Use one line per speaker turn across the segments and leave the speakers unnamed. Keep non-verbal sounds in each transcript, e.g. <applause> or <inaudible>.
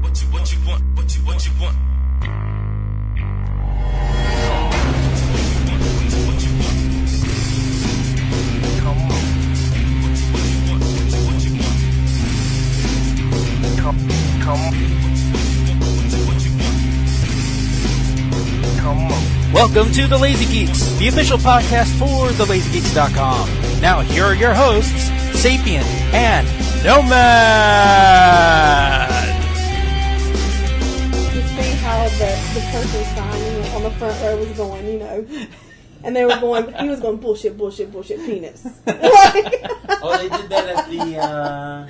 What you what you want? What you what you want?
Welcome to The Lazy Geeks, the official podcast for thelazygeeks.com. Now, here are your hosts, Sapien and Nomad.
to see how the, the person signing on the front row was going, you know. And they were going, he was going, bullshit, bullshit, bullshit, penis. Like,
<laughs> Oh, they did that at the uh,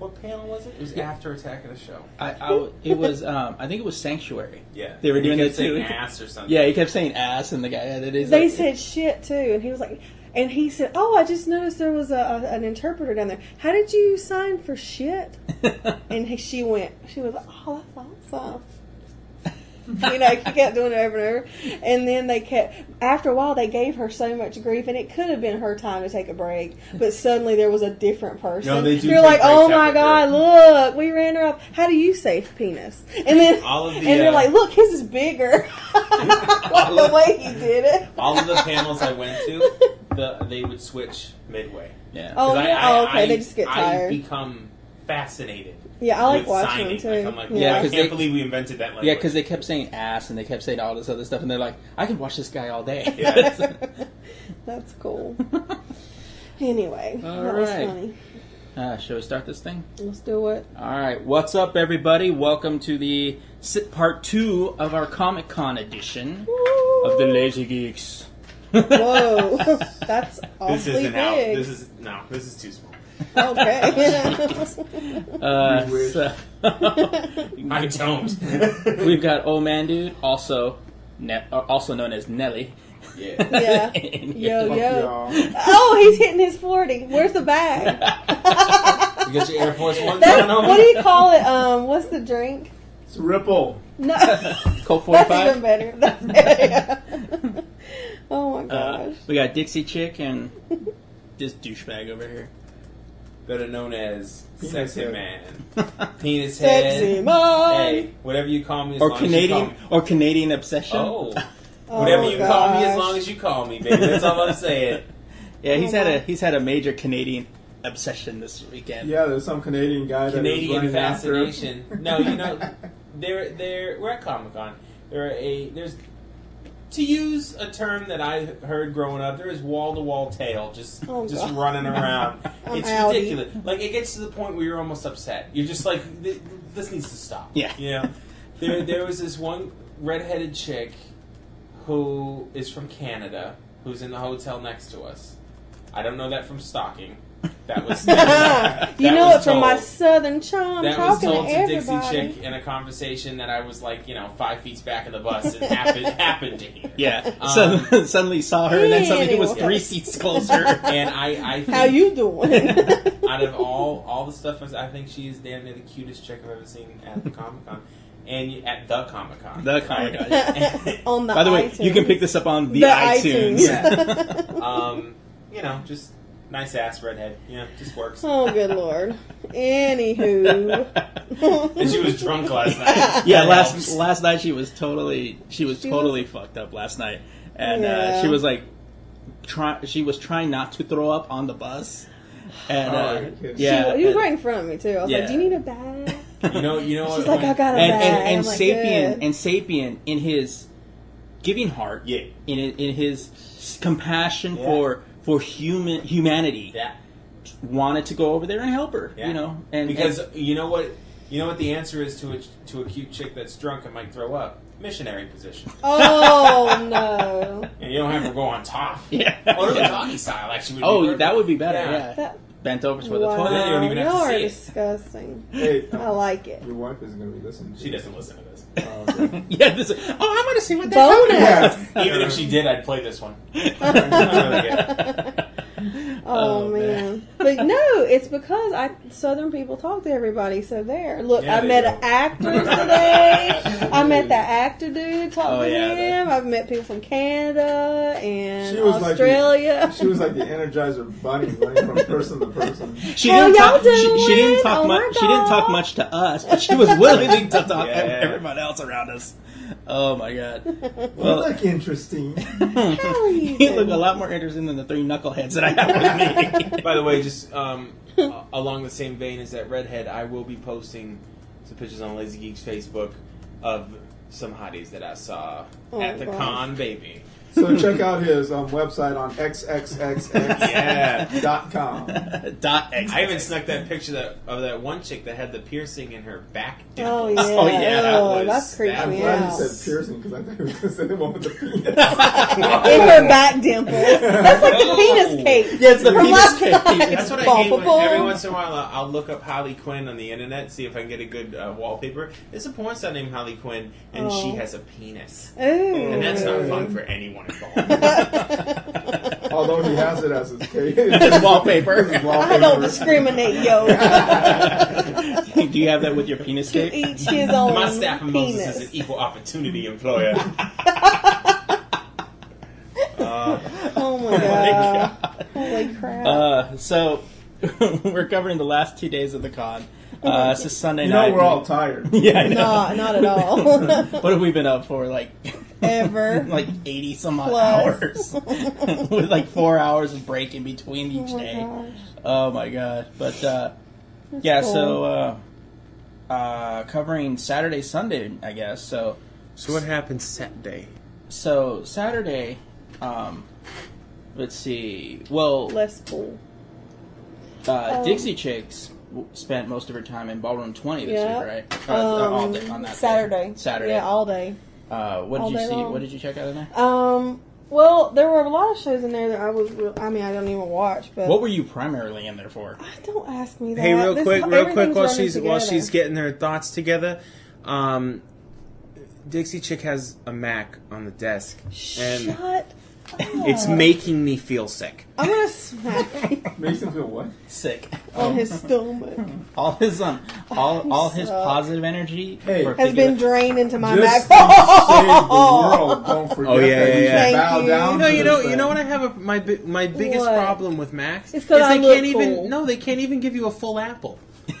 what panel was it? It was after Attack of the Show.
I, I w- it was, um, I think it was Sanctuary.
Yeah,
Uh, They were
And he
doing
kept
that
saying
too.
Ass or something.
Yeah, he kept saying ass, and the guy had it. is
they
like-
said shit too. And he was like, and he said, oh, I just noticed there was a, a, an interpreter down there. How did you sign for shit? And he, she went, she was like, oh, that's awesome. <laughs> you know, she kept doing it over and over. And then they kept, after a while, they gave her so much grief, and it could have been her time to take a break. But suddenly there was a different person.
No, they do
You're
take
like, oh
breaks
my
after
God, look, we ran her up. How do you say penis? And then,
All of the,
and they're
uh,
like, look, his
<laughs>
is bigger. like the way he did it.
All of the panels I went to, the, they would switch midway.
Yeah.
Oh,
'Cause I-
yeah.
I-
Oh, okay.
I-
they just get tired.
I become fascinated.
Yeah, I like
with signing.
watching them,
Like,
too.
I'm like,
Yeah.
yeah,
Yeah,
I
'cause
can't
they-
believe we invented that language.
yeah, because they kept saying ass, and they kept saying all this other stuff, and they're like, I could watch this guy all day.
<laughs>
Yeah.
That's
<laughs>
cool. Anyway,
All
that was
right.
funny.
<laughs> uh, shall we start this thing?
Let's do it.
All right, what's up, everybody? Welcome to the s- part two of our Comic Con edition of the Lazy Geeks.
Whoa, <laughs> that's awfully
this isn't
big.
out. This
<laughs>
is no. This is too small. <laughs>
okay.
Uh,
You wish.
so-
I <laughs> don't.
we've got Old Man Dude, also ne- uh, also known as Nelly.
yeah.
<laughs>
yeah.
In
<laughs> Yo,
here.
yo.
<laughs>
Oh, he's hitting his 40. Where's the bag? <laughs>
You got your Air Force One
That's,
going
what do you call it? Um, what's the drink?
It's Ripple.
No.
<laughs>
<laughs>
Colt
<laughs> That's
45.
even better. That's yeah. <laughs> Oh my
Uh,
gosh.
we got Dixie Chick and this douchebag over here.
Better known as Sexy
head.
Man. <laughs> Penis head.
Sexy man.
Hey, whatever you call me. As
or
long as you call
Canadian
me-
or Canadian
<laughs>
obsession.
Oh.
Oh,
Whatever you call me, as
gosh. <laughs>
long as you call me, baby. That's all I'm saying.
yeah, he's
Oh,
had
my.
a he's had a major Canadian obsession this weekend.
Yeah, there's some Canadian guy that is
Canadian
running
fascination.
after him.
No, you
<laughs>
know, there, there. We're at Comic Con. There are a there's to use a term that I heard growing up. There is wall to wall tail just
Oh,
just
God.
running around.
<laughs> I'm
it's
outie.
ridiculous. Like it gets to the point where you're almost upset. You're just like, "Th- this needs to stop.
Yeah.
You know, there there was this one redheaded chick who is from Canada who's in the hotel next to us. I don't know that from stalking. That
<laughs>
was <laughs>
you
that
know
was
it from my
told.
southern charm
that was
talking
told
to
to, Dixie
everybody.
Chick in a conversation that I was like, you know, five feet back of the bus. It
<laughs>
happened happened to him.
Yeah. <laughs>
Um,
so, suddenly saw her, and then suddenly it was
Anyway.
three seats
<laughs>
closer.
And I, I think
How you
<laughs>
doing?
out of all all the stuff, I think she is damn near the cutest chick I've ever seen at the Comic Con, and at the Comic Con.
the Comic Con.
<laughs> on the
By the way,
iTunes.
you can pick this up on the,
The
iTunes.
iTunes.
um, you know, just nice ass redhead. Yeah, just works.
Oh, good lord. Anywho.
<laughs>
And she was drunk
<laughs>
last night.
<laughs> yeah,
That
last
helps.
last night she was totally she was
She
totally fucked up last night, and uh,
Yeah.
she was like, try, she was trying not to throw up on the bus, And
Oh,
uh,
Alright, kid.
yeah,
She, he was
and-
right in front of me too. I was
Yeah.
like, "Do you need a bag?"
<laughs>
You know, you know.
She's
what,
like, "I got a
and,
bag."
and, and
I'm like,
sapien
"Good."
and sapien in his giving heart
Yeah.
in in his compassion
Yeah.
for for human humanity
Yeah,
wanted to go over there and help her
yeah.
you know and
because
and-
you know what, you know what the answer is to a to a cute chick that's drunk and might throw up. Missionary
<laughs>
position.
oh no!
And you don't have her go on top.
<laughs> yeah,
<laughs> Or the
Yeah.
doggy style, actually. Would be
oh
perfect.
that would be better
Yeah.
yeah,
That,
bent over for the
wow,
toilet
you don't even have to
y'all are
see it.
disgusting.
Hey,
I like it.
your wife isn't going to be listening. To
She
this.
doesn't listen to this.
<laughs>
Oh, okay.
yeah this is, oh i want to see what that
Bonus.
yeah.
<laughs>
Even if she did, I'd play this one.
<laughs>
That's really good.
Oh,
Oh,
man. but no, it's because I Southern people talk to everybody. So there, look,
Yeah,
I
they
met
do.
an actor today. I
<laughs>
met that actor dude. Talked
Oh,
with
yeah,
him. I've met people from Canada and
She was like
Australia.
She was like the Energizer bunny running from person to person.
She
Hell,
didn't,
y'all
talk, she, she
doing?
didn't talk
Oh, my
much. She didn't talk
God.
much to us, but she was willing to talk
<laughs> Yeah.
to everyone else around us. Oh my god!
<laughs>
You
Well,
look interesting.
<laughs>
Hell, you
you look
do.
a lot more interesting than the three knuckleheads that I have with <laughs> me.
By the way, just
<laughs>
um, a- along the same vein as that redhead, I will be posting some pictures on Lazy Geeks Facebook of some hotties that I saw
Oh,
at the
gosh.
con, baby.
So check out his um, website on xxxx.com.
Yeah.
Dot X.
I even snuck that picture that, of that one chick that had the piercing in her back. <laughs>
Oh
dimple.
yeah,
Oh, yeah, that
Oh,
was-
that's creepy.
that
I'm
was- <laughs>
out.
glad you said piercing because I thought you were going to say the one with the penis.
in her back dimples. That's like the
<laughs> Oh.
penis cake.
Yeah, it's the
Her
penis
last
cake.
night.
That's what I
Bum,
hate.
bum,
When
bum.
every once in a while, I'll, I'll look up Holly Quinn on the internet, see if I can get a good uh, wallpaper. There's a porn star named Holly Quinn, and she
Oh.
has a penis,
Ooh.
and that's not fun for anyone involved.
<laughs>
Although he has it as his <laughs> cake. <laughs>
wallpaper.
I don't
<laughs>
discriminate, yo.
Do you have that with your penis
to
tape?
each his own
My staff in
Oh, penis.
Moses is an equal opportunity employer. uh,
Oh my god! Holy crap!
Uh, so <laughs> we're covering the last two days of the con. Uh, it's just Sunday
<laughs> Oh You
night.
know we're all
<laughs>
tired.
Yeah, I know.
Nah, not at
<laughs>
all. <laughs>
what have we been up for? Like
Ever.
like eighty some
<laughs>
odd
Plus.
hours, with like four hours of break in between each
Oh my
day.
gosh.
Oh my god! But uh, yeah, so
cool.
uh, uh, covering Saturday, Sunday, I guess. So
so what happened Saturday?
so Saturday, um, let's see. Well,
Less cool.
uh,
Um,
Dixie Chicks w- spent most of her time in ballroom twenty this
Yeah.
week, right? Uh, all
Um,
day on that day.
Saturday.
Saturday.
Yeah, all day.
uh, what did
all
you
day
see?
long.
What did you check out in there?
Um. Well, there were a lot of shows in there that I was. Real, I mean, I don't even watch, but
What were you primarily in there for?
don't ask me that.
Hey, real
This-
quick, real quick,
everything's
while
running
she's while
together.
she's getting her thoughts together, <laughs> um, Dixie Chick has a Mac on the desk, and
Shut.
it's making me feel sick.
I'm gonna smack
<laughs>
him
Makes him feel what?
Sick.
on his stomach.
All his um, all all his
suck.
positive energy
Hey.
for
Has
figure-
been drained into my
Just <laughs>
back.
save the world. Don't forget
Oh, yeah,
that
yeah,
you
yeah.
Thank
should bow
you.
down.
You know,
to
you
this
know, you
thing.
know what I have a, my bi- my biggest
What?
problem with Max
It's
is
'cause
they
I
can't
look cool.
even no, they can't even give you a full apple.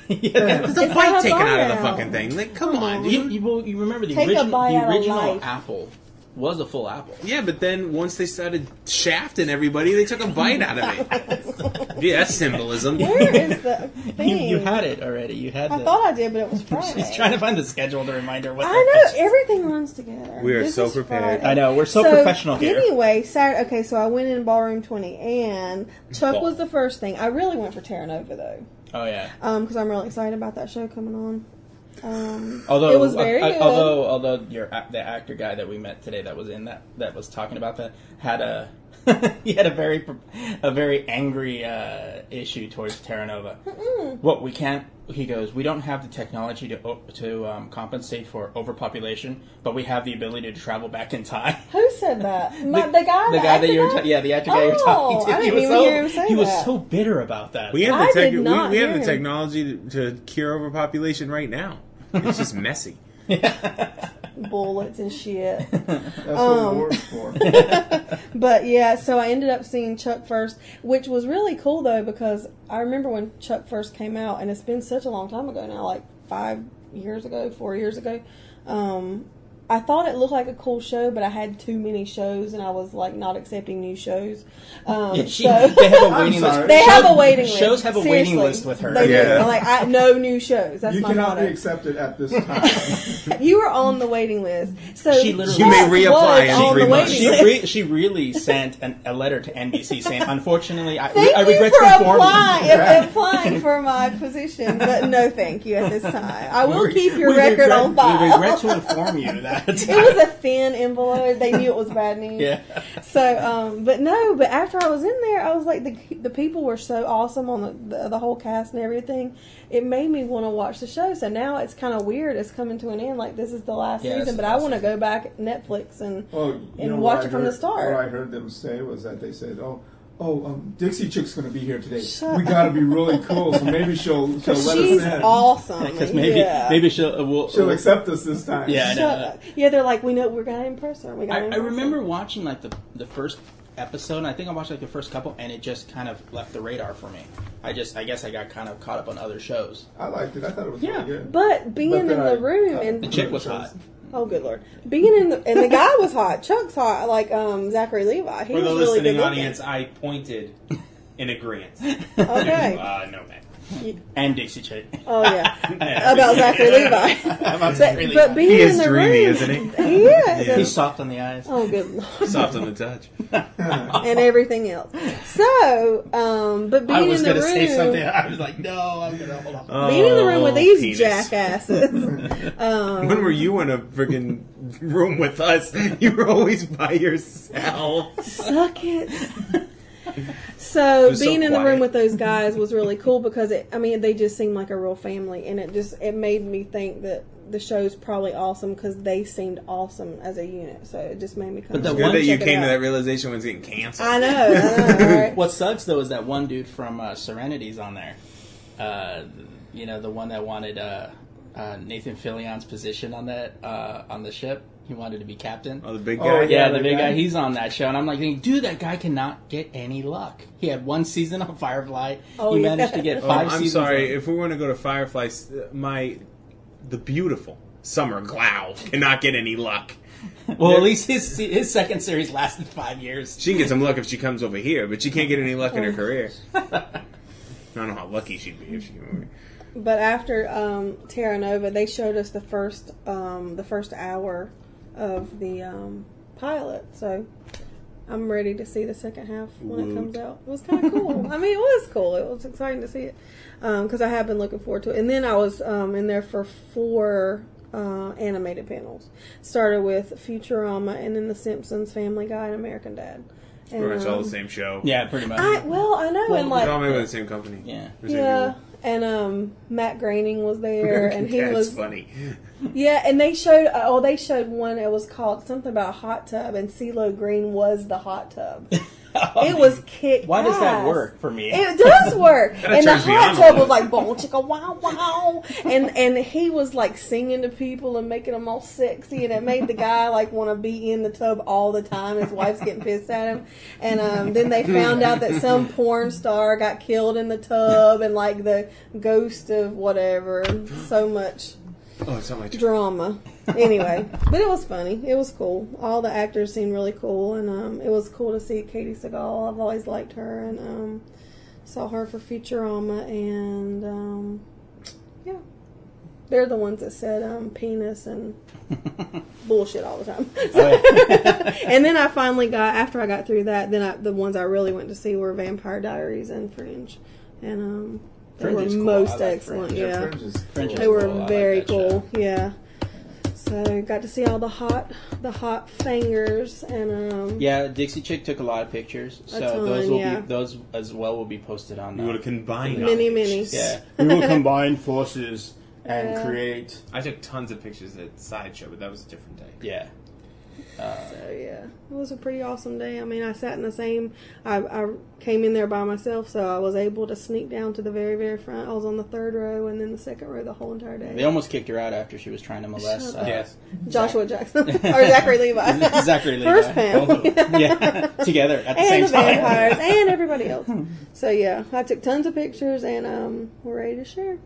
Yeah.
There's a
It's not
bite
a
taken out of the
bite
fucking
out.
thing. Like, come on,
You,
dude.
you, will- you remember the
Take a
original,
bite out
the
of
original
life.
apple was a full apple.
Yeah, but then once they started shafting everybody, they took a bite out of it.
<laughs>
yeah, that's symbolism.
Where is the thing?
You, you had it already. You had
I
the.
thought I did, but it was Friday.
She's trying to find the schedule to remind her what.
I
the-
know everything runs together.
We are
This
so
is
prepared.
Friday.
I know, we're so professional here.
Anyway, Saturday. Okay, so I went in ballroom twenty, and Chuck
Ball.
was the first thing. I really went for Terra Nova though,
Oh yeah.
because I'm really excited about that show coming on. Um,
Although
it was very
uh, uh,
good.
although although your ac- the actor guy that we met today that was in that that was talking about that had a <laughs> he had a very pr- a very angry uh, issue towards Terra Nova. What we can't he goes we don't have the technology to o- to um, compensate for overpopulation, but we have the ability to travel back
<laughs>
in time.
Who said that? My, the, guy.
the
that
guy that
acted
you were,
that?
ta- yeah, the actor guy you were
Oh,
talking to.
I
<laughs> he
didn't
was
even
so,
hear him say
he was
that.
so bitter about
<laughs>
that.
We have
I
the, tech-
did
we,
not
we have
hear
the
him.
technology to, to cure overpopulation right now. It's just
<laughs>
messy.
bullets and shit.
That's what war's for.
But yeah, so I ended up seeing Chuck first, which was really cool though because I remember when Chuck first came out, and it's been such a long time ago now, like five years ago, four years ago. Um, I thought it looked like a cool show, but I had too many shows and I was like not accepting new shows. Um,
Yeah, she,
so
<laughs> they have a
I'm
waiting
sorry.
list.
they have a
Shows-
waiting list.
Shows have a waiting
Seriously,
list with her.
They do.
Yeah.
I'm like I no new shows. That's
You
my
cannot be
motto.
accepted at this time.
you were on the waiting list, so
She literally-
You may
Jack
reapply
was
in
on
three
the
months.
waiting
She,
list.
re-
<laughs>
she really sent an, a letter to NBC saying, "Unfortunately, I,
Thank
I
you
regret
for
to inform
applying,
<laughs> you."
Right.
applying for my position, but no, thank you at this time. I will
We re-
keep your
we
record
regret-
on file.
We regret to inform
<laughs>
you that
it was a thin envelope. They knew it was bad news.
yeah.
So, um, but no, but after I was in there, I was like, the the people were so awesome on the the, the whole cast and everything. It made me want to watch the show. So now it's kind of weird. It's coming to an end. Like this is the last
Yeah, this
season,
is
but
the
I
last
want to go back Netflix and
Oh, you
And
know
watch
what I
it from the
heard-
start.
What I heard them say was that they said, "Oh, oh, um, Dixie Chick's going to be here today.
Shut
we got to be really cool, so
<laughs>
maybe she'll she'll let
she's
us in.
awesome.
<laughs> Because maybe
yeah.
maybe she'll uh, we'll,
she'll
we'll-
accept us this time."
Yeah, I know.
Shut up. Yeah, they're like, we know we're gonna impress her. We got.
I, I remember watching like the the first episode. And I think I watched like the first couple, and it just kind of left the radar for me. I just I guess I got kind of caught up on other shows.
I liked it. I thought it was
Yeah.
really good.
But being
But
in
then I-
the room
uh,
and
The chick was hot.
Oh good lord! Being in the and the guy was hot. Chuck's hot, like um Zachary Levi. He
For the
was really
listening
good
audience, I pointed
<laughs>
in agreement.
looking. Okay.
Uh, no, man.
And Dixie Chick.
<laughs> Oh
<laughs>
yeah, about Zachary Levi. <laughs>
About
But,
Zachary Levi.
but being
He is
in the
dreamy,
room,
isn't he?
<laughs> He is.
Yeah.
He's soft on the eyes.
Oh good
<laughs>
lord!
Soft on the touch.
And everything else. So, um, but being
I was
in the
gonna
room,
say something. I was like, no, I'm gonna hold on.
Oh,
being in the room with these
penis.
jackasses. um,
When were you in a friggin' room with us? You were always by yourself.
suck it.
<laughs>
So
was so
being in the room
quiet.
with those guys was really cool because it, I mean, they just seemed like a real family, and it just it made me think that the show's probably awesome because they seemed awesome as a unit. So it just made me come.
But the
back.
Good one
that you
Check it
came to
out.
that realization when it's getting canceled.
I know. I know right?
What sucks though is that one dude from uh, Serenity's on there. Uh, you know, the one that wanted uh, uh, Nathan Fillion's position on that uh, on the ship. He wanted to be captain.
Oh, the big guy.
Oh,
Yeah,
Yeah,
the
that
big guy.
guy.
He's on that show, and I'm like, thinking, dude, that guy cannot get any luck. He had one season on Firefly.
Oh,
he
yeah.
managed to get
Um,
Oh,
five.
I'm
seasons
sorry.
on-
If we want to go to Firefly, s- my the beautiful Summer Glau cannot get any luck.
well, at least his se- his second series lasted five years.
She can get some luck if she comes over here, but she can't get any luck in her
<laughs>
career. I don't know how lucky she'd be if she came over. here.
But after um, Terra Nova, they showed us the first um, the first hour of the um, pilot. So I'm ready to see the second half when it
Woot.
comes out. It was kind of <laughs> cool. I mean, it was cool. It was exciting to see it because I have been looking forward to it. And then I was um, in there for four uh, animated panels. Started with Futurama, and then The Simpsons, Family Guy, and American Dad. And,
Pretty much all
um,
the same show.
Yeah, pretty much.
I well, I know, and
It's
like
all made by the same company.
Yeah.
The same
yeah,
people.
and um, Matt Groening was there, and he
That's
was
funny.
yeah, and they showed oh they showed one that was called something about a hot tub, and CeeLo Green was the hot
<laughs>
tub. It was kick.
Why does that
ass.
work for me?
It does work,
<laughs>
and the
turns me on
hot
a
tub
little.
was like boom chicka wow wow, and and he was like singing to people and making them all sexy, and it made the guy like want to be in the tub all the time. His wife's getting pissed at him, and um, then they found out that some porn star got killed in the tub, and like the ghost of whatever. So much
Oh, it's not my turn.
drama. Anyway, but it was funny. It was cool. All the actors seemed really cool, and um, it was cool to see Katie Seagal. I've always liked her, and um, saw her for Futurama, and um, yeah, they're the ones that said um, penis and
<laughs>
bullshit all the time.
Oh,
<laughs>
<laughs>
and then I finally got after I got through that. Then I, the ones I really went to see were Vampire Diaries and Fringe, and um, they
Fringe
were
is cool. I
most
like
excellent.
Fringe.
Yeah,
Yeah.
Fringe is
Fringe
cool.
is
They were
Oh, I like
very
that show.
cool. Yeah. So got to see all the hot, the hot fingers and um.
Yeah, Dixie Chick took a lot of pictures, so
ton,
those will
yeah.
be those as well will be posted on.
You would have combined
Mini
all
mini.
these. <laughs>
yeah,
we will combine forces and
Yeah.
create.
I took tons of pictures at Sideshow, but that was a different day.
<laughs> yeah.
So yeah, it was a pretty awesome day. I mean, I sat in the same. I, I came in there by myself, so I was able to sneak down to the very very front. I was on the third row and then the second row the whole entire day.
They almost kicked her out after she was trying to molest.
Shut up.
Uh,
Yes.
Joshua Jackson or Zachary Levi.
<laughs> Zachary Levi.
First panel.
Both of them. yeah, <laughs> together at
<laughs>
the
and
same
the
Hmm. time. <laughs>
vampires and everybody else. So yeah, I took tons of pictures and um, we're ready to share.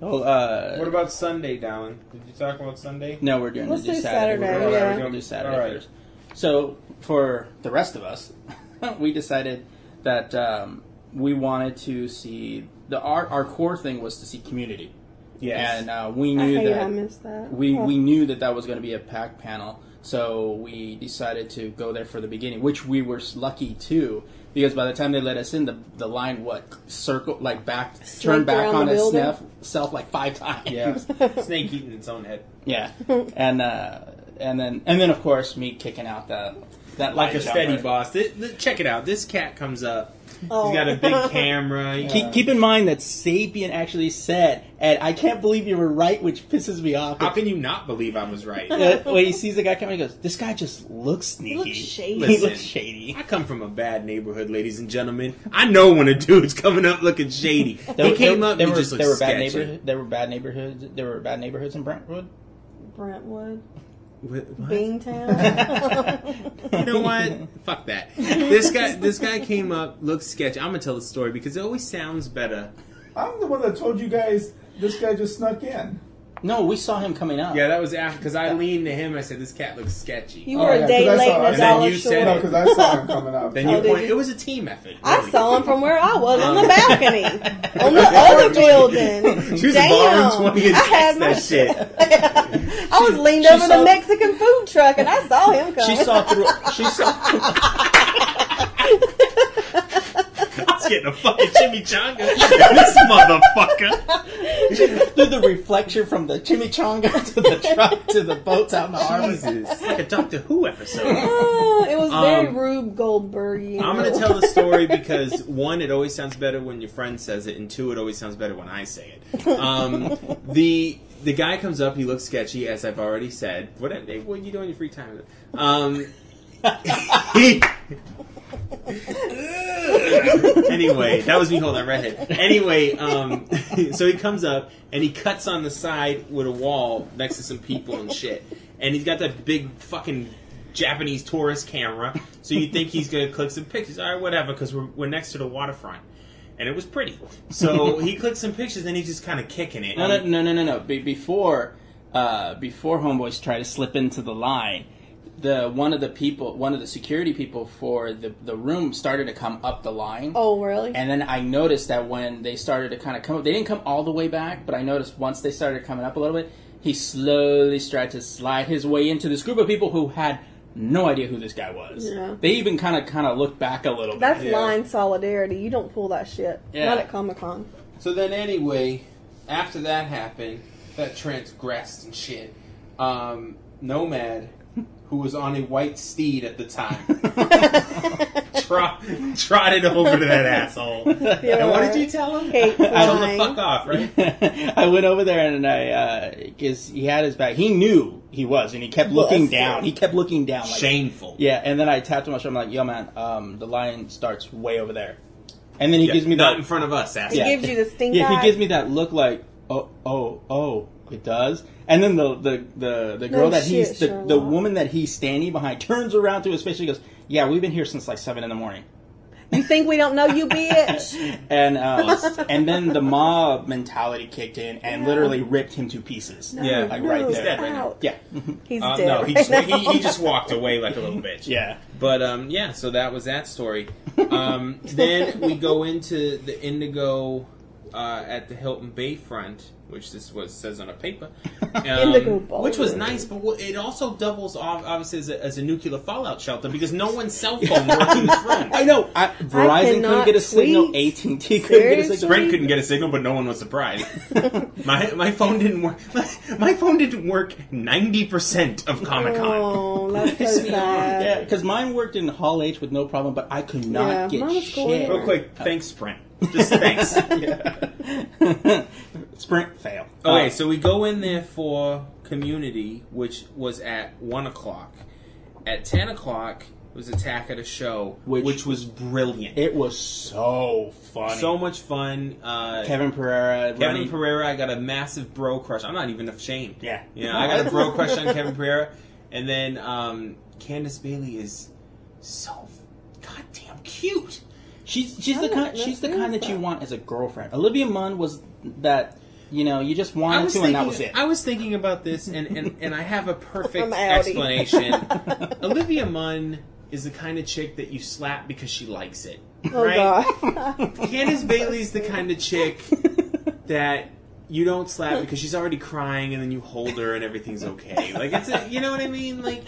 Oh, uh,
What about Sunday, Dallin? Did you talk about Sunday?
no, we're doing
Let's
to do
do
Saturday.
Saturday,
We're,
yeah.
we're going to do Saturday
All right.
first. So for the rest of us, <laughs> we decided that um, we wanted to see the our our core thing was to see Community,
Yes.
and uh, we
I
knew
hate
that
I missed that.
we
Oh.
we knew that that was going to be a packed panel, so we decided to go there for the beginning, which we were s- lucky too, because by the time they let us in, the the line what circle like back turned
Snaked
back
around
on
the building.
itself self like five <laughs> times.
yeah. Snake eating its own head.
yeah, and uh, and then and then of course me kicking out that that
Like a
line
steady
jumper.
boss. Thi- thi- check it out. This cat comes up.
Oh.
He's got a big camera. He-
Keep, keep in mind that Sapien actually said, and I can't believe you were right, which pisses me off.
How can you not believe I was right? <laughs>
Uh, when he sees the guy coming, he goes, "This guy just looks sneaky.
looks shady."
<laughs> He
Listen.
looks shady."
I come from a bad neighborhood, ladies and gentlemen. I know when a dude's coming up looking shady. They
were-
came up
there
and
were,
just looked
there were bad
sketchy.
neighborhood, there were bad neighborhoods there were bad neighborhoods in Brentwood.
Brentwood,
Wh- what?
<laughs>
Beantown.
You know
<laughs>
what? Fuck that. This guy, this guy came up, looked sketchy. I'm gonna tell the story because it always sounds better.
I'm the one that told you guys this guy just snuck in.
No, we saw him coming out.
Yeah, that was after because I leaned to him. I said, "This cat looks sketchy."
you
Oh,
were
yeah,
a day
'cause I
late
saw-
and a
and then
dollar
you
short.
said
No, because I saw him coming up.
then you
Oh, did
point.
you?
It was a team effort.
I
really.
saw him from where I was on the
Uh. <laughs>
balcony, on the other building.
She was
Damn,
borrowing twenty and
I had
text
my
that shit.
<laughs> I was leaned
she
over
saw-
the Mexican food truck and I saw him coming.
she saw through. She saw.
I was getting a fucking
<laughs>
chimichanga. this motherfucker.
through the reflection from the chimichanga <laughs> to the truck to the boats out in the harbor.
Jesus, it's like a Doctor Who episode.
<laughs> Oh, it was very
Um,
Rube Goldberg.
I'm gonna tell the story because one, it always sounds better when your friend says it, and two, it always sounds better when I say it. Um, the the guy comes up, he looks sketchy, as I've already said. What hey, what you doing in your free time? Um, he- anyway, that was me holding that redhead. Anyway, um, <laughs> so he comes up and he cuts on the side with a wall next to some people and shit. And he's got that big fucking Japanese tourist camera, so you think he's gonna click some pictures. All right, whatever, because we're, we're next to the waterfront. And it was pretty. <laughs> So he clicked some pictures, and he's just kind of kicking it. Um,
No, no, no, no, no, no. Be- before, uh, before homeboys try to slip into the line, the one of the people, one of the security people for the the room started to come up the line.
<laughs> Oh, really?
And then I noticed that when they started to kind of come up, they didn't come all the way back, but I noticed once they started coming up a little bit, he slowly tried to slide his way into this group of people who had no idea who this guy was.
Yeah.
They even kind of kind of looked back a little
That's
Yeah.
line solidarity. You don't pull that shit.
Yeah.
Not at Comic Con.
So then, anyway, after that happened, that transgressed and shit. Um, Nomad, who was on a white steed at the <laughs> time, trot, trotted over to that asshole. And what did you tell him? <laughs>
Hate
Tell him
flying.
to fuck off, right?
bit. <laughs> I went over there and I, because he had his back, he knew he was, and he kept looking
Was.
down. He kept looking down. Like,
Shameful.
Yeah, and then I tapped him on the shoulder. I'm like, "Yo, man, um, the line starts way over there," and then he
Yeah,
gives me
not
that
in front of us, asshole.
He
Yeah.
gives you the stink
Yeah,
eye.
he gives me that look like, oh, oh, oh, it does. And then the the the, the girl
No
that
shit,
he's the, the
Sherlock.
woman that he's standing behind turns around to his face and goes, "Yeah, we've been here since like seven in the morning."
You think we don't know you, bitch? <laughs>
And uh, and then the mob mentality kicked in and literally ripped him to pieces.
<laughs> Yeah,
like right
no,
there. He's
dead right now.
out.
Yeah,
He's
Um,
dead.
no, he
right
just, he,
now.
he just walked away like a little bitch.
yeah.
But um, yeah, so that was that story. Um, then we go into the Indigo uh, at the Hilton Bayfront, which this was says on a
<laughs>
paper. Um,
Indigo Ballroom.
which was nice, but wha- it also doubles off obviously as a, as a nuclear fallout shelter because no one's cell phone worked in this room.
<laughs> <laughs> I know. I, Verizon couldn't
cannot
get a signal.
tweet.
AT and T couldn't get a signal.
Sprint couldn't get a signal, but no one was surprised. <laughs> my my phone didn't work. My, my phone didn't work ninety percent of Comic Con. <laughs>
Oh, that's so
Pissed me off.
sad.
Yeah, because mine worked in Hall H with no problem, but I could not
Yeah,
get
mine was going
shit.
Real quick, thanks, Sprint. Just thanks.
Sprint fail.
Okay,
Uh,
so we go in there for community, which was at one o'clock. At ten o'clock was attack at a show,
Which-
which, was brilliant.
it was so funny.
so much fun. Uh,
Kevin Pereira,
Kevin
Lenny-
Pereira, I got a massive bro crush. I'm not even ashamed.
Yeah.
yeah, I got a
<laughs>
bro crush on Kevin Pereira, and then um, Candace Bailey is so goddamn cute.
She's she's the
I don't
kind
know
she's the
who
kind
is
that you
that?
want as a girlfriend. Olivia Munn was that You know, you just
I
wanted
was
to,
thinking,
and that was it.
I
<laughs>
was thinking about this, and, and, and I have a perfect
From Audi.
<laughs>
explanation. Olivia Munn is the kind of chick that you slap because she likes it,
Oh
right?
god.
Candace Bailey's the kind of chick that you don't slap because she's already crying, and then you hold her, and everything's okay. Like it's a, you know what I mean? Like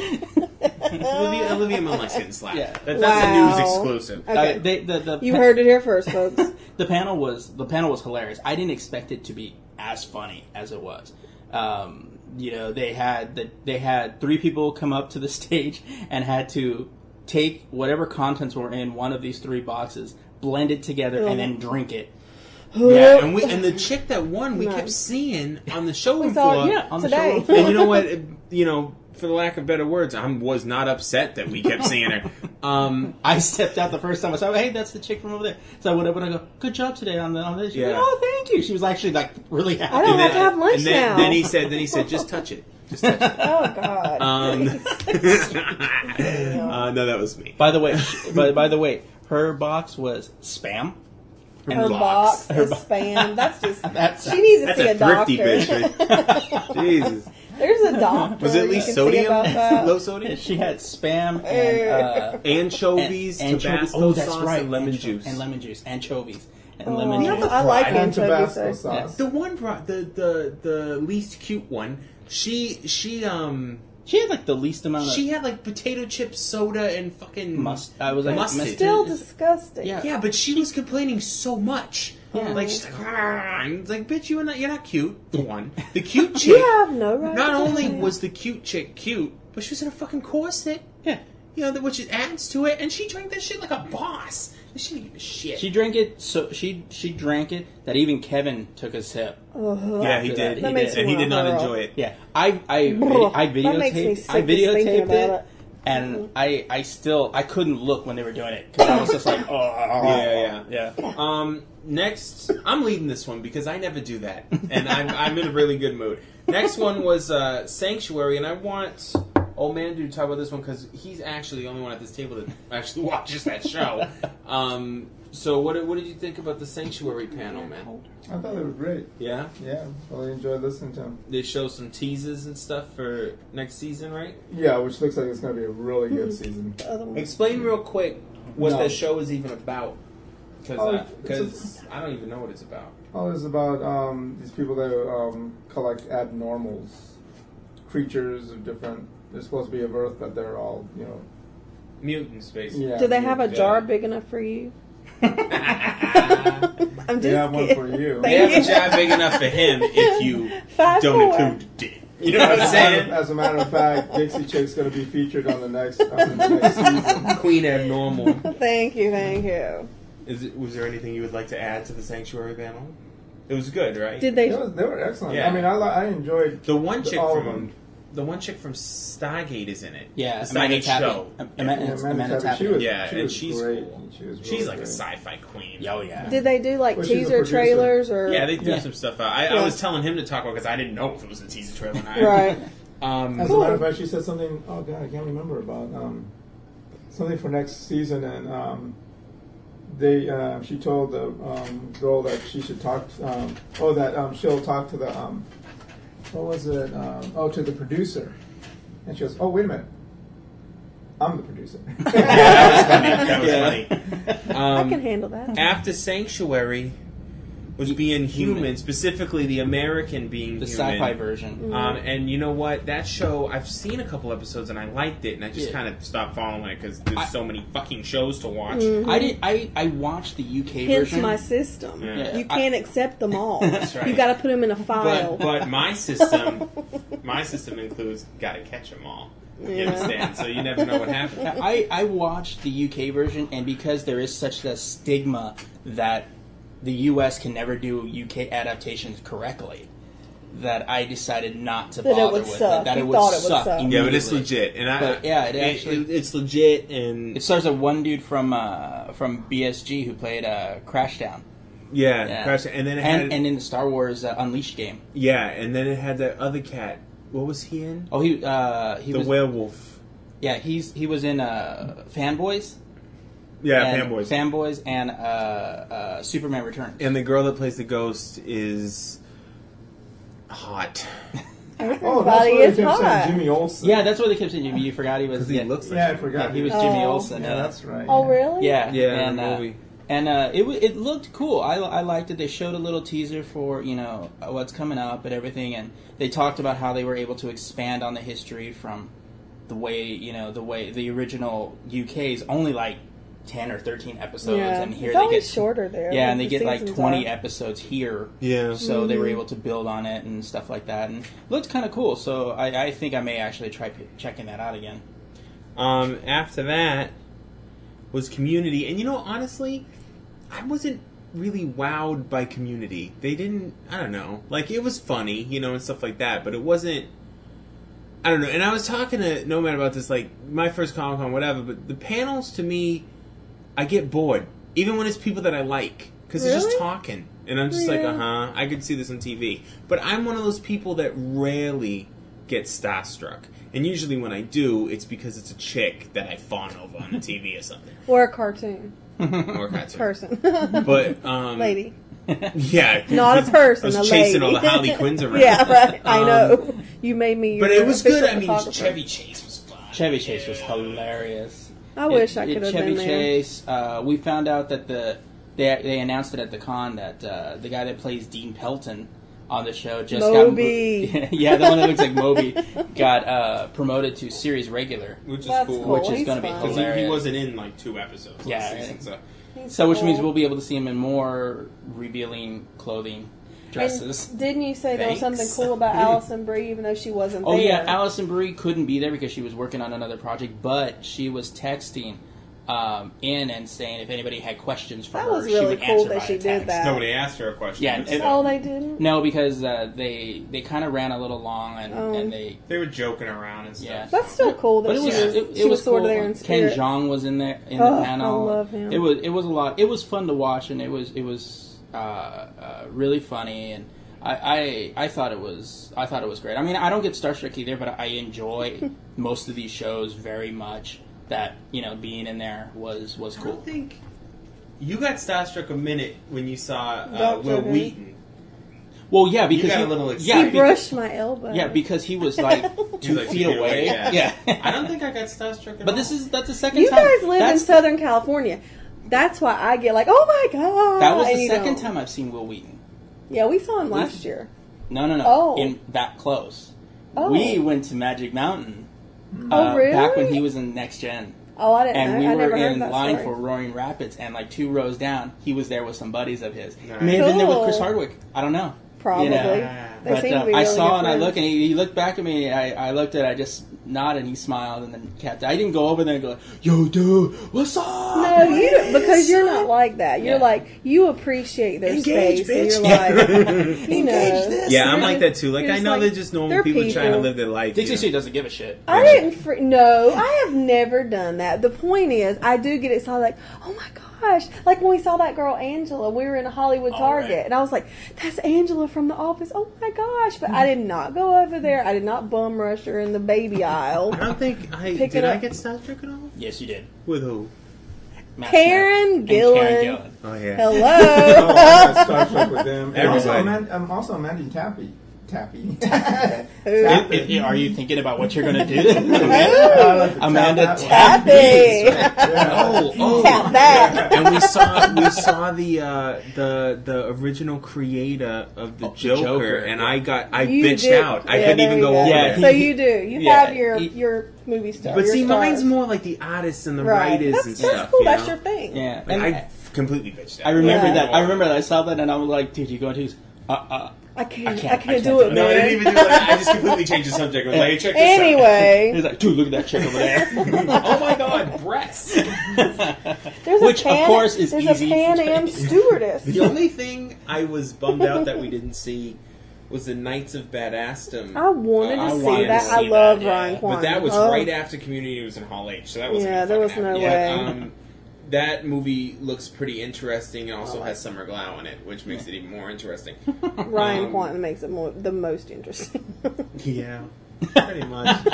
Olivia, Olivia Munn likes getting slapped.
Yeah.
That, that's
Wow.
a news exclusive.
Okay.
<laughs> Uh, they, the, the,
you heard it here first,
<laughs>
folks.
the panel was the panel was hilarious. I didn't expect it to be as funny as it was. Um, you know, they had the, they had three people come up to the <laughs> stage and had to take whatever contents were in one of these three boxes, blend it together,
Oh.
and then drink it.
Yeah, and we and the chick that won, we kept seeing on the showroom
saw it,
floor.
Yeah, on the
Today.
show.
And you know what? It- You know, for the lack of better words, I was not upset that we kept seeing her.
<laughs>
Um,
I stepped out the first time. I saw, hey, that's the chick from over there. So I went up and I go, good job today on the on this. She
Yeah.
went, oh, thank you. She was actually like really happy.
I don't
and
have to have lunch
and then,
now.
Then he said, then he said, just touch it. Just touch it.
<laughs> oh god. <laughs>
Um, <laughs> uh, no, that was me.
By the way, she, by, by the way, her box was spam.
her
blocks.
box, her spam. That's just.
That's
she needs to
<laughs> That's
see
a,
a,
thrifty
doctor.
bitch.
<laughs>
man. Jesus,
<laughs> There's a doctor.
was it at
you
least
can see
sodium? <laughs>
about that.
Low sodium.
She had spam and uh,
Anchovies,
anchovies.
Tabasco sauce, and lemon
Ancho-
juice.
oh, and lemon juice, anchovies, and
Oh,
lemon juice.
I like
Fried on
anchovies.
Tabasco
though.
sauce.
The one, bro- the the the least cute one. She she um
She had like the least amount of
she had like potato chip soda and fucking
must. I was like
Mustard.
mustard.
Still disgusting.
Yeah.
Yeah, but she was complaining so much. Like she's like, "Argh." And it's like, bitch, you're not you're not cute. The one, the cute
<laughs> You
chick.
have no right.
Not
to
only
complain.
was the cute chick cute, but she was in a fucking corset.
Yeah.
You know, which adds to it, and she drank that shit like a boss. She didn't give a shit.
She drank it so she she drank it that even Kevin took a sip.
Uh-huh.
Ugh.
yeah, he
That
did, he
makes
did, and he
me
did not
wanna
enjoy
hurl.
it.
Yeah, I I
<laughs> Bruh,
I
that makes me
videotaped
sick
I
just thinking
videotaped
about
it,
it. Mm-hmm.
and I I still I couldn't look when they were doing it because I was just like oh, oh, oh,
Yeah,
yeah yeah.
Um, next, I'm leading this one because I never do that, and I'm, I'm in a really good mood. Next one was uh, Sanctuary, and I want old man to talk about this one because he's actually the only one at this table that actually <laughs> watches that show. Um, so what what did you think about the Sanctuary panel, man?
I thought they were great.
Yeah,
Yeah, really enjoyed listening to them.
they show some teases and stuff for next season, right?
Yeah, which looks like it's going to be a really good
Hmm.
season.
The other one.
Explain real quick what
No.
that show is even about,
Oh,
because
it's a-
because I don't even know what it's about.
Oh, it's about um, these people that um, collect abnormals, creatures of different. They're supposed to be of Earth, but they're all you know.
Mutants, basically.
Yeah.
Do they have a
Yeah.
jar big enough for you? <laughs> I'm just
They have one
kidding. <laughs>
for you.
<laughs>
Thank
They have a
you.
job big enough for him
<laughs>
if you
Five
don't
four.
include dick. You know what I'm
As a matter of-
saying?
As a matter of fact, Dixie Chick's going to be featured on the next on the
<laughs>
next season.
Queen abnormal.
<laughs> Thank you, thank you.
Is it, was there anything you would like to add to the sanctuary panel? It was good, right?
Did they?
They, was, they were excellent.
Yeah.
I mean, I, li- I enjoyed
the one chick
all of
from
them.
the one chick from Stargate is in it.
Yeah,
the
Amanda
Stargate
Tappy.
show.
Am- Amanda,
Yeah,
Amanda,
Amanda Tappy,
Tappy.
She was,
Yeah,
she
and
was
she's
great.
cool.
She was really
She's like a
great.
sci-fi queen.
Oh yeah.
Did they do like
Well, she's a
teaser
producer.
trailers or?
Yeah, they threw
Yeah.
some stuff out. I, I
Yeah.
was telling him to talk about because I didn't know if it was a teaser trailer or not.
right.
Um,
<laughs>
As a matter of fact, she said something. Oh God, I can't remember about um, something for next season, and um, they uh, she told the um, girl that she should talk. Um, oh, that um, she'll talk to the um, what was it? Um, oh, to the producer, and she goes, "Oh, wait a minute, I'm
<laughs>
the producer." Oh,
that was
Yeah.
funny. Um,
I can handle that.
after Sanctuary was being human,
Human.
specifically the American being
The
human.
sci-fi
Mm-hmm.
version.
Um, and you know what? That show, I've seen a couple episodes and I liked it, and I just
Yeah.
kind of stopped following it because there's so many fucking shows to watch.
Mm-hmm.
I did. I I watched the UK
Hence
version.
my system.
Yeah.
You can't accept them all.
right.
You got to put them in a file.
But but my system,
<laughs>
my system includes gotta catch 'em all. You
Yeah.
understand? So you never know what happened.
I, I watched the UK version, and because there is such a stigma that the US can never do UK adaptations correctly, that I decided not to
That it
bother
would
with
suck.
it. That
You
it would,
thought it would
suck.
suck.
Yeah, but it's
immediately.
legit, and I
But, yeah, it actually-
it's legit, and
It stars a one dude from uh, from BSG who played uh, Crashdown,
yeah,
Yeah.
Crash- and then it had,
and and in the Star Wars uh, Unleashed game.
yeah, and then it had that other cat. What was he in?
Oh, he uh, he
the
was
werewolf.
yeah he's he was in uh, Fanboys,
Yeah,
and
fanboys.
Fanboys, and uh, uh, Superman Returns.
and the girl that plays the ghost is hot.
Oh, that's
Everybody
why they
is
kept
hot.
saying Jimmy Olsen.
Yeah, that's what they kept saying. Jimmy, you forgot he was.
'Cause he
yeah,
looks like
Yeah, I forgot.
yeah, he was
Oh.
Jimmy Olsen.
Yeah,
uh,
that's right.
Oh,
yeah.
really?
Yeah,
Yeah,
and,
the
uh,
movie.
and uh, it wa- it looked cool. I, I liked it. They showed a little teaser for you know what's coming up and everything, and they talked about how they were able to expand on the history from the way you know the way the original UK is only like ten or thirteen episodes,
Yeah.
and here
it's
they
always
get
shorter there.
yeah, and they
the
get like
seasons Mm-hmm.
twenty
are.
episodes here.
Yeah.
So they were able to build on it and stuff like that, and it looked kind of cool. So I, I think I may actually try p- checking that out again.
Um, after that was Community, and you know, honestly, I wasn't really wowed by Community. They didn't, I don't know, like it was funny, you know, and stuff like that, but it wasn't. I don't know. And I was talking to Nomad about this, like my first Comic Con, whatever. But the panels to me, I get bored, even when it's people that I like, because they're just
Really?
talking, and I'm just like,
Yeah.
uh huh. I could see this on TV, but I'm one of those people that rarely get starstruck. And usually, when I do, it's because it's a chick that I fawn over on the
<laughs>
TV or something,
Or a cartoon
or a cartoon.
person.
But um,
<laughs> Lady.
yeah,
<laughs> Not a person,
I was
a
chasing all
lady.
the Harley
<laughs>
Quinns around.
yeah, right. I
Um,
know. You made me.
<laughs>
Your
but it was
official
good. I mean,
photographer.
Chevy Chase was fun.
Chevy Chase was hilarious.
I wish I
It- it-
could have
Chevy
been there.
Chase. Uh, we found out that the they they announced it at the con that uh, the guy that plays Dean Pelton on the show just
Moby.
got mo- <laughs> yeah the one that looks
<laughs>
like Moby got uh, promoted to series regular.
which is
That's
cool.
cool.
Which is
He's
gonna be
fun.
hilarious.
Because he, he wasn't in like two episodes.
Yeah,
Yeah, season,
yeah.
so.
He's
So which means
cool.
we'll be able to see him in more revealing clothing
And
dresses.
didn't you say there was
Thanks.
something cool about Allison Brie, even though she wasn't
Oh
there?
yeah, Allison Brie couldn't be there because she was working on another project, but she was texting um, in and saying if anybody had questions for
That
her,
was
she
really
would
cool
answer
that
by
she
a
did
text.
that.
Nobody asked her a question.
Yeah,
but
and-
still.
Oh, they didn't.
No, because uh, they they kind of ran a little long and,
Oh.
and they
they were joking around and
Yeah.
stuff.
That's still cool that
But it was
she
it,
was,
it
she was,
was
sort
cool.
of there in
Ken
spirit.
Jong was in there in
Oh,
the
I
panel.
love him.
It was it was a lot. It was fun to watch and it was it was uh, uh, really funny and I, I I thought it was I thought it was great. I mean I don't get starstruck either, but
<laughs>
I enjoy most of these shows very much. That you know being in there was was
I
cool.
don't think you got starstruck a minute when you saw uh,
Doctor
Will
Who.
Wheaton.
Well, yeah, because
got
he,
a little
yeah,
He
excited.
be-
brushed my elbow.
yeah, because he
<laughs>
was like
He's
two
like
feet away.
Yeah.
Yeah,
I don't think I got starstruck. At
But
all.
this is that's the second
you
time.
guys live
that's,
in Southern California. That's why I get like, oh my god.
That was
and
the
you
2nd
don't.
time I've seen Will Wheaton.
Yeah, we saw him last year.
No, no, no.
Oh.
In that close.
Oh.
We went to Magic Mountain. uh,
Oh, really?
Back when he was in Next Gen.
Oh, I didn't.
And
know.
we
I
were
never heard
in
that
line
story.
for Roaring Rapids, and like two rows down, he was there with some buddies of his.
Nice.
May have been there with
Cool.
Chris Hardwick. I don't know.
Probably.
You know,
They
but
seem to
uh,
be
I
really
saw
good
and I
friends.
looked and he, he looked back at me. I, I looked at, I just nodded, and he smiled, and then kept. I didn't go over there and go, "Yo, dude, what's up?" <laughs>
No, you because you're not like that. You're
Yeah.
like you appreciate their
Engage,
space,
bitch. <laughs>
and you're like, you know.
yeah, I'm
You're
like that
just-
too. Like
you're
I
just
know
like,
they're just normal
they're
people, trying to
people.
live their life.
Dixie
you know?
Sue doesn't give a shit.
I didn't. Fr- no, I have never done that. The point is, I do get excited. Like, oh my gosh! Like when we saw that girl Angela, we were in a Hollywood
Oh,
Target,
right.
and I was like, "That's Angela from The Office." Oh my gosh! But I did not go over there. I did not bum rush her in the baby aisle.
I don't think I
Pick
did.
it
I
up.
get starstruck at all
Yes, you did.
with who?
Matt
Karen
Smith and
Gillan.
Karen
Oh yeah. <laughs>
Oh,
Hello.
I got starstruck
<laughs>
with them. And also,
Everybody.
Amanda, I'm also Mandy Tappy. Tappy.
<laughs> Gillan.
Tappy.
If- if- are you thinking about what you're going to <laughs> do? Amanda
Tappy.
<laughs> Happy.
Oh, oh.
Tap that.
and we
<laughs>
saw we saw the uh, the the original creator of the
Oh, the
Joker,
Joker.
and I got I
You
bitched
did-
out. I
yeah,
couldn't
there
even
we
go
go.
over
Yeah,
there.
he-
So you do. You
Yeah,
have your
he-
your movie star.
But
your
see,
stars.
mine's more like the artists and the
right.
writers
That's,
and
that's
stuff.
cool.
you
that's
know?
your thing.
Yeah,
Like,
and
I completely bitched out.
I remember
Yeah.
that. I remember that. I saw that and I was like, dude, you going to? Uh, uh.
I can't. I can't,
can't- I can't
do
do
it,
it.
No, I
man.
didn't even <laughs> do that. I just completely changed the subject. I was like, hey, check this
<laughs> Anyway,
<laughs> He's like, dude, look at that chick
<laughs>
over there.
out. Oh my god, breasts.
there's
Which,
a
of
Pan,
course, is
there's
easy
a
to
Pan Am
<laughs>
stewardess.
The only thing I was bummed out that we didn't see was the Knights of Badassdom.
I wanted to
I
see
wanted to
that.
see
I
that,
love
yeah.
Ryan Kwan.
But that was
Oh.
right after Community was in Hall H, so that was
Yeah, there was no way.
Um, that movie looks pretty interesting, and
Oh,
also has Summer Glau in it, which makes it even more
<laughs>
interesting.
Ryan
um,
Kwan makes it more, the most interesting.
yeah, <laughs> pretty much.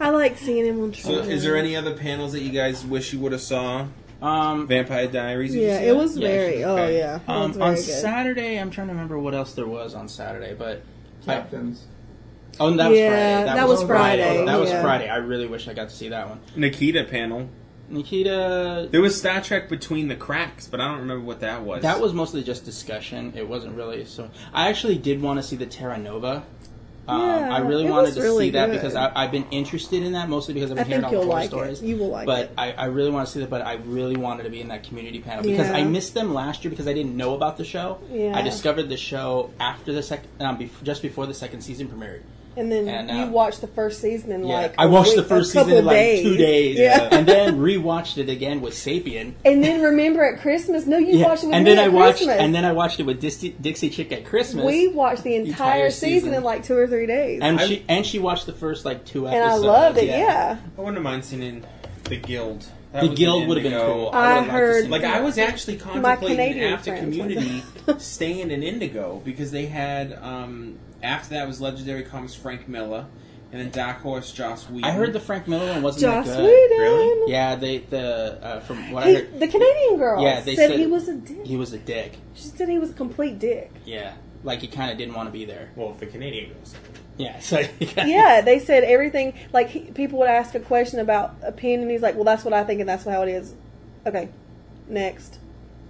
I like seeing him on.
So,
trial.
is there any other panels that you guys wish you would have saw?
Um,
Vampire Diaries. did you
Yeah,
see
it
that?
was very.
she-
Oh
okay.
yeah, it was
um,
very
on
good.
Saturday, I'm trying to remember what else there was on Saturday, but I,
Captains.
oh, and that was
Yeah,
Friday. That,
that
was
was
Friday.
Friday,
That was
yeah.
Friday. I really wish I got to see that one.
Nikita panel.
Nikita,
There was Star Trek Between the Cracks, but I don't remember what that was.
that was mostly just discussion. It wasn't really so. I actually did want to see the Terra Nova. Um,
Yeah,
I really
it
wanted
was
to
really
see that
good.
because I, I've been interested in that mostly because I've
I
been hearing
think
all
you'll
the horror
like
stories.
it. You will like
but
it.
I, I really want to see that. But I really wanted to be in that community panel because
Yeah.
I missed them last year because I didn't know about the show.
Yeah.
I discovered the show after the second, um, bef- just before the second season premiered.
And then
and,
you
uh,
watched the first season in
Yeah,
like
I
a
watched
week-
the first
a couple
season in like
days.
two days,
Yeah.
<laughs> and then rewatched it again with Sapien.
and then remember at Christmas? No, you watched it with
and
me
then
at
I watched,
Christmas.
and then I watched it with Dixie, Dixie Chick at Christmas.
we watched the
entire
entire season,
season.
in like two or three days,
and she and she watched the first like two
And I
episodes.
loved it. Yeah,
I wouldn't mind seeing in the Guild. That
the
was an
Guild would have been
Indigo. Um,
cool.
I
would've liked to
heard-
see
Like
that.
I was actually contemplating
Canadian
after
friends like <laughs>
Community staying in Indigo because they had um, after that was Legendary Comics Frank Miller and then Dark Horse Joss Whedon.
I heard the Frank Miller one wasn't
Joss
that
Whedon.
good. Yeah, they the uh, from what I
He,
heard,
the Canadian girl
Yeah, they
said,
said-
he was a dick.
he was a dick.
she said he was a complete dick.
Yeah, like he kind of didn't want to be there.
well the Canadian girls.
Yeah, <laughs> so
yeah, they said everything. Like he, people would ask a question about opinion, and he's like, "Well, that's what I think, and that's how it is." Okay, next,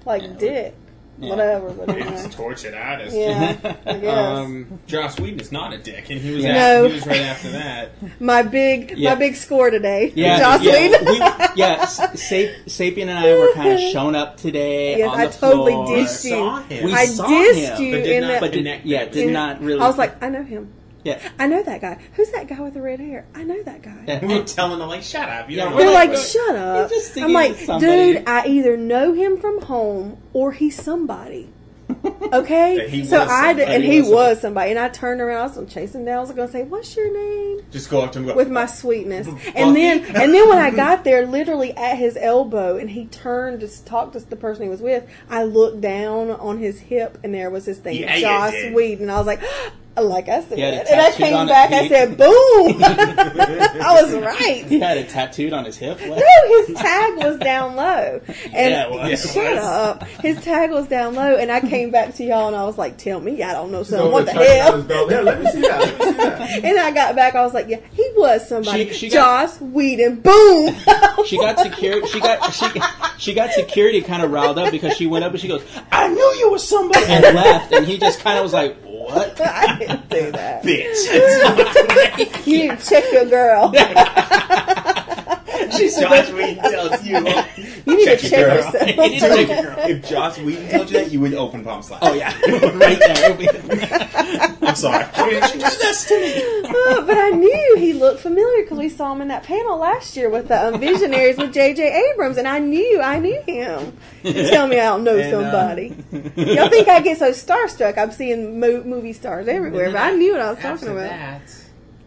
like
Yeah, we-
dick,
yeah.
whatever, whatever.
tortured artist.
Uh-huh. yeah,
<laughs>
I guess.
Um, <laughs> Joss Whedon is not a dick, and he was
Yeah.
after-
No.
he was right after that.
<laughs>
my big,
Yeah.
my big score today.
Yeah,
Joss
yeah,
Whedon.
we, yeah. S- Sap- Sapien and I were kind of
<laughs>
shown up today.
Yes,
on
I
the
totally
floor.
dissed you.
Saw him.
We
I
saw
dissed
him,
you
but did
in
not-
that.
but did,
Connect
yeah,
with
did
him.
not really.
I was like, I know him.
yeah,
I know that guy. Who's that guy with the red hair? I know that guy.
yeah.
We were telling him like, "Shut up! You
Yeah,
don't
we're
know
You're
what
like,
to do."
shut up.
just thinking
I'm like,
it's somebody.
dude, I either know him from home or he's
<laughs>
somebody. Okay,
That he
so
was
I did,
somebody.
and
He
he
was
was somebody, and I turned around. I was gonna chase him down. I was gonna say, "What's your name?"
Just go up to him. and Go,
With my
<laughs>
sweetness, and then and then when I got there, literally at his elbow, and he turned to talk to the person he was with. I looked down on his hip, and there was his thing,
Yeah, you
Josh
did.
Whedon. I was like, <gasps> like I said,
He had it
and I
tattooed
came
on it,
back. I
Pete.
said,
<laughs>
"Boom!" I was right.
<laughs> he had it tattooed on his hip. What?
No, his tag was down low. And
Yeah, it was.
shut up. His tag was down low, and I came back to y'all and I was like, "Tell me, I don't know
So
something. What the
we're talking about
hell?"
his belt. Yeah, let me see that. Let me see that.
And I got back. I was like, "Yeah, he was somebody."
She- she got-
Joss Whedon.
<laughs>
Boom.
She got security. She got she she got security kind of riled up because she went up and she goes, "I knew you were somebody," and left. And he just kind of was like, <laughs> "What?"
I didn't do that. <laughs>
bitch. <laughs>
You check your
<laughs>
girl.
Joss Whedon tells you.
You need
Check your
to check
girl.
yourself.
if Joss Whedon told you that, you would open palm slap.
Oh yeah, <laughs> right there.
I'm sorry.
Oh, but I knew he looked familiar because we saw him in that panel last year with the um, Visionaries with J.J. Abrams, and I knew I knew him.
<laughs>
You Tell me I don't know
uh,
somebody. Y'all think I get so starstruck? I'm seeing mo- movie stars everywhere, but I knew what I was talking
After
about.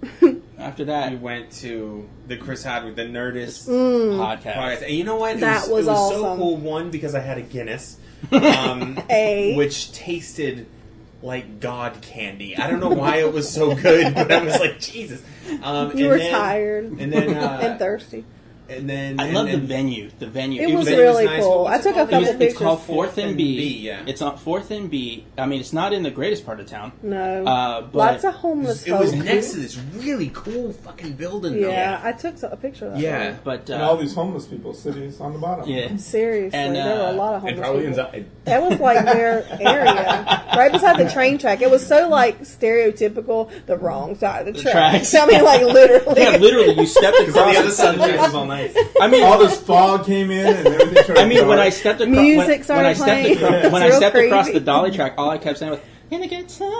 that,
<laughs> After
we
that
went to the Chris Hardwick, the Nerdist
podcast,
podcast, and you know what? It
Mm. That
it
was
was so
awesome.
cool. One because I had a
<laughs>
Guinness, um,
A.
which tasted like God candy. I don't know why it was so good, but I was like, Jesus. Um,
You
and
were
then-
tired
and then uh,
<laughs> and thirsty.
and then
I
and
love the
then-
venue. The venue.
It was
was
really
nice.
cool.
What's
I
it
took a
called? It was-
couple
It's,
pictures.
it's called Fourth and B.
B, yeah.
It's on Fourth and B. I mean, it's not in the greatest part of town.
no,
Uh, but
lots of homeless
It was
folk.
next to this really cool fucking building. though.
yeah, I took so- a picture of that.
Yeah.
But uh,
And all these homeless people, cities on the bottom.
yeah,
Seriously,
And,
there were
uh,
a lot of homeless people.
inside.
That was like their area, right beside the train track. It was so like stereotypical, the wrong side of the, tracks.
tracks.
<laughs> I mean, like literally.
yeah. Literally, you
<laughs>
stepped
On
across
the other side of the
suddenly-
tracks was all nice.
I mean,
All this fog came in and everything. started
I mean, when I
dark.
stepped across,
Music
when,
started
when I stepped,
playing.
across,
It's
when I
real
stepped across
creepy.
the dolly track, all I kept saying was "in a good time."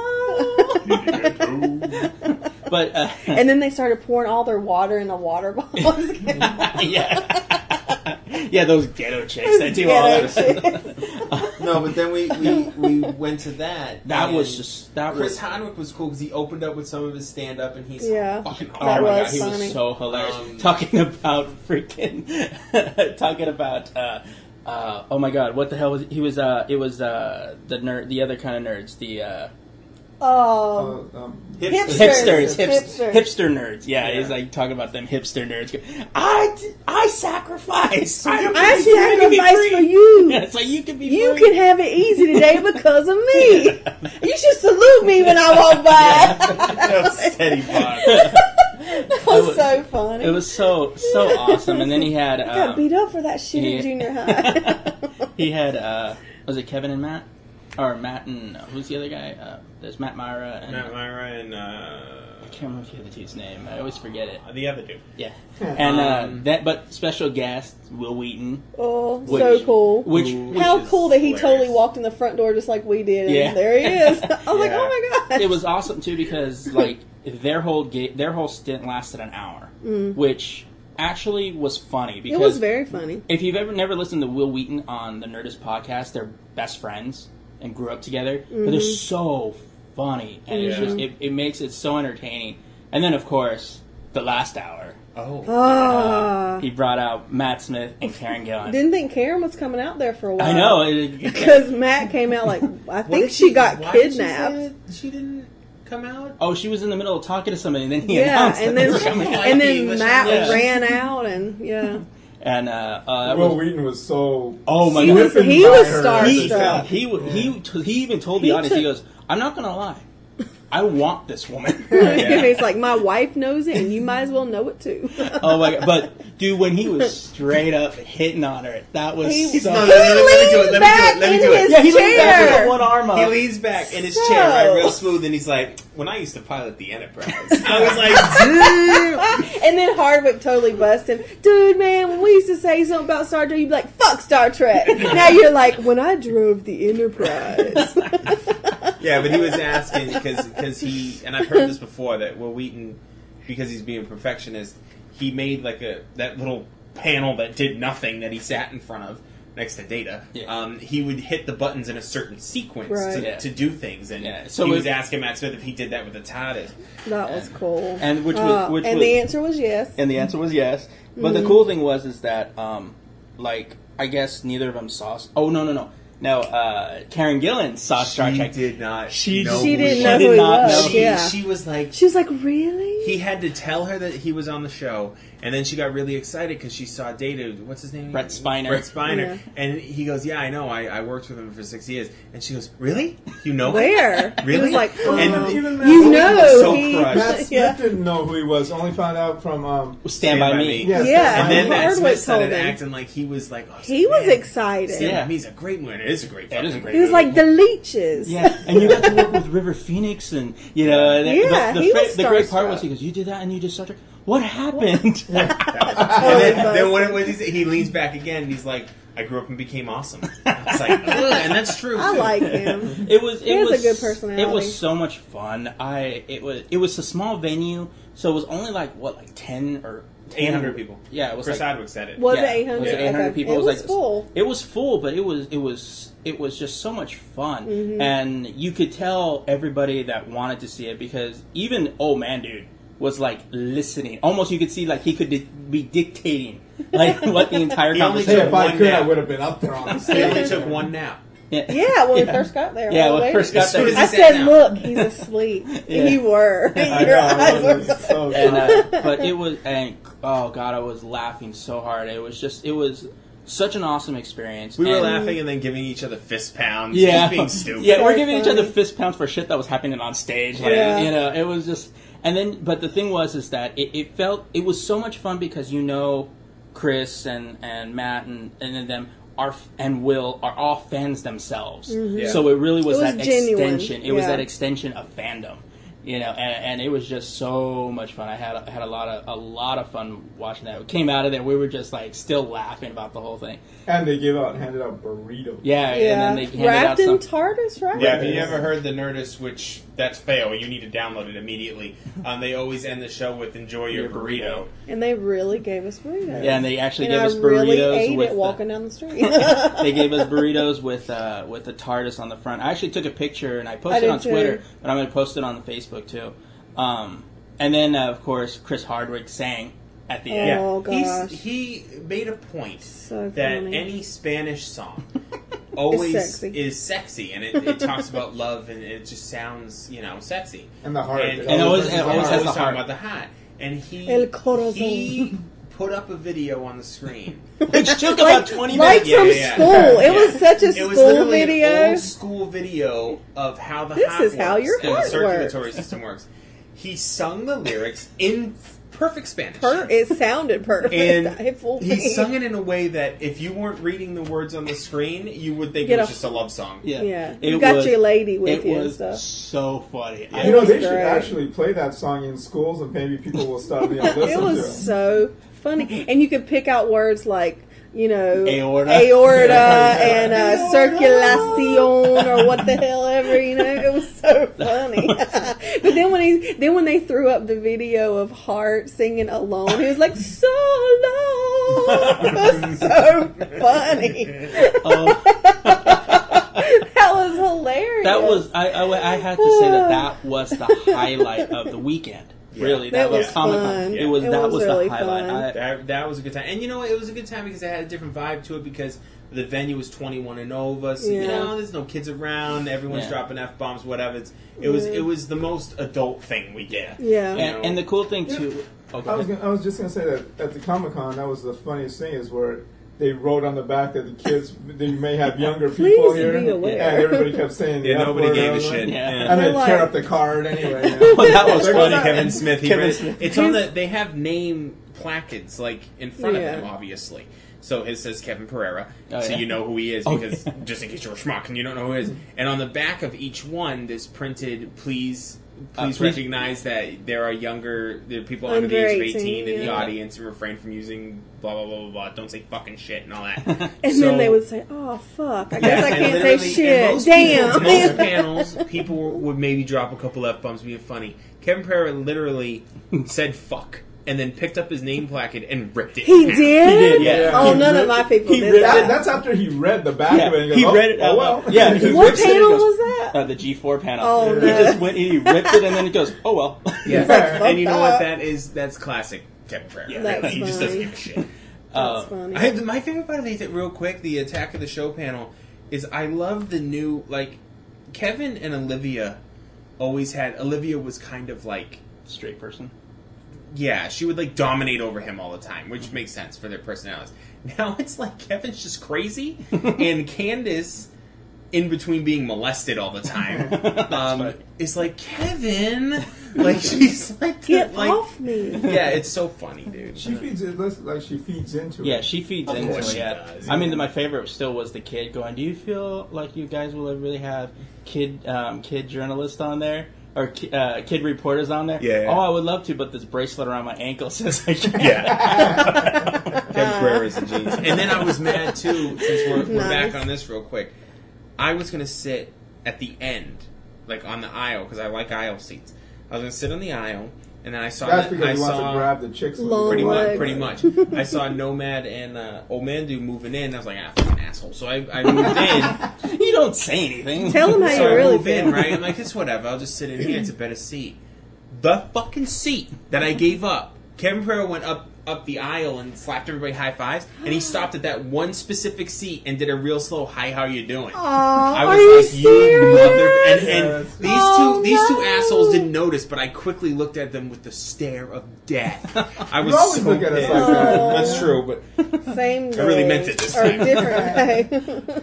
but uh,
<laughs>
<laughs>
and then they started pouring all their water in the water bottles. <laughs>
yeah, yeah, those ghetto chicks that do all
Ghetto <laughs>
that.
No, but then we, we, we went to that.
That
and
was just that
Chris
was.
Hardwick was cool because he opened up with some of his stand up and he's
Yeah.
fucking
Oh
That
awesome.
my god,
was
he
funny.
was so hilarious.
Um,
talking about freaking, <laughs> talking about. Uh, uh, oh my god, what the hell was he was? Uh, it was uh, the nerd, the other kind of nerds, the uh,
um,
Uh, um,
<laughs>
Hipsters,
hipsters,
hipsters, hipster,
hipsters.
nerds. Yeah, he's like talking about them hipster nerds. I, I sacrificed. I,
I
can be
sacrificed
<laughs> free.
for you.
Yeah, it's like you can be.
You
free.
can have it easy today because of me.
<laughs>
You should salute me when I walk <laughs> by.
Teddy Bob.
that was so funny.
It was so so awesome. And then he had
<laughs> I got
um,
beat up for that shit
yeah.
in junior
<laughs>
high.
he had uh, was it Kevin and Matt or Matt and who's the other guy? Uh, there's Matt Myra and
Matt Myra and uh,
I can't remember the other dude's name. I always forget it.
the other dude.
Yeah,
Um,
and uh, that but special guest Will Wheaton.
oh,
Which-
so cool.
Which, which
How
is
cool that he totally
hilarious.
walked in the front door just like we did. And
Yeah.
there he is. <laughs> I was like,
Yeah.
oh my god.
it was awesome too because like their whole ga- their whole stint lasted an hour, which actually was funny
Mm. It
because
was very funny.
if you've ever never listened to Will Wheaton on the Nerdist podcast, they're best friends and grew up together. But
Mm-hmm.
they're so funny, and it's
Yeah.
just it, it makes it so entertaining. And then of course the last hour,
Oh,
Ah.
he brought out Matt Smith
<laughs>
and Karen Gillan.
Didn't think Karen was coming out there for a while.
I know. it-
<laughs>
it-
Because Matt came out like, I
What
think
did
she got
why did she say
kidnapped.
that She, didn't come out.
oh, she was in the middle of talking to somebody, and then he
Yeah,
announced
and
that <laughs> they
then <laughs>
were coming out.
and
the
then
English
Matt
language.
ran out and yeah.
And uh, uh, that
Will
was-
Wheaton was so.
oh my
He
god,
was he was <laughs>
he
starstruck.
he he t- he even told the
He
audience. he
took-
goes, "I'm not gonna lie, I want this woman."
He's like, my wife knows it, and you might as well know it too.
<laughs> Oh my god! But dude, when he was straight up hitting on her, that was
He-
so.
No, no,
he
no, no, let me do
leans
it, let me do it,
back
let me
in
do it.
his
yeah, he leaned back with
chair.
the one arm up.
He leans back in his chair, right, real smooth, and he's like, "When I used to pilot the
<laughs>
Enterprise, I was like,
and then Hardwick totally busted. Dude, man, when we used to say something about Star Trek, you'd be like, fuck Star
<laughs>
Trek. now you're like, when I drove the Enterprise. <laughs>
yeah." But he was asking because because he and I've heard this before that Will Wheaton, because he's being a perfectionist, he made like a that little panel that did nothing that he sat in front of next to Data.
Yeah.
Um, he would hit the buttons in a certain sequence
Right.
to,
Yeah.
to do things, and
Yeah, so
so he was
it-
asking Matt Smith if he did that with the TARDIS.
that was cool. Uh,
And which was- which
and
was-
the answer was yes.
and the answer was yes. But the cool thing was is that, um, like, I guess neither of them saw. Oh no, no, no. No, uh, Karen Gillan saw Star Trek.
did not.
She-
know
she
who
didn't
she
know
did
who he
not
was.
know.
She,
yeah.
she was like,
She was like, really?
he had to tell her that he was on the show, and then she got really excited because she saw Data. What's his name?
Brett Spiner.
Brett Spiner.
Yeah.
And he goes, "Yeah, I know. I, I worked with him for six years." And she goes, "Really? You know him?"
<laughs>
Where? He
Really?
was like,
And
um,
even Matt
you
Smith
know,
was so
he,
crushed.
Matt
<laughs>
Smith
yeah.
didn't know who he was. Only found out from um.
Stand, by, me.
Yeah.
Yeah.
And then Matt
Hardwick
Smith started
told him.
acting like he was like, oh,
He was
man,
excited.
Stan Lee, he's a great winner. It's a great.
That is a
fucking
great
He was
movie.
like the leeches.
Yeah, and you got to work with River Phoenix, and you know, and the-
Yeah,
the, the,
he
fra-
was
the great part was
starstruck.
he goes, "You did that, and you did Star Trek.
<laughs>
What happened?"
<laughs> And
Oh,
then,
but-
then when, when he's, he leans back again, and he's like, "I grew up and became awesome." It's
<laughs>
like, "Ugh," and that's true.
<laughs> I
too.
like him.
It was. It
He has a
was
good personality.
It was so much fun. I. It was. It was a small venue, so it was only like what, like ten or 10
800 people.
Yeah, it was
Chris
like,
Hardwick said it.
Was
yeah,
it 800?
was 800
Okay.
people.
It
was,
was
like,
full.
It was full, but it was. It was. It was just so much fun,
Mm-hmm.
and you could tell everybody that wanted to see it because even old man dude was like listening. Almost, you could see like he could di- be dictating like <laughs>
<laughs>
what the entire
He only
Hey,
conversation.
if I
One
could, I
nap.
would have been up there on the
He
stage.
only took one nap.
Yeah, when we first got there.
Yeah,
we
when we
waited.
first got
As soon
there,
as
I
He
said,
sat down.
"Look, he's asleep."
<laughs> Yeah.
You
<laughs>
were.
I
Your
know,
eyes
I was
were.
so
and
good.
uh, <laughs> but it was and oh god i was laughing so hard it was just it was such an awesome experience
We were
And-
laughing and then giving each other fist pounds.
<laughs> yeah
just being stupid.
yeah we're
So
giving each other
funny.
fist pounds for shit that was happening on stage like,
Yeah.
you know it was just and then but the thing was is that it, it felt it was so much fun because you know chris and and matt and and then them are f- and will are all fans themselves
Yeah.
so it really was,
Mm-hmm. It was
that
genuine,
extension it was
yeah.
that extension of fandom you know and, and it was just so much fun i had had a lot of a lot of fun watching that we came out of there we were just like still laughing about the whole thing
And they gave out, handed out burritos.
yeah,
Yeah,
and then they handed
wrapped in
out some
TARDIS wrappers.
Yeah, have you ever heard the Nerdist? Which that's fail. You need to download it immediately. Um, they always end the show with "Enjoy your,
Your burrito.
burrito."
And they really gave us burritos.
yeah and they actually
And
gave
I
us
really
burritos
ate
with
it
the- <laughs>
walking down the street. <laughs>
they gave us burritos with uh, with the TARDIS on the front. I actually took a picture and I
I
posted
did
on Twitter,
too.
but I'm going to post it on the Facebook too. Um, and then uh, of course Chris Hardwick sang at the end.
Oh,
He's-
gosh.
he made a point
So
that
funny.
any Spanish song always
sexy.
is sexy, and it, it talks about love, and it just sounds you know sexy.
And the heart.
and,
It
and always,
always-
and always has
the
talking
heart.
about the heart. And he
El corazón.
he put up a video on the screen.
<laughs> It
<laughs>
took about twenty
Right
minutes.
Yeah,
from
yeah, yeah.
school. It was such a
It was
school
literally an
video.
old school video of how the
This
heart
is how
works
your
and
heart
the circulatory system works. He sung the lyrics in perfect Spanish.
Per- it sounded perfect. <laughs>
and
It fooled
he
me.
sung it in a way that if you weren't reading the words on the screen, you would think
Get
it was
a-
just a love song.
Yeah,
Yeah.
It
You got
was-
your lady with
it
you and
was
stuff.
so funny. I-
You know, they
was
should
great.
actually play that song in schools, and maybe people will
<laughs>
stop you know, listening
It
to it.
was so funny, and you could pick out words like you know
<laughs>
Aorta.
aorta, and uh, circulation, or what the hell ever. You know, it was
<laughs>
so funny. <laughs> but then when he then when they threw up the video of Hart singing alone, he was like so long. <laughs> It was so
<laughs>
funny.
Um,
Oh.
<laughs> that was hilarious.
That was I, I. I had to say that
<laughs>
that was the highlight of the weekend. Really, that,
That
was,
was
Comic
fun.
Con. It was
It
that
was
was,
really
the highlight.
fun.
I,
That, that was a good time. And you know what? It was a good time because it had a different vibe to it because the venue was 21 and over. So,
Yeah.
you know, there's no kids around. Everyone's
Yeah.
dropping F bombs, whatever. It's, it was it was the most adult thing we did.
yeah.
Yeah.
and, and the cool thing too. Oh, go
I was,
ahead.
gonna, I was just gonna say that at the Comic Con, that was the funniest thing is where they wrote on the back that the kids they may have
<laughs>
younger people
Please
here,
be aware.
and everybody kept saying the
Yeah,
F
nobody
word,
gave
I
a
was like-
shit.
Yeah.
And
They're
they
like-
tear up
<laughs>
the card anyway. you know.
Well, <laughs> that was
They're
Funny,
not-
Kevin Smith. He
Kevin
read-
Smith.
It's on the. They have name placards like in front
Yeah.
of them, obviously. So his says Kevin Pereira,
Oh,
so
yeah.
you know who he is
Oh,
because
yeah.
just in case you're a schmuck and you don't know who he is. And on the back of each one, there's printed, please.
Uh,
Please
please-
recognize that there are younger there are people
Under
under the age of
18,
18 in the
yeah.
audience and refrain from using blah blah blah blah blah. Don't say fucking shit and all
<laughs>
that.
And
So-
then they would say, "Oh fuck, I guess I
and
can't
literally-
say
and
shit."
Most people-
Damn.
most panels, people would maybe drop a couple f bombs, being funny. Kevin Pereira literally said "fuck" and then picked up his name placard and ripped it.
He
in half.
did.
did,
yeah.
Oh,
He
none of
ripped-
my people
he
did
ripped
that.
That, that's after he read the back of it. And
Yeah,
goes,
he
oh,
read it.
Oh
out
well.
<laughs>
loud. Yeah, he
What
rips it and
panel
goes,
was that?
Uh, the G4 panel.
Oh,
He
no.
just went. He ripped it and then he goes,
<laughs>
"Oh well."
Yeah.
like,
and you know
fuck
what?
that.
That is that's classic Kevin Pereira.
That's
he just doesn't
funny.
give a shit.
That's
Uh,
funny.
I, my favorite part of it, real quick, the attack of the show panel is I love the new like Kevin and Olivia always had. Olivia was kind of like
Straight person.
Yeah, she would like dominate over him all the time, which makes sense for their personalities. <laughs> Now it's like Kevin's just
<laughs>
crazy, and Candace, in between being molested all the
<laughs>
time, um,
right.
is like Kevin, <laughs> like she's <laughs> like the-
Get
like,
off me.
Yeah, it's so funny, dude.
<laughs> She feeds it less- like she feeds into it.
Yeah, she feeds
Of
into
course
it.
she
Yeah.
does.
I mean, my favorite still was the kid going. Do you feel like you guys will ever really have kid um, kid journalists on there or ki- uh, kid reporters on there?
Yeah, yeah.
Oh, I would love to, but this bracelet around my ankle <laughs> says I can't.
Yeah, Kevin Pereira's in jeans. <laughs> And then I was mad too, since we're, we're
Nice.
back on this real quick. I was gonna sit at the end, like on the aisle, because I like aisle seats. I was gonna sit on the aisle, and then I saw
That's
that
because
I
he wants
saw
to grab the chicks. with
Long
his
pretty much,
legs.
pretty much. I saw Nomad and uh, Omandu moving in. I was like, ah, fucking asshole. So I, I moved in.
you don't say anything.
Tell him how
so
you
I
really
move in,
feel.
right? I'm like, it's whatever. I'll just sit in here. It's a better seat. The fucking seat that I gave up. Kevin Pereira went up up the aisle and slapped everybody high fives, and
<gasps>
he stopped at that one specific seat and did a real slow hi, how you doing?
Aw,
I
are
was
you
like, you
serious?
mother! And, and
Yes.
these
Oh,
two, these
no.
two assholes didn't notice, but I quickly looked at them with the stare of
<laughs>
death. I was
always
so
look at us
pissed.
like that.
Aw.
That's true, but
Same.
I really
day,
meant it this
or
time.
different day.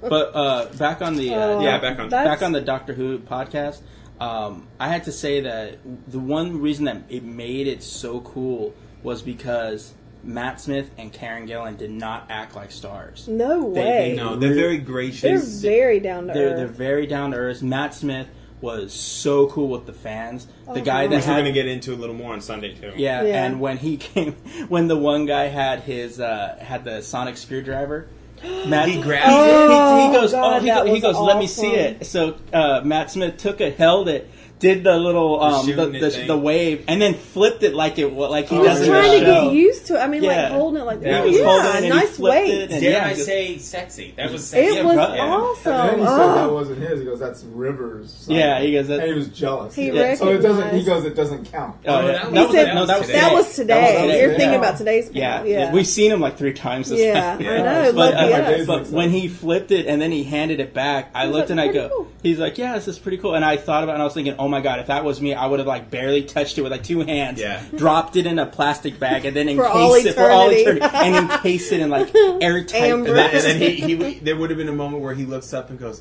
But uh, back on the uh,
Oh,
yeah, back on-
that's-
back on the Doctor Who podcast, um, I had to say that the one reason that it made it so cool was because Matt Smith and Karen Gillan did not act like stars.
No
They-
way.
they
no, they're very gracious.
They're very down to
They're
earth.
they're very down to earth. Matt Smith was so cool with the fans. The guy that
which we're
had
going to get into a little more on Sunday too.
yeah,
Yeah.
and when he <laughs> came, when the one guy had his uh, had the sonic screwdriver,
<gasps>
Matt
He grabbed
he,
it.
he-
Oh,
he goes,
God,
oh, he,
that
go- he
was
goes, let me see
awesome.
it. So uh, Matt Smith took it, held it, did the little um, the,
shooting
the,
thing.
the wave, and then flipped it like it wa- like he
he was
doesn't
Oh, trying to
show.
get used to it. I mean,
Yeah.
like holding it like
Yeah,
that.
he was
holding it
Yeah,
and he
nice
flipped it
weight.
and-
It,
Dare
Yeah,
I
just-
say sexy? That was sexy.
Yeah,
was
right, yeah.
awesome.
And then he said that
Oh,
wasn't his. He goes, "That's Rivers." son."
Yeah, he goes, "That-
and he was jealous.
He
Yeah. So it doesn't. He
recognized-
goes, "It doesn't count."
Oh, yeah.
He
that was,
said-
no, that was
that
that was
today.
today.
today.
You're thinking
Yeah.
about today's panel.
Yeah,
Yeah.
we've seen him like three times. This
Yeah,
time.
I know,
But,
lucky
uh,
us.
amazing
but
stuff.
when he flipped it and then he handed it back, I
He's like,
looked and I
"Pretty
go,
cool."
he's like, yeah, this is pretty cool. And I thought about it and I was thinking, oh my god, if that was me, I would have like barely touched it with like two hands,
Yeah.
dropped it in a plastic bag, and then
<laughs> For
encased
all
it for all
eternity.
eternity and encased it in like airtight.
Amber.
And then, and then he, he there would have been a moment where he looks up and goes,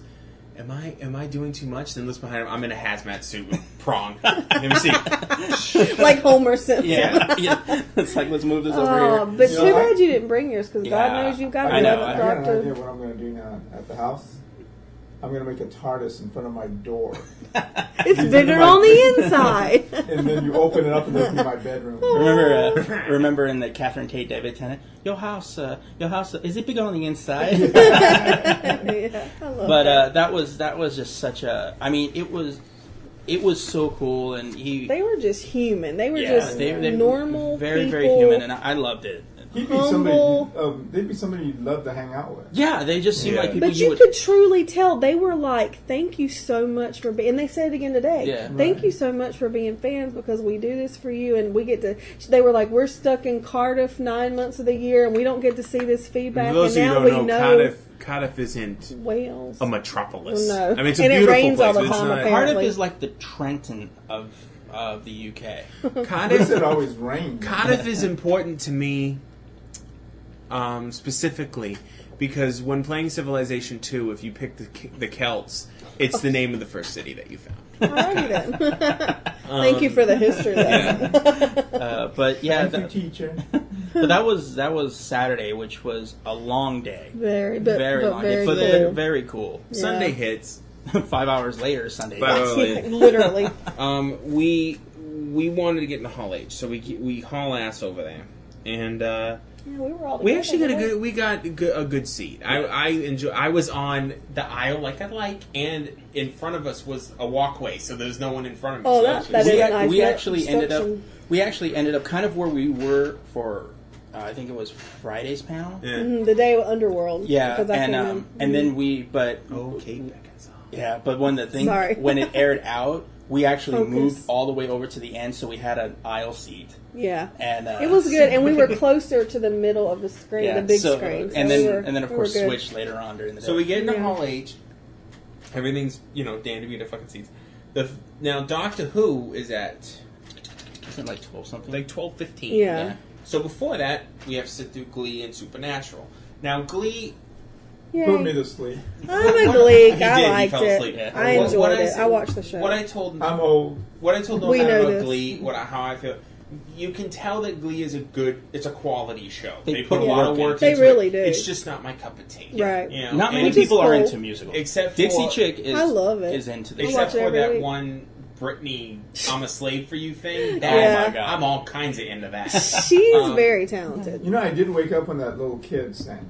"Am I am I doing too much?" Then looks behind him. I'm in a hazmat suit with
<laughs>
prong. Let me see.
like Homer Simpson.
<laughs> Yeah, yeah. <laughs> It's like let's move this
Oh,
over here.
but
You
too
know, I-
bad you didn't bring yours because
Yeah.
God knows you've got
I know,
I
another
got an idea
doctor.
what I'm going to do now at the house. I'm going to make a TARDIS in front of my door,
It's bigger on the
<laughs>
inside.
and then you open it up and it'll be my bedroom.
Remember, uh, remember in the Catherine Kate David Tennant, your house, uh, your house, uh, is it big on
<laughs>
the inside?
yeah, I love
but
that.
uh, that was that was just such a. I mean, it was, it was so cool, and he,
they were just human. They were
yeah,
just
they, they
normal,
very
people.
very human, and I, I loved it.
He'd be somebody.
Humble.
Um, they'd be somebody you'd love to hang out
<laughs>
with.
Yeah, they just seemed
Yeah.
like people
But you
would.
could truly tell they were like, "Thank you so much for being." And they said it again today.
Yeah.
Thank you so much for being fans because we do this for you, and we get to. They were like, "We're stuck in Cardiff nine months of the year, and we don't get to see this feedback."
For those
and
of you who
now
don't
we
know,
know
Cardiff Cardiff isn't <laughs>
Wales.
a metropolis.
No.
I mean, it's a
And it
beautiful
rains all
place. but
the
it's
time,
not-
apparently.
Cardiff is like the Trenton of of the <laughs> UK.
They said
Cardiff
it always rained.
Cardiff is important to me um, specifically because when playing Civilization 2, if you pick the, the Celts, it's the name of the first city that you found.
Alrighty then. <laughs> Thank
Um,
you for the
<laughs>
history. lesson.
Uh, but yeah,
Thank
that,
you, teacher.
but that was that was Saturday, which was a long day,
Very, but
very
but
long
very
day, but
cool. <laughs>
they're very cool.
Sunday hits.
<laughs> Five hours later, Sunday.
Five hours
Yeah,
later. <laughs>
literally.
Um, we we wanted to get in the Hall H, so we we haul ass over there, and uh,
Yeah, we were all
we
together,
actually got a
right?
good we got a good, a good seat. I I enjoy. I was on the aisle like I like, and in front of us was a walkway, so there's no one in front of us.
Oh,
So
that-
it's-
that is
we, ac-
nice.
we
That
actually ended up
construction.
we actually ended up kind of where we were for uh, I think it was Friday's panel. Yeah,
Mhm, the day of Underworld. because I
and
came
um,
in.
and then we but
Oh, Kate Beckinsale.
yeah, but when the thing
Sorry.
when it aired out, we actually
Focus.
moved all the way over to the end, so we had an aisle seat.
yeah,
And uh,
It was good, and
<laughs>
we were closer to the middle of the screen,
yeah,
the big
so-
screen. so
and
we
then
were-
and then of
we
course
were good.
switched later on during the day.
So we get into
Yeah.
Hall H. Everything's you know dandy. We get our fucking seats. The f- now Doctor Who is at
Wasn't it like twelve something.
like twelve fifteen.
Yeah.
So before that, we have to sit through Glee and Supernatural. Now Glee,
Put me
Yay.
to sleep.
I'm a Gleek.
<laughs> He
I
did, he
liked
fell asleep.
it.
Yeah.
I
What-
enjoyed
what
it.
s-
I watched the show.
What I told
I'm old.
what I told
We
Norman
know
about
this.
Glee, what I, how I feel, you can tell that Glee is a good, it's a quality show. They,
They
put,
put
a lot of
work in.
work.
They
into
really
it.
do.
It's just not my cup of tea.
Right.
You know,
Not many
and-
just
people are
cool.
into musicals,
Except for-
Dixie Chick is
I love it.
is into this.
I
Except
watch it
for
every
that
week.
one Britney, I'm a slave for you
<laughs>
thing. That,
Yeah.
my God. I'm all kinds of into
<laughs>
that.
She's
Um,
very talented.
You know, I did wake up when that little kid sang.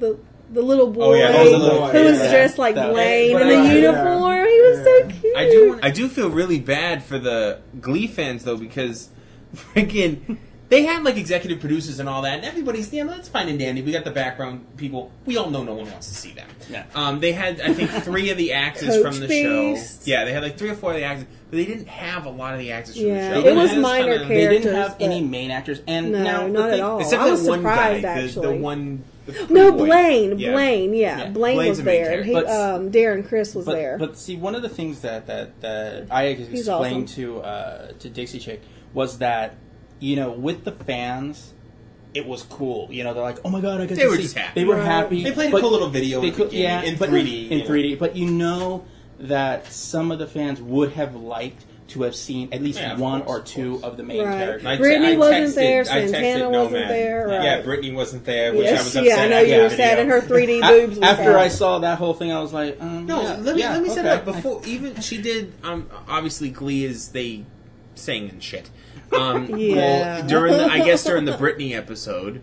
The the little boy
Oh, yeah, that was a little
who
boy,
was
yeah.
dressed like
That-
Blaine
but
in the
I- yeah.
uniform. He was so
Yeah.
cute.
I do. I do feel really bad for the Glee fans though, because freaking. They had like executive producers and all that, and everybody's yeah, that's fine and dandy. We got the background people. We all know no one wants to see them.
Yeah.
Um, they had I think three of the actors
Coach
from the
Beast.
show. Yeah, they had like three or four of the actors, but they didn't have a lot of the actors from
Yeah,
the show.
it
They
was
had
minor
kinda-
characters.
They didn't have
but-
any main actors, and
No,
now the
not at
thing-
all.
Except
Oh, I was
that one
surprised,
guy, the, the
actually.
one. The
No,
boy.
Blaine.
Yeah.
Blaine. Yeah,
Yeah,
Blaine
Blaine's
was
the main
there. He,
character. But-
um, Darren Chris was
but,
there.
But see, one of the things that that, that I explained
awesome.
to uh, to Dixie Chick was that you know with the fans. It was cool, you know. They're like, "Oh my god, I got
They
to
were
see."
just happy.
They were
Right.
happy.
They played a
but
cool little video
they
in the
could-
beginning, in
but-
3D, you
in
know.
3D. But you know that some of the fans would have liked to have seen at least
Yeah, of
one
course,
or
of
two
course.
of the main
right.
characters.
I te-
Brittany
I
wasn't
texted-
there.
I texted
Santana
no
wasn't
man.
there. Right.
Yeah, Brittany wasn't there, which I
Yes,
was
yeah,
upset.
I know
at
you
the
were sad,
video.
and her 3D
A-
boobs. was
after
out.
I saw that whole thing, I was like, um,
No,
yeah,
let me
yeah,
let me say
okay.
that before even she did. Um, obviously Glee is they sang and shit.
<laughs>
Um,
Yeah.
Well, during the, I guess during
<laughs>
the Britney episode,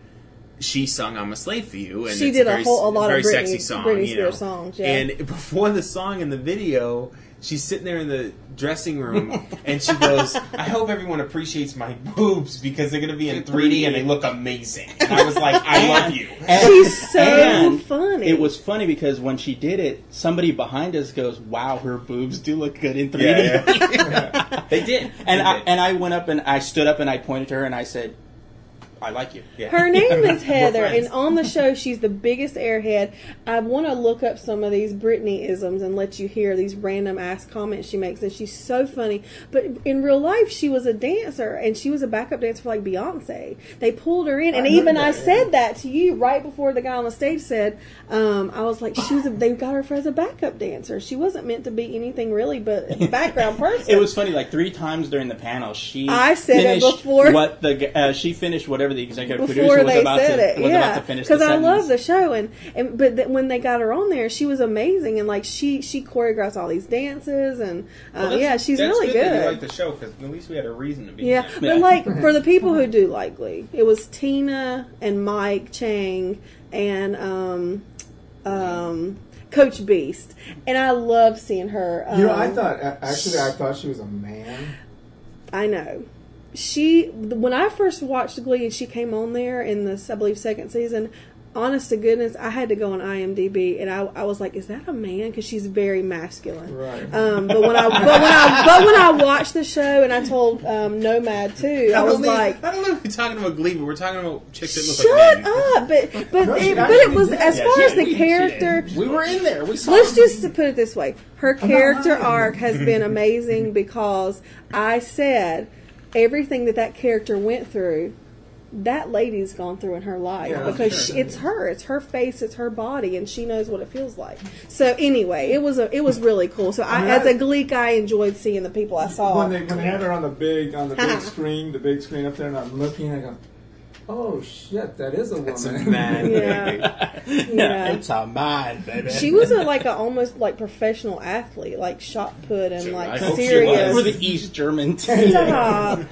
she sung "I'm a Slave for You," and
She
it's
did a
very,
whole- a lot of
very
Britney-
sexy song,
Britney
you know.
Spears songs, yeah.
And <laughs> before the song in the video. She's sitting there in the dressing room, and she goes, "I hope everyone appreciates my boobs because they're going to be in 3D and they look amazing." And I was like, "I love
<laughs>
you."
And-
She's so
<laughs> and
funny.
It was funny because when she did it, somebody behind us goes, "Wow, her boobs do look good in 3D."
Yeah,
<laughs>
they did. And
They
I
did.
and I went up and I stood up and I pointed to her and I said,
I like you. Yeah.
Her name is Heather,
friends.
and on the show, she's the biggest airhead. I want to look up some of these Britney isms and let you hear these random ass comments she makes, and she's so funny. But in real life, she was a dancer, and she was a backup dancer for like Beyonce. They pulled her in, and even I said that to you right before the guy on the stage said, um, "I was like, she was. A, they got her for as a backup dancer. She wasn't meant to be anything really, but a background person."
It was funny. Like three times during the panel, she
I said it
finished
before-
what the g- uh, she finished whatever the executive
before
producer was
they
about
said
to
it.
was
Yeah,
about to finish. Because
I love the show, and, and but th- when they got her on there, she was amazing, and like she she choreographs all these dances, and uh, yeah, she's really good.
That you like the show because at least we had a reason to be.
yeah,
there.
but like for the people who do like Glee, it was Tina and Mike Chang and um, um, Coach Beast, and I love seeing her. Um,
You know, I thought a- actually, I thought she was a man.
I know. She when I first watched Glee and she came on there in this I believe second season. Honest to goodness, I had to go on IMDb and I, I was like, "Is that a man?" Because she's very masculine.
Right.
Um, but when I but when I but when I watched the show and I told um, Nomad too, I was
don't know-
like,
I don't know if we're talking about Glee, but we're talking about chicks that look like
"Shut
men.
up!" But but
No, she
it, but
actually
it was
did.
as
Yeah,
far
she
as
did.
the character.
We were in there. We saw.
Let's
it.
just to put it this way: her character
lying.
arc has
<laughs>
been amazing because I said everything that that character went through. That lady's gone through in her life
Yeah,
because
sure.
she, it's her, it's her face, it's her body, and she knows what it feels like. So anyway, it was a, it was really cool. So I,
mean,
as
I-
a Gleek, I enjoyed seeing the people I saw.
When they when they had her on the big on
<laughs>
the big screen, the big screen up there, and I'm looking, I go, "Oh shit, that is a woman."
That's a
<laughs>
man.
Yeah, yeah.
It's a mine, baby.
she was a, like a almost like professional athlete, like shot put and like
hope she
serious.
We're the East
<laughs>
German team.
Stop.
<laughs>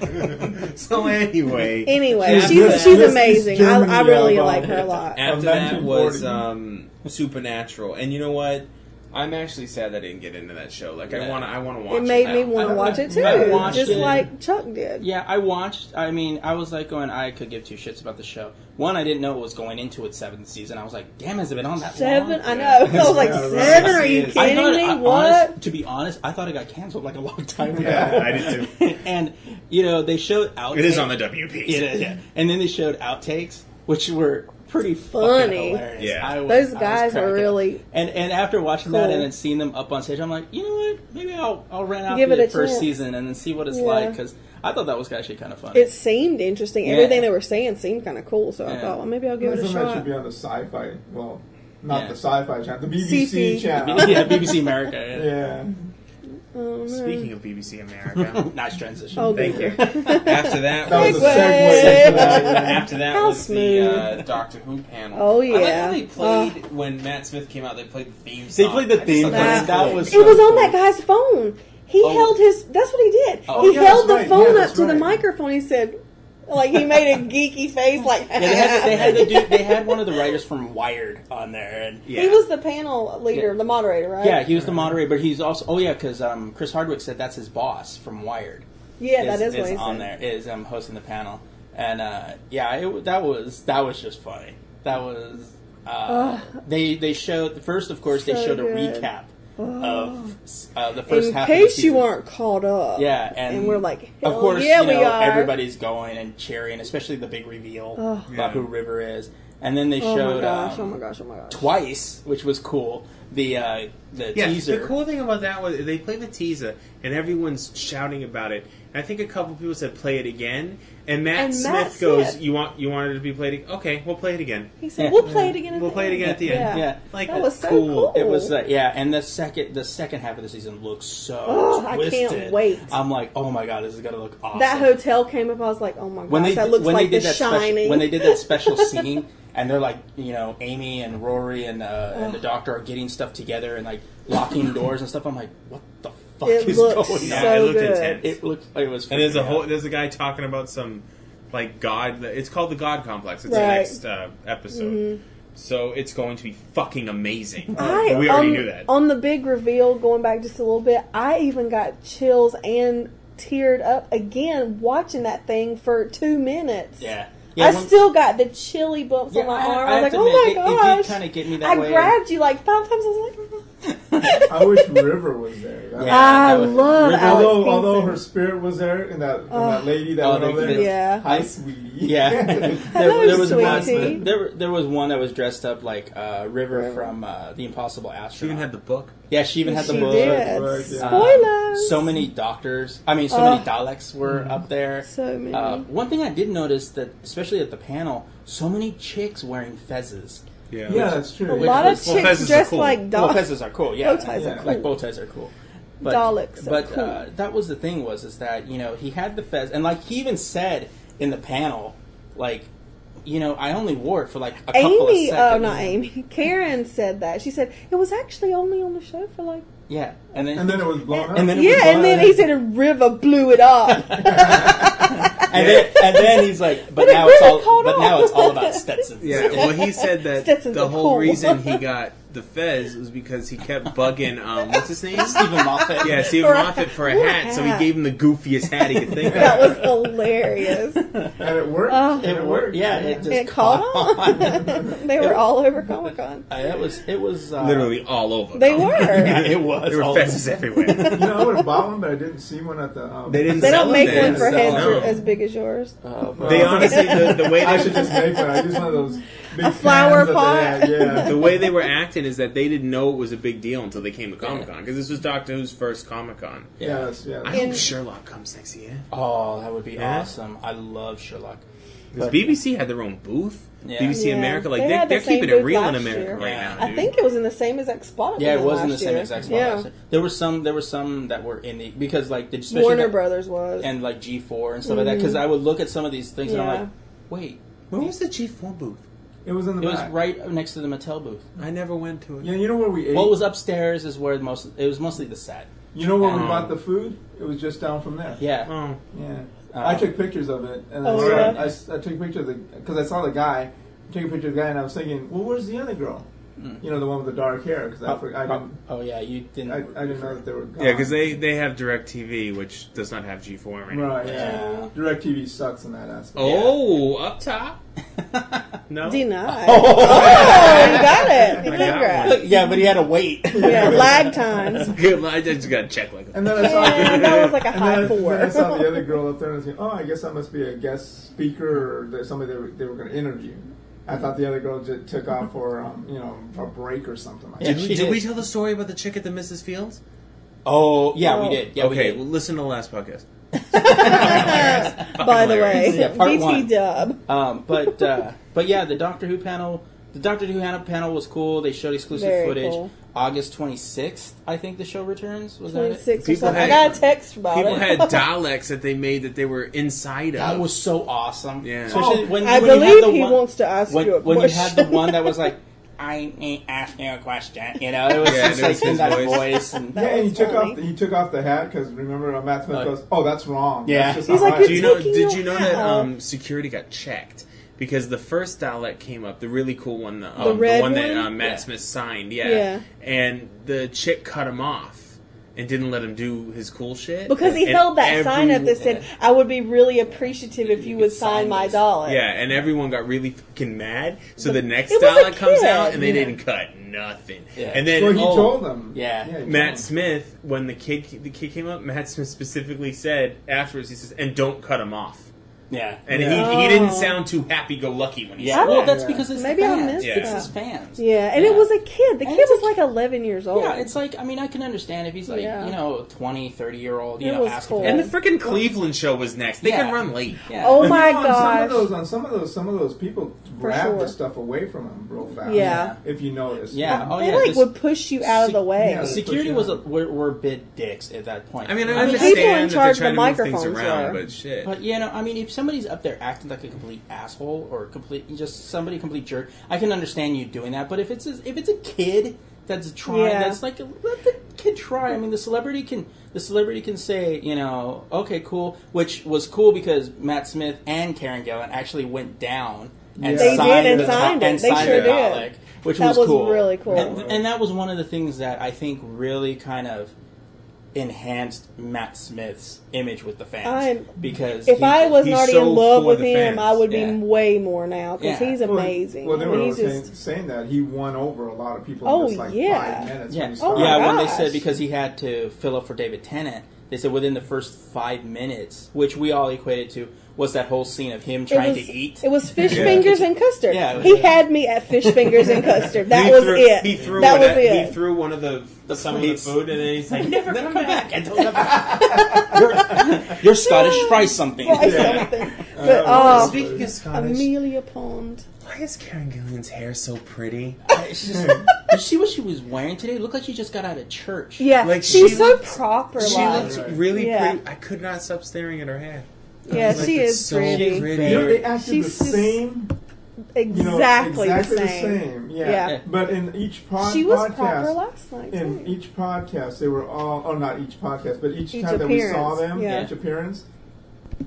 So anyway,
Anyway,
Yeah,
she's
this-
she's
this is
amazing. I, I
Germany,
really
Alabama.
like her a lot.
after
From
that was
1940.
um, Supernatural, and you know what? I'm actually sad I didn't get into that show. Like I
Yeah.
want to, I want to watch.
It made
now.
me
I
want to
don't
watch
know.
it too,
I watched
just
it.
like Chuck did.
Yeah, I watched. I mean, I was like going, I could give two shits about the show. One, I didn't know it was going into its seventh season. I was like, damn, has it been on that
Seven,
long?
I know. I was like,
Yeah, right.
seven? Are you
Yes,
I thought
kidding
it- I-
me?
honest-
What?
to be honest, I thought it got canceled like a long time ago.
Yeah, I did
too. <laughs> and you know, they showed outtakes.
It is on the WP.
It is, <laughs> yeah. And then they showed outtakes, which were pretty
Funny.
funny. Hilarious.
Yeah.
I was- I
Those
was
guys
cracking
are
up.
really.
And and after watching that
Cool.
and then seeing them up on stage, I'm like, you know what? Maybe I'll I'll rent out
Give
the
it a
first
chance.
season and then see what it's
Yeah.
like because I thought that was actually kind of funny.
It seemed interesting.
Yeah.
Everything they were saying seemed kind of cool, so I
Yeah.
thought, well, maybe I'll give
That's
it a
something that should
shot.
be on the sci-fi. Well, not
Yeah.
the sci-fi channel, the
CP.
BBC
<laughs>
<laughs>
channel.
yeah, BBC America. Yeah.
yeah.
Oh, man.
Speaking of BBC America,
Nice transition.
Oh,
thank you.
good.
<laughs> after that
That was
was
a
Segway. <laughs>
segue. into
<laughs>
that,
after that
How
was
smooth.
the uh, Doctor Who panel. I
Oh,
like
yeah. Oh.
how they played when Matt Smith came out. They played the theme.
They
Song.
played the
I just
theme.
thought
song, and
cool.
That was
It was
so
on that
cool.
guy's phone. He
Oh.
held his. That's what he did.
Oh,
he
yeah,
held
that's
the
right.
phone
Yeah,
up
that's
to the
right.
microphone. He said, like he made a geeky face, like.
Yeah, they had they had the dude, they had one of the writers from Wired on there, and
Yeah.
<laughs> He was the panel leader,
Yeah.
the moderator, right?
yeah, he was the moderator, but he's also oh yeah, because um, Chris Hardwick said that's his boss from Wired.
yeah, that is, what he
on
said.
there. Is um, hosting the panel, and uh, yeah, it, w- that was that was just funny. That was uh, they they showed first, of course, they
So
showed a
good.
recap of uh, the first
In
half. of the
case
season.
you aren't caught up.
Yeah, and,
And we're like,
of
"Hell
course,
yeah,
you know,
we are."
everybody's going and cheering, especially the big reveal about who River is. And then they
Oh
showed
my gosh!
um,
oh my gosh! Oh my gosh!
twice, which was cool. The uh, the
Yeah,
teaser.
the cool thing about that was they played the teaser and everyone's shouting about it. And I think a couple people said play it again, and Matt
And
Smith
Matt
goes,
Smith.
"You want you wanted it to be played? ag- Okay, we'll play it again."
He said,
Yeah.
"We'll play it again. At
We'll
the
play it
end.
again at the
Yeah.
end.
Yeah.
like
That
that's
was so cool.
It was uh, yeah, and the second the second half of the season looks so
Ugh, I can't
twisted.
wait.
I'm like, oh my god, this is gonna look awesome.
That hotel came up. I was like, "Oh my gosh!
when they
that looks
when
like
they did
The
that
Shining."
special when they did
<laughs>
that special singing and they're like you know Amy and Rory and uh, and the doctor are getting stuff together and like
<laughs>
locking doors and stuff. I'm like, what the fuck
It
is
looks
going
Yeah, it
on?
so
looked
good.
intense.
It looked it was
And there's
freaking
a whole
out.
there's a guy talking about some like God. It's called the God Complex. It's
Right. Mm-hmm.
the next uh, episode. So it's going to be fucking amazing.
I, um,
But we already
on,
knew that.
On the big reveal, going back just a little bit, I even got chills and teared up again watching that thing for two minutes.
yeah.
I
Yeah, when-
still got the chilly bumps
Yeah,
on my
I-
arm.
I
I, was
have
like,
to
"Oh my
admit, it- it did
gosh!"
kinda get me that
I
way.
grabbed you like "Mm, five times. I was like,
I wish River was there.
<laughs>
That-
Yeah.
I
that was-
love Alex
Although, although
Kingston.
her spirit was there, and that, and that lady that
Oh,
went
they-
over there.
they-
yeah.
Hi, sweetie.
<laughs>
<laughs>
<laughs>
Yeah, <laughs> there,
Hello,
there was one.
sweetie.
There, there was one that was dressed up like uh, River from uh, the Impossible Astronaut.
She even had the book.
yeah, she even had the
she
book.
did.
book, yeah.
Uh,
Spoilers.
so many doctors. I mean, so many Daleks were up there.
So many.
Uh, one thing I did notice that, especially at the panel, so many chicks wearing fezzes.
Yeah.
<laughs>
yeah, that's true.
a lot of
Well,
chicks
fezzes are
dressed
cool.
like
Well,
dogs.
fezzes are cool. Yeah,
Bow ties
are
like
cool.
bow ties are cool. But,
Daleks are
but
cool.
uh, that was the thing was is that you know he had the fez and like he even said in the panel like you know I only wore it for like a couple of
Amy,
seconds.
oh, not Amy. <laughs> Karen said that. She said it was actually only on the show for like.
Yeah, and then
and then it was blown up.
and then it was
Yeah, and
blown
then
up.
he said a river blew it up.
<laughs>
and then, and then
<laughs>
he's like, but,
But it
now it's
really
all
caught
but
on.
now it's all about Stetson.
Yeah, <laughs> well, he
<laughs>
said that
Stetsons
the
are
whole
cool.
reason he got the fez was because he kept bugging, um, what's
<laughs>
his name?
Stephen Moffat.
Yeah, Stephen
For a-
Moffat for a
what a
hat, so he
hat.
gave him the goofiest hat he could think
<laughs> that
of.
was hilarious.
and it worked.
Oh.
And
it worked. Yeah, it just
It
caught
caught
on.
on. <laughs> they were all over Comic Con.
Uh, it was it was uh,
<laughs> Literally all over. <laughs>
They
Yeah,
were.
<laughs> it was.
There were
all-
fezes <laughs> everywhere.
You know, I would have bought one, but I didn't see one at the. Um, <laughs>
They didn't
They
sell
don't make
them
one
there. Uh,
for
so-
heads
No.
as big as yours.
Oh, but-
They honestly, the, the
<laughs>
way
I
they
should just make one. I use one of those big
flower
cans that
pot.
They had.
the
Yeah.
way they were acting is that they didn't know it was a big deal until they came to Comic Con because this was Doctor Who's first Comic Con.
Yes, yes.
I hope Sherlock comes next year.
oh, that would be
Yeah.
awesome. I love Sherlock.
Because BBC had their own booth.
Yeah.
BBC
Yeah.
America, like
They
they are
had the
they're keeping
same
it real
booth
in
last
America
year.
right
Yeah.
now.
I
Dude.
think it was in the same exact spot.
Yeah, it
was
was in the
last
same
year.
exact spot.
Yeah.
last year. There were some. There were some that were in the because like the especially
Warner
that-
Brothers was.
and like G four and stuff like that. Because I would look at some of these things and I'm
Yeah.
like, wait,
Where was the G4 booth?
It was in the
it was
back.
right next to the Mattel booth.
I never went to it.
Yeah, you know where we ate?
What was upstairs is where most. It was mostly the set.
you know where we
Um,
bought the food? It was just down from there.
Yeah.
Oh,
Yeah. I took pictures of it. And
Oh,
I,
yeah?
I, I took pictures of the, because I saw the guy. I took a picture of the guy and I was thinking, well, where's the other girl?
Hmm.
You know, the one with the dark hair. Because I, forgot- I, didn't,
Oh yeah, you didn't.
I, I didn't know that they were gone.
yeah, because they they have DirecTV, which does not have G4 right now.
Right, yeah.
Yeah.
Direct DirecTV sucks in that aspect.
Oh, up top? <laughs> No. <laughs>
Denied. Oh, you got it.
I got
Congrats.
one.
<laughs> yeah, but he had to
<laughs>
wait.
Yeah, lag times.
Good. well, I just got to check like
And then <laughs>
<laughs>
I saw
Yeah, that was like a
and
high
then,
four.
then I saw the other girl up there and I was like, oh, I guess that must be a guest speaker or there's somebody they were, they were going to interview. I thought the other girl just took off for, um, you know, a break or something like
Yeah.
that.
Did, we,
she
did we
did.
tell the story about the chick at the Mrs. Fields?
Oh yeah, we did. Yeah,
okay,
we
well,
did.
listen to the last podcast.
By the
hilarious.
way,
Yeah, part
DT
one.
Dub.
Um,
<laughs>
but uh, but yeah, the Doctor Who panel, the Doctor Who han- panel was cool. They showed exclusive
Very
footage.
cool.
August twenty sixth, I think the show returns. Was that it?
26 or
People
something. I
had-
got a text about
People
it. <laughs>
had Daleks that they made that they were inside
That
of.
was so awesome.
Yeah.
Especially
Oh,
when,
I
when you had
believe
the
he
one-
wants to ask
when,
you a
when you
question.
had the one that was like, "I ain't asking a question," you know, it was
Yeah,
just
it was
like in
his
that
voice.
voice. and
Yeah, and he
was
took
funny.
off he took off the hat because remember uh, Matt Smith
Like-
goes, oh, that's wrong.
Yeah.
That's just
He's
not
like,
right."
Do you know?
Taking
Did
your
you know
hat
that
off.
um, security got checked because the first Dalek came up, the really cool one, the, um,
The
the,
red
one that
one?
uh, Matt
Yeah.
Smith signed, yeah.
Yeah.
and the chick cut him off and didn't let him do his cool shit
<laughs> Because he
And
held that sign up that
everyone-
said, "I would be really appreciative if you, would
could
sign
sign
my <laughs>
this."
dollar."
Yeah, and everyone got really fucking mad. So the next
it was a
Dalek comes
kid,
out, and they
yeah.
didn't cut nothing.
Yeah.
And then
well, he
oh,
told them.
Yeah.
he told
Matt
them.
Smith, when the kid the kid came up, Matt Smith specifically said afterwards, he says, "And don't cut him off."
yeah,
And
Yeah.
he, he didn't
Oh.
sound too happy go lucky when he
yeah.
said
Well,
Yeah.
that's because it's
Maybe
the
I
fans.
missed
It's
that.
his fans.
Yeah, and it was a kid. The
And
kid
it's a
was like 11 years old.
Yeah, it's like I mean I can understand if he's like
Yeah.
you know 20, 30 year old you
It
know
was
asking
cool.
for
And the freaking Cleveland show was next. They
Yeah.
can run late.
yeah.
oh my
You know, on Some
gosh.
of those, on some of those, some of those people
For
grab
sure.
the stuff away from him real fast.
Yeah.
if you notice.
Yeah. Oh,
they
yeah,
like
just-
would push you out of the
Sec-
way.
yeah,
Security
Yeah.
was a, were, were big dicks at that point.
I mean, I
mean,
understand
people in
that
charge of
they're
the
trying to move things
microphones
around,
were.
but shit.
But you know, I mean, if somebody's up there acting like a complete asshole or complete just somebody complete jerk, I can understand you doing that. But if it's a, if it's a kid that's trying,
Yeah.
that's like let the kid try. I mean, the celebrity can the celebrity can say, you know, okay, cool, which was cool because Matt Smith and Karen Gillan actually went down and
They did
signed
and
the,
signed it.
and
They
signed
sure
the
did.
Dalek, which
That
was
was
cool,
really cool.
and, and that was one of the things that I think really kind of enhanced Matt Smith's image with the fans.
I'm-
because
If
he-
I wasn't
he's
already
so
in love
for
with
the
him,
fans,
I would be
yeah.
way more now because
Yeah.
he's
Well,
amazing.
Well, they were
he's
always
just
saying, saying that he won over a lot of people
Oh,
in just like
yeah.
five minutes.
Yeah,
When he
Oh,
started.
my
yeah. When they
gosh.
said because he had to fill up for David Tennant, they said within the first five minutes, which we all equated to was that whole scene of him
it
trying
was-
to eat.
<laughs> It was fish fingers and custard.
Yeah, it was-
he had me at fish fingers and custard. That was
threw,
it.
He threw
that
it
was
at-
it.
He threw one of the, some of the
plates.
food, and then he's
<laughs>
like, "Never come back." I told
your, your Scottish fry
<laughs>
something.
Fry something. But <laughs> oh,
Speaking of Scottish,
Amelia Pond.
why is Karen Gillan's hair so
<laughs>
pretty?
It's just- you see what she was wearing today? It looked like she just got out of church.
Yeah,
Like,
she's
she
so
looks-
proper.
She
like.
looks really
Yeah.
pretty. I could not stop staring at her hair.
yeah,
Like,
she
it's
is
so
pretty.
pretty.
You know, they acted
She's
the
just-
same. You know,
Exactly,
exactly
the same.
Yeah.
Yeah.
But in each pod-
She was
podcast,
proper last night.
in
too.
each podcast, they were all, oh, not each podcast, but each,
Each
time that we saw
appearance,
them,
yeah.
each appearance,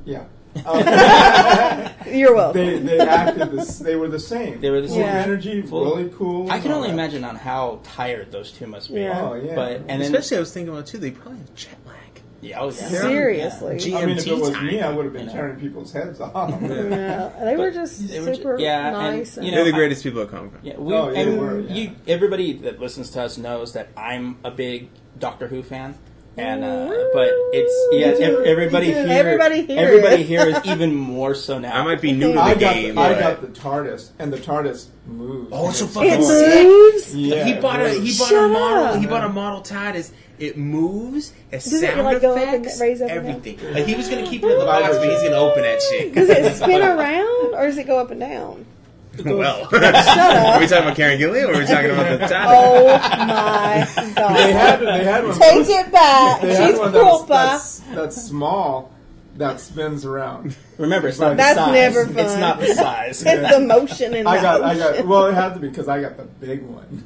yeah.
<laughs>
Um,
You're welcome.
they they acted the, s- they were the same.
They were the
Full
same.
of
Yeah.
energy,
Full-
really cool.
I can
and all
only
that.
imagine on how tired those two must be.
Yeah.
Oh yeah.
But and then
Especially, I was thinking about too. They probably have jet lag.
yeah, oh, yeah.
Seriously.
Gee.
I mean,
E
if it
GMT
was
time.
me, I would have been
Yeah.
tearing people's heads off.
<laughs>
Yeah, they were just
they were ju-
super
yeah, and,
nice.
you know,
They're the
I-
greatest people at Comic Con.
Yeah, we,
Oh, yeah,
and
we're- yeah.
you, everybody that listens to us knows that I'm a big Doctor Who fan, and uh, but it's yeah,
Me too,
ev- everybody
me too.
here,
Everybody here
everybody
is.
here is
<laughs>
even more so now.
I might be new to the
I got
game.
the, I
but-
got the TARDIS, and the TARDIS moves.
Oh, it's so fucking
<laughs> it
sick.
moves.
Yeah,
he bought a
really.
he bought a
Shut
model
up.
he bought a model TARDIS. It moves, it has
Does it,
sound
like, go up and
effects,
raise up and down?
everything. Like he was gonna keep it in the box, but he's gonna open that
<laughs>
shit.
Does it spin around or does it go up and down?
<laughs>
<laughs>
well, <laughs> are we talking about Karen Gillian or are we talking about the TARDIS?
Oh my god!
They had they had one.
Take it back.
They had
She's
one that was,
proper.
that's, that's small, that spins around.
Remember, it's not
That's
the size.
never
It's
fun.
not the size.
<laughs>
It's the motion in
I
the
got, I got.
ocean.
Well, it had to be because I got the big one.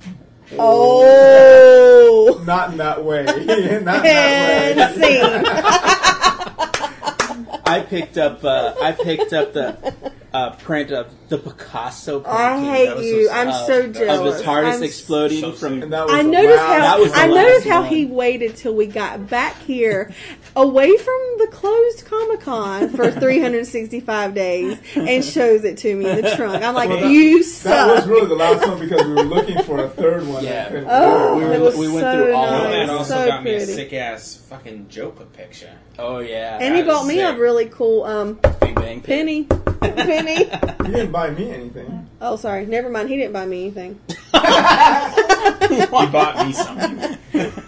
Oh,
Not in that way. <laughs> Not
<laughs>
in that
and
<laughs>
way.
scene.
I picked up uh, I picked up the uh, print of the Picasso. Painting
I hate
that was
you. I'm
uh,
so
Of
jealous.
the TARDIS
Oh, I'm
exploding from
And that was
I
the
noticed
loud-
how
That was the
I
last
noticed how
one.
he waited till we got back here, away from the closed Comic Con
<laughs>
for 365 days, and shows it to me in the trunk. I'm like,
Well, that-
you
That
suck.
was really the last one because we were looking for a third one.
Yeah.
And-
Oh,
we were-
it was
we went
so
through all of
nice.
that.
that
it's
also
Oh, so
got me a
pretty.
sick ass fucking Joker picture.
Oh yeah.
and he
that was
bought me a
sick.
really cool um,
Big Bang Theory. <laughs>
penny. penny.
you didn't buy me anything.
<laughs> Oh, sorry. Never mind. He didn't buy me anything.
He bought
<laughs>
me something.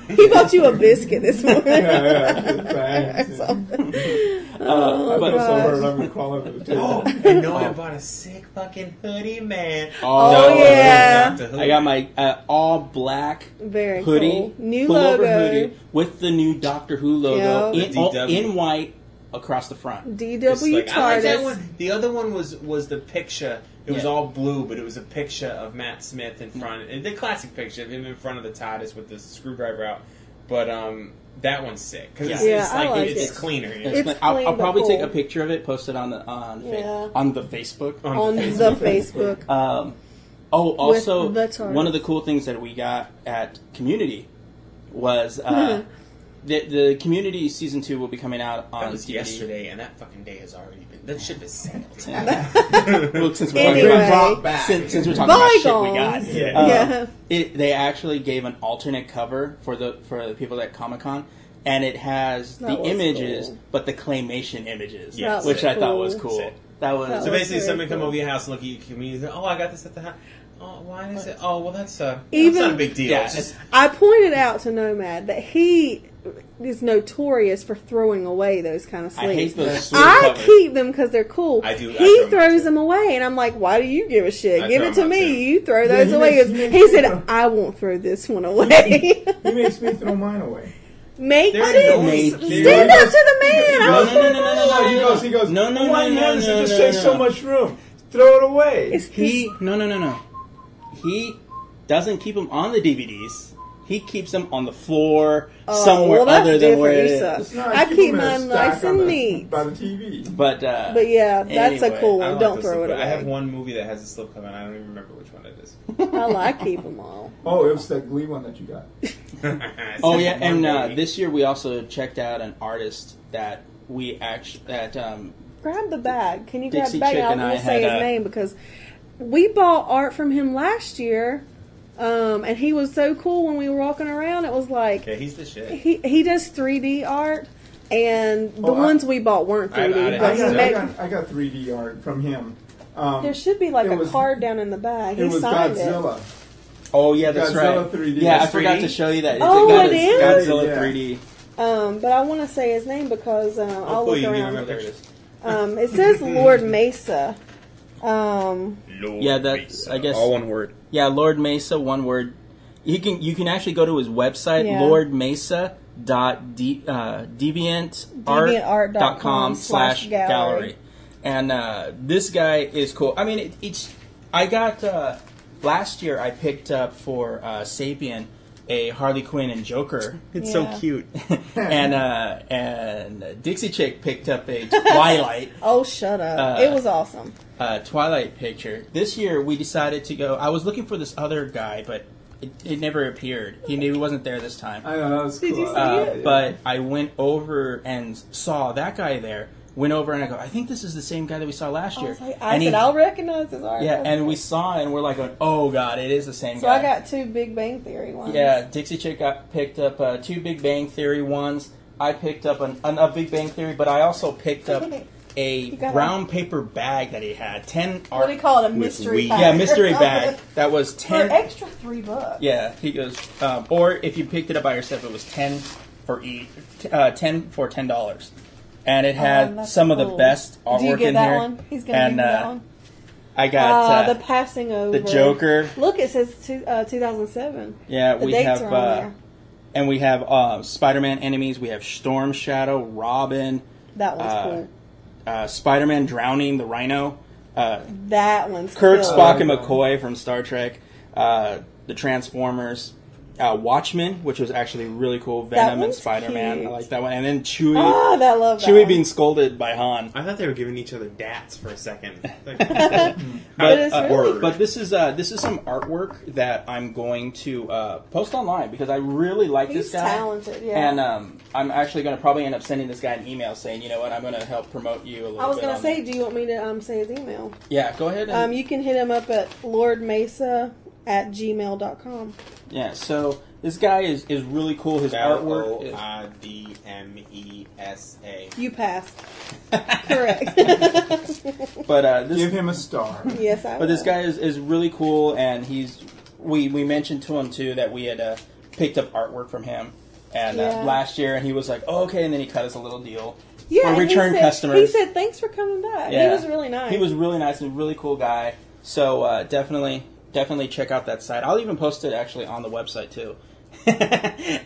He bought you a biscuit this
<laughs>
morning. <laughs> Oh,
Yeah, <laughs> yeah. Thanks.
Uh,
I'm so
gosh.
hurt. I'm gonna crawl under the
Oh,
table.
and no, I bought a sick fucking hoodie, man.
Oh,
no.
yeah.
Doctor Who.
I got my uh, all black
Very
hoodie,
cool. New
pullover
logo.
hoodie with the new Doctor Who logo
Yeah.
in,
The DW.
in white across the front.
It's
DW
like, I like that
TARDIS.
one. The other one was was the picture. It was
Yeah.
all blue, but it was a picture of Matt Smith in front. eh, The classic picture of him in front of the TARDIS with the screwdriver out. But um, that one's sick because it's,
Yeah.
it's
Yeah, I
like,
like
it's
it.
cleaner. you know?
It's
I'll,
clean
I'll
but
probably take
cool.
a picture of it, post it on the on fa-
Yeah.
on the Facebook.
on the
<laughs>
Facebook.
Um, oh, also
the TARDIS.
one of the cool things that we got at Community was
Hmm.
uh, the the Community season two will be coming out on
That was
DVD.
yesterday, and that fucking day has already been. That ship has
<laughs>
sailed.
Well, since we're
Anyway.
talking about,
Brought back.
since, since we're talking about shit we got,
Bygones.
<laughs> Yeah.
Um,
Yeah.
It, they actually gave an alternate cover for the for the people at Comic Con, and it has
That
the
was
images,
cool.
but the claymation images,
Yes. That
which
was
I thought
cool.
was cool.
Sick.
That was,
That
so
was
basically,
very
someone come
cool.
over your house, look at your community, say, "Oh, I got this at the house." Oh, why is it? Oh, well, that's uh,
Even-
that's not a big deal.
yeah,
It's just-
I pointed out to Nomad that he is notorious for throwing away those kind of
I
sleeves.
hate those. sleeve
I
covers.
keep them because they're cool.
I do- I
He
throw 'em out,
throws
too.
them away, and I'm like, "Why do you give a shit?
I
give
throw
it to
'em out,
me.
too.
You throw
Yeah,
those
he
away."
makes- he
he
makes
said,
me-
"I won't throw this one away."
He makes me throw mine away.
Make
They're
please
annoying.
stand up to the man. I
No,
was
no, no, no, no, no,
No,
no,
he
no,
goes. He goes.
No, no, no,
Why
no,
not? It
no,
just
no,
takes
no.
so much room. Throw it away.
It's-
He no no no no. He doesn't keep them on the DVDs. He keeps them on the floor
Oh,
somewhere
well, that's
other than where it
different.
is.
You suck.
No,
I
keep
keep
them in a
mine
stack
nice
on
and
the-
neat.
By the TV.
But uh,
But yeah, that's
Anyway,
a cool
I
one.
like
Don't
the
throw
slip
it
cover. I have
away.
one movie that has a slip cover, and I don't even remember which one it is. <laughs>
I like keep them all.
Oh, it was that Glee one that you got.
Oh yeah, and uh, this year we also checked out an artist that we actually that um,
Grab the bag. Can you grab
Dixie
the bag?
Chick
And
and
I
I
won't say
had
his
a-
name because we bought art from him last year, um, and he was so cool when we were walking around. It was like
Yeah, he's the shit.
he he does 3D art, and the
Oh, I-
ones we bought weren't 3D.
I- I-
d
I
but he
got, I,
made-
got, I got 3D art from him. Um,
there should be like
It
a
was-
card down in the bag.
it
He
was
signed it.
Godzilla.
oh yeah, that's
Godzilla
right.
3D.
Yeah, I
It's
forgot
3D?
to show you that. It's
Oh,
a
it is?
Godzilla
Yeah.
3D.
Um, but I want to say his name because um, I'll
cool,
look
you can
around.
remember.
There it is.
Um, it says Lord Mesa. Um,
Yeah, that's I guess
all one word.
Yeah, Lord Mesa, one word. You can you can actually go to his website,
Yeah.
Lord Mesa dot de, uh, deviantart dot com
deviantart.com
slash
slash
gallery
gallery.
and uh, this guy is cool i mean it, it's i got uh, last year i picked up for uh, sapien a harley quinn and joker
<laughs> It's
Yeah.
so cute.
<laughs> and uh, and dixie chick picked up
<laughs>
a twilight
oh, shut up!
Uh,
it was awesome.
uh, Twilight picture. This year we decided to go. I was looking for this other guy, but it, it never appeared. He knew he wasn't there this time.
I know that was
Did
cool.
you see
Uh, but I went over and saw that guy there. Went over and I go, I think this is the same guy that we saw last
I
year.
was like, I
and he-
said I'll recognize his art.
yeah,
That's
and we
great.
saw it and we're like, going, oh god, it is the same
So
guy.
I got two Big Bang Theory ones.
yeah, Dixie Chick got picked up uh, two Big Bang Theory ones. I picked up an, an, a Big Bang Theory, but I also picked up a
got
brown paper bag that he had. Ten
What
art
do you call it? A mystery
weed.
pack.
Yeah, mystery bag. That
<laughs>
was
For
ten.
extra three bucks.
Yeah, he goes. Um, or if you picked it up by yourself, it was ten for each. Uh, ten for ten dollars, and it had
Oh, that's
some of the
cool.
best artwork
Do you get
in
that
here.
one? He's gonna
and
give me
uh,
that one.
I got
Uh,
uh,
the passing over.
the, Joker.
Look, it says two, uh, 2007.
Yeah,
The
we
dates
have.
are on
Uh,
there.
and we have uh, Spider-Man enemies. We have Storm Shadow, Robin,
That one's
uh,
cool.
uh, Spider-Man drowning the Rhino, uh,
That one's
Kirk,
cool.
Spock, and McCoy from Star Trek, uh, the Transformers, uh, Watchmen, which was actually really cool, Venom and
one's
Spider Man. I
cute.
like that one. And then Chewie,
Oh, that love that
Chewie
one.
being scolded by Han.
I thought they were giving each other dats for a
<laughs>
second. Like,
But it's
uh,
really
But this is uh, this is some artwork that I'm going to uh, post online because I really like
He's
this guy.
talented, yeah.
And um, I'm actually going to probably end up sending this guy an email saying, you know what, I'm going to help promote you a little.
I was
bit
gonna
on
say,
that.
do you want me to um, say his email?
yeah, go ahead. And,
Um, you can hit him up at lordmesa at gmail.com.
yeah, so this guy is is really cool. His artwork. Is,
E L-O-R-D-M-E-S-A.
You
<laughs>
passed. Correct. <laughs>
but uh, this
Give him a star.
yes, <laughs> I
But this
will.
guy is, is really cool, and he's we we mentioned to him too that we had uh, picked up artwork from him and
Yeah.
uh, last year, and he was like, oh, "Okay," and then he cut us a little deal.
yeah,
for
and he
return
said-
customers.
He said, thanks for coming back. He
Yeah.
was really nice.
He was really nice and a really cool guy. So uh, definitely, definitely check out that site. I'll even post it actually on the website too, <laughs>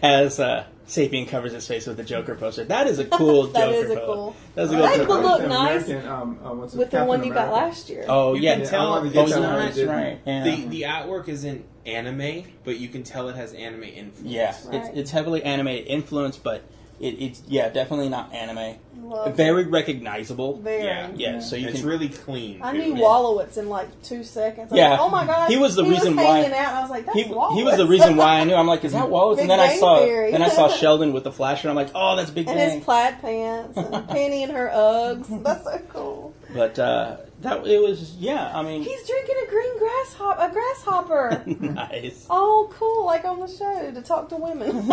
as uh, Sapien covers his face with the Joker poster.
<laughs>
That is a cool
That
Joker
is a
po-
cool-
That's a
I
cool.
like
Joker
the
poster.
look nice
American, um, uh, what's it,
with the
Captain
one you got
America.
last year.
Oh
You
yeah,
can
I
tell
wanted to
oh
get that one, I
yeah, that's
didn't.
right. Yeah.
The, the artwork isn't anime, but you can tell it has anime influence.
Yeah,
Right.
it's, it's heavily animated influence, but it, it's yeah, definitely not anime.
Love
Very recognizable.
Very.
Yeah.
Yeah, so you
it's
can.
really clean.
I
too.
knew Wallowitz in like two seconds. I was
Yeah.
like, oh my god.
He was the reason
was
why-
hanging out. and I was like, that's
He,
Wallowitz.
he was the reason why I knew. I'm like, is that Wallace? And
Big
then I
Bang
saw
Theory.
then I saw Sheldon with the flasher. I'm like, oh, that's
<laughs>
Big
and
Bang.
his plaid pants
<laughs>
and Penny and her Uggs. That's so cool.
but uh, that it was yeah. I mean, <laughs>
He's drinking a green grasshopper. A grasshopper.
nice.
oh, cool! Like on the show to talk to women.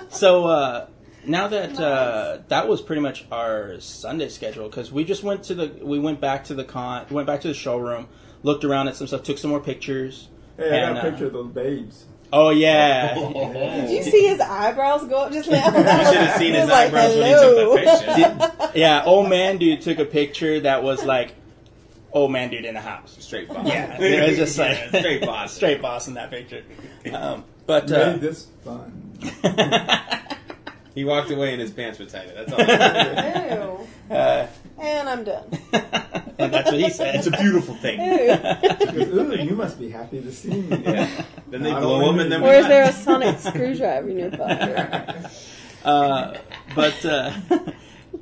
<laughs>
So uh, now that uh, that was pretty much our Sunday schedule because we just went to the we went back to the con went back to the showroom, looked around at some stuff, took some more pictures.
Hey, I got
And,
a
uh,
picture of those babes.
<laughs>
Oh yeah.
Did you see his eyebrows go up just now? you should have <laughs>
seen his eyebrows when he took that picture.
Yeah, old man dude took a picture that was like old man dude in a house.
Straight boss.
Yeah, it was just
<laughs>
like
Yeah, <laughs> straight boss.
<laughs> straight boss in that picture. Um, but
Made
uh,
this fun.
He walked away and his pants were tighter. That's all. I know.
Ew.
Uh,
and I'm done.
and that's what he
<laughs>
said.
it's a beautiful thing.
Ew.
Because, Ooh, you must be happy to see me.
Yeah. Then they
I
blow
wouldn't
him and then
either.
we
Or is
left. <laughs>
there a sonic screwdriver nearby?
Uh, <laughs> but uh,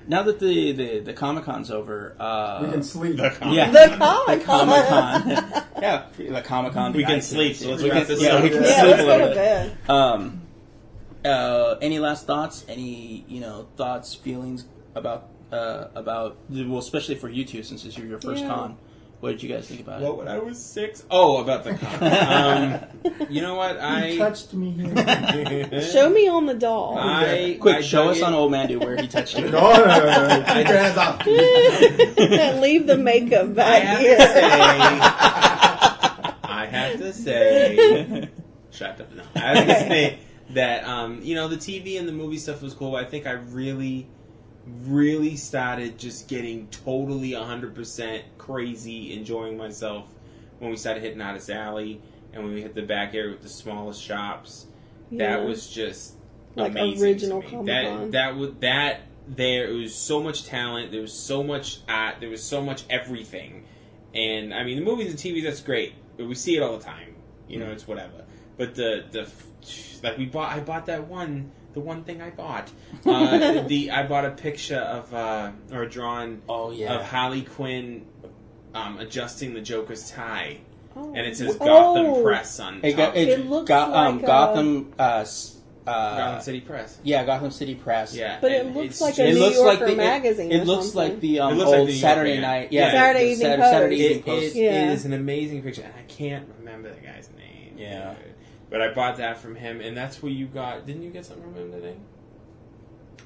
now that the the, the Comic Con's over, uh,
we can sleep.
yeah,
The Comic
Comic
Con.
Con,
<laughs>
yeah, the Comic Con.
We can sleep, so let's wrap this
yeah,
up.
We can
Yeah,
sleep
let's
a
go
little
to
bit.
bed.
Um, uh, any last thoughts? Any you know thoughts, feelings about uh, about well, especially for you two, since this is your first
Yeah.
con. What did you guys think about it?
Well, when I was six, oh, about the comic.
<laughs>
<laughs> um, you know what? I
You touched me. Here. <laughs>
Show me on the doll.
I
Quick,
I
show
dug
us
in- <laughs>
on Old Mandu where he touched you.
no, no, no, no, no. Keep your hands
<laughs>
off.
and leave the makeup
I
back
have
here.
to
<laughs>
say, I have to say, shut up. No, I have to say that um, you know the TV and the movie stuff was cool. But I think I really, really started just getting totally hundred percent crazy, enjoying myself when we started hitting Otis Alley and when we hit the back area with the smallest shops.
Yeah.
That was just
Like
amazing
original
to me. That
Comic-Con.
that was that there it was so much talent. There was so much art. There was so much everything. And I mean, the movies and TV that's great. We see it all the time. You know,
Mm.
it's whatever. But the the f- like we bought I bought that one the one thing I
<laughs>
bought uh, the I bought a picture of uh, or a drawing
Oh
of Holly Quinn um, adjusting the Joker's tie,
Oh.
and it says Gotham
Oh.
Press on
<laughs> It,
top.
got, it,
It looks
got, um,
like a-
Gotham. Uh, s- uh,
Gotham City Press.
Yeah, Gotham City Press.
Yeah,
But it
and
looks
it's
like a
just-
New Yorker
the, it-
magazine
It,
or
looks
something.
like the um,
It looks like
old
the New Yorker,
Saturday
yeah.
night. Yeah,
Saturday
the
Evening
Saturday,
Post.
Saturday
It-
Evening Post.
it-
Yeah.
it is an amazing picture, and I can't remember the guy's name.
Yeah.
but I bought that from him, and that's where you got. Didn't you get something from him today?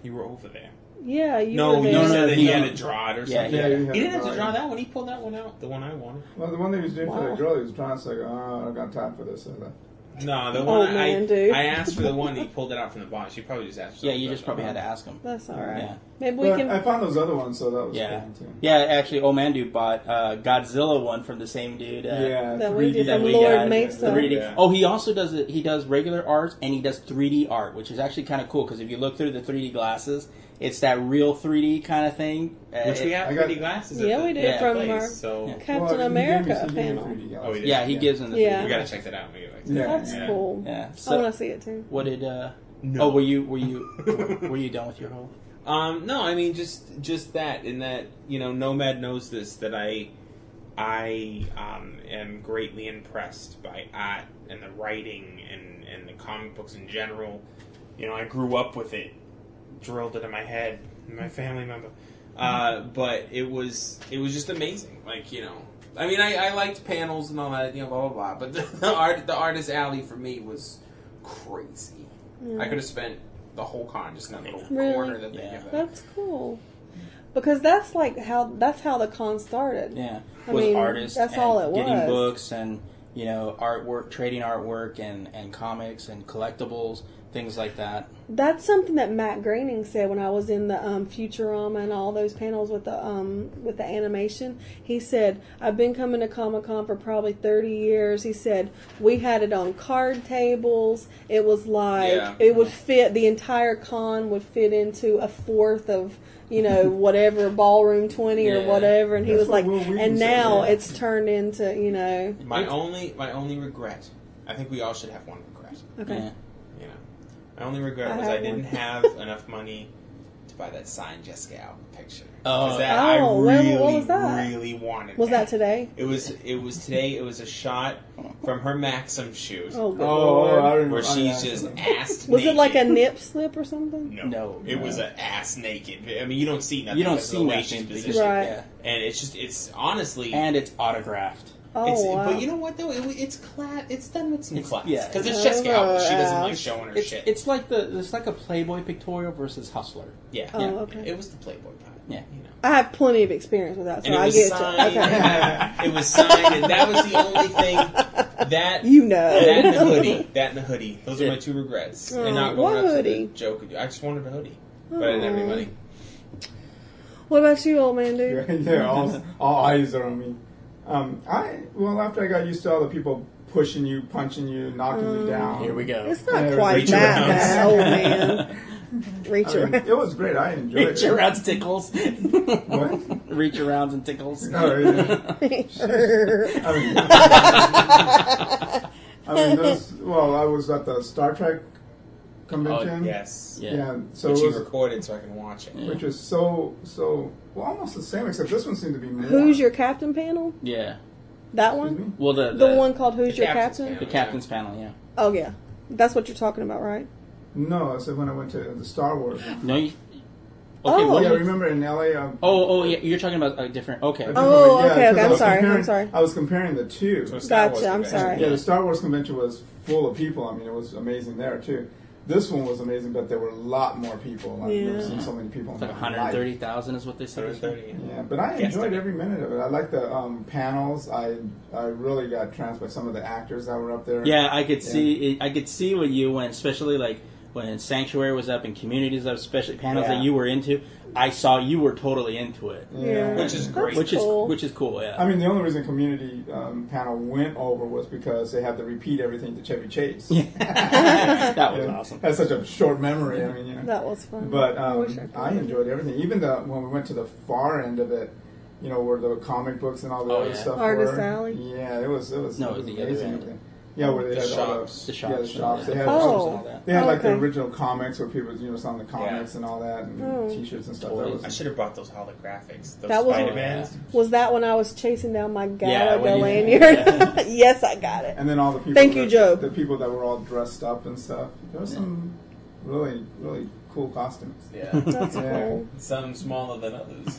You were over there.
Yeah, you
no,
were
you
there.
said
no,
that he
no.
had to draw it or
Yeah,
something.
Yeah, you
He didn't have to
it.
draw that one. He pulled that one out, the one I wanted.
Well, the one that he was doing for
Wow.
the girl, he was drawing. It's like, oh, I don't got time for this. So that-
No, the one
Oh, man,
I,
dude.
I asked for the one. He pulled it out from the uh, box. You probably just asked. For
Yeah,
something
you just
from
probably had to ask him.
That's all right.
Yeah.
Maybe we
But
can.
I found those other ones, so that was
Yeah,
cool too.
yeah. Actually, Omandu bought uh, Godzilla one from the same dude. Uh,
Yeah,
That we
3D.
did
that
from
we
Lord
got,
Maidstone.
the 3D.
Yeah.
Oh, he also does it. He does regular art and he does 3D art, which is actually kind of cool because if you look through the 3D glasses, it's that real 3D kind of thing. Uh,
Which we
it-
have
I got-
pretty glasses. at
Yeah,
the-
we did
at
from
place,
our-
So
Yeah.
Well,
Captain
he gave me-
America
he gave me
panel.
3D
Oh, he did.
Yeah, he
Yeah.
gives him the.
Yeah.
we gotta check that out. when we get back to
Yeah.
That's
Yeah.
cool.
Yeah.
I
So
want to see it too.
what did? uh
No.
Oh, were you were you were you done with your whole?
Um, no, I mean just just that in that you know Nomad knows this that I I um, am greatly impressed by art and the writing and and the comic books in general. You know, I grew up with it, drilled it in my head, my family member. Uh, but it was it was just amazing. Like you know, I mean, I, I liked panels and all that, you know, blah blah blah. But <laughs> the, the art the artist alley for me was crazy. I could have spent the whole con just in that little
Really?
corner that they
Yeah.
give it.
That's cool. Because that's like how that's how the con started.
Yeah,
I
was
mean,
artists.
that's
and
all it
Getting
was.
books and you know artwork, trading artwork and and comics and collectibles, things like that.
That's something that Matt Groening said when I was in the um, Futurama and all those panels with the um, with the animation. He said, "I've been coming to Comic Con for probably thirty years." He said, "We had it on card tables. It was like
Yeah.
it would fit. The entire con would fit into a fourth of you
<laughs>
know whatever ballroom twenty or
Yeah.
whatever." And he
That's
was
what
like,
Will Wheaton
"And
said,
now
yeah.
it's turned into you know."
My only my only regret. I think we all should have one regret.
Okay.
Yeah.
You know, my only regret
I
was
have
I
one.
didn't
<laughs>
have enough money to buy that signed Jessica Alba picture. 'Cause
Oh.
that
Oh,
I
when-
really,
what was that?
really wanted.
Was that today?
It was. It was today. It was a shot from her Maxim shoot
Oh, good.
Oh, I
Lord.
remember.
where
oh, yeah,
she's just
I remember.
ass.
was it like a
naked.
nip slip or something?
No,
No,
It
no.
was an ass naked. I mean, you don't see nothing.
You don't
because of
see
the way she's
nothing because
positioned.
Right.
yeah.
and it's just it's honestly
and it's autographed.
Oh,
It's,
wow.
But you know what though? It, it's class. It's done with some
It's-
class.
yeah.
Because
Oh,
it's Jessica Alba. She doesn't
yeah.
like showing her
It's,
shit.
it's like the it's like a Playboy pictorial versus Hustler.
yeah.
Oh,
yeah.
okay.
It was the Playboy pie.
Yeah.
You know.
I have plenty of experience with that, so
And it
I
was
get
signed.
you.
<laughs>
Okay.
it was signed, and that was the only thing that
<laughs> <laughs> You know.
that and the hoodie. That and the hoodie. Those are
Yeah.
my two regrets.
Oh,
and not
what
going out to
hoodie?
the joke. I just wanted a hoodie, but I didn't have any
Oh.
money.
<laughs> What about you, old man, dude?
<laughs> yeah, yeah,
<laughs>
all, all eyes are on me. Um, I well, after I got used to all the people pushing you, punching you, knocking
Mm.
you down.
Here we go.
It's not
Yeah,
quite
reach
that
around.
bad, old man.
<laughs>
Reach
I mean,
around.
it was great. I enjoyed
<laughs> Reach <laughs>
it.
around tickles.
What?
Reach around and tickles.
No, yeah. I mean,
<laughs>
I mean those, well, I was at the Star Trek convention.
Oh, yes.
Yeah.
Yeah. So
Which
it
you
was,
recorded so I can watch it.
which was so so well almost the same except this one seemed to be more.
Who's your captain panel?
Yeah.
That
Excuse me?
one?
Well, the
The one called Who's
The
Your
captain's
Captain?
the captain's panel. Yeah.
Oh, yeah. That's what you're talking about, right?
No, I said when I went to the Star Wars.
No. You, okay.
Oh.
what
yeah,
was-
remember in LA? Um,
oh, oh, yeah. You're talking about a different. Okay.
I
Oh.
remember-
okay,
yeah, 'cause
okay,
I
I'm
was
sorry, I'm
comparing-
sorry.
I was comparing the two.
So Star Wars
Gotcha, I'm
convention.
sorry.
Yeah, the Star Wars convention was full of people. I mean, it was amazing there too. This one was amazing, but there were a lot more people. I've never
Yeah.
seen so many people. in
It's like
my
130,000 is what they said.
life. Yeah, but I enjoyed every minute of it. I liked the um, panels. I I really got tranced by some of the actors that were up there.
Yeah, I could see. I could see what you when, especially like when Sanctuary was up and Communities up, especially panels
Yeah.
that you were into. I saw you were totally into it,
Yeah.
Which is
That's
great.
which
cool.
is which is cool. Yeah.
I mean, the only reason Community um, panel went over was because they had to repeat everything to Chevy Chase.
<laughs> that was
Yeah.
awesome.
That's such a short memory. I mean, you know.
That was fun.
But
I wish I
um,
could.
I enjoyed everything. Even the when we went to the far end of it, you know, where the comic books and all the
Oh,
other
yeah.
stuff.
Artist
were.
Alley?
Yeah, it was it was,
No,
it was
the other
amazing.
end.
Yeah, where they
The
had
shops.
all
The
the,
shops.
Yeah, the shops. They
Oh.
had,
and all that.
they had like the
Okay.
original comics where people you know selling the comics and all that and
Oh.
t-shirts and stuff.
Totally.
That
I
was
should have brought those holographics. Those
That was-
Spider-Mans.
Was that when I was chasing down my
Yeah,
Galaga
when you-
lanyard? <laughs> yes, I got it.
and then all the people.
Thank
that,
you, Joe.
The people that were all dressed up and stuff. There was some really really cool costumes.
<laughs> Yeah.
That's
Yeah.
cool.
Some smaller than <laughs> others.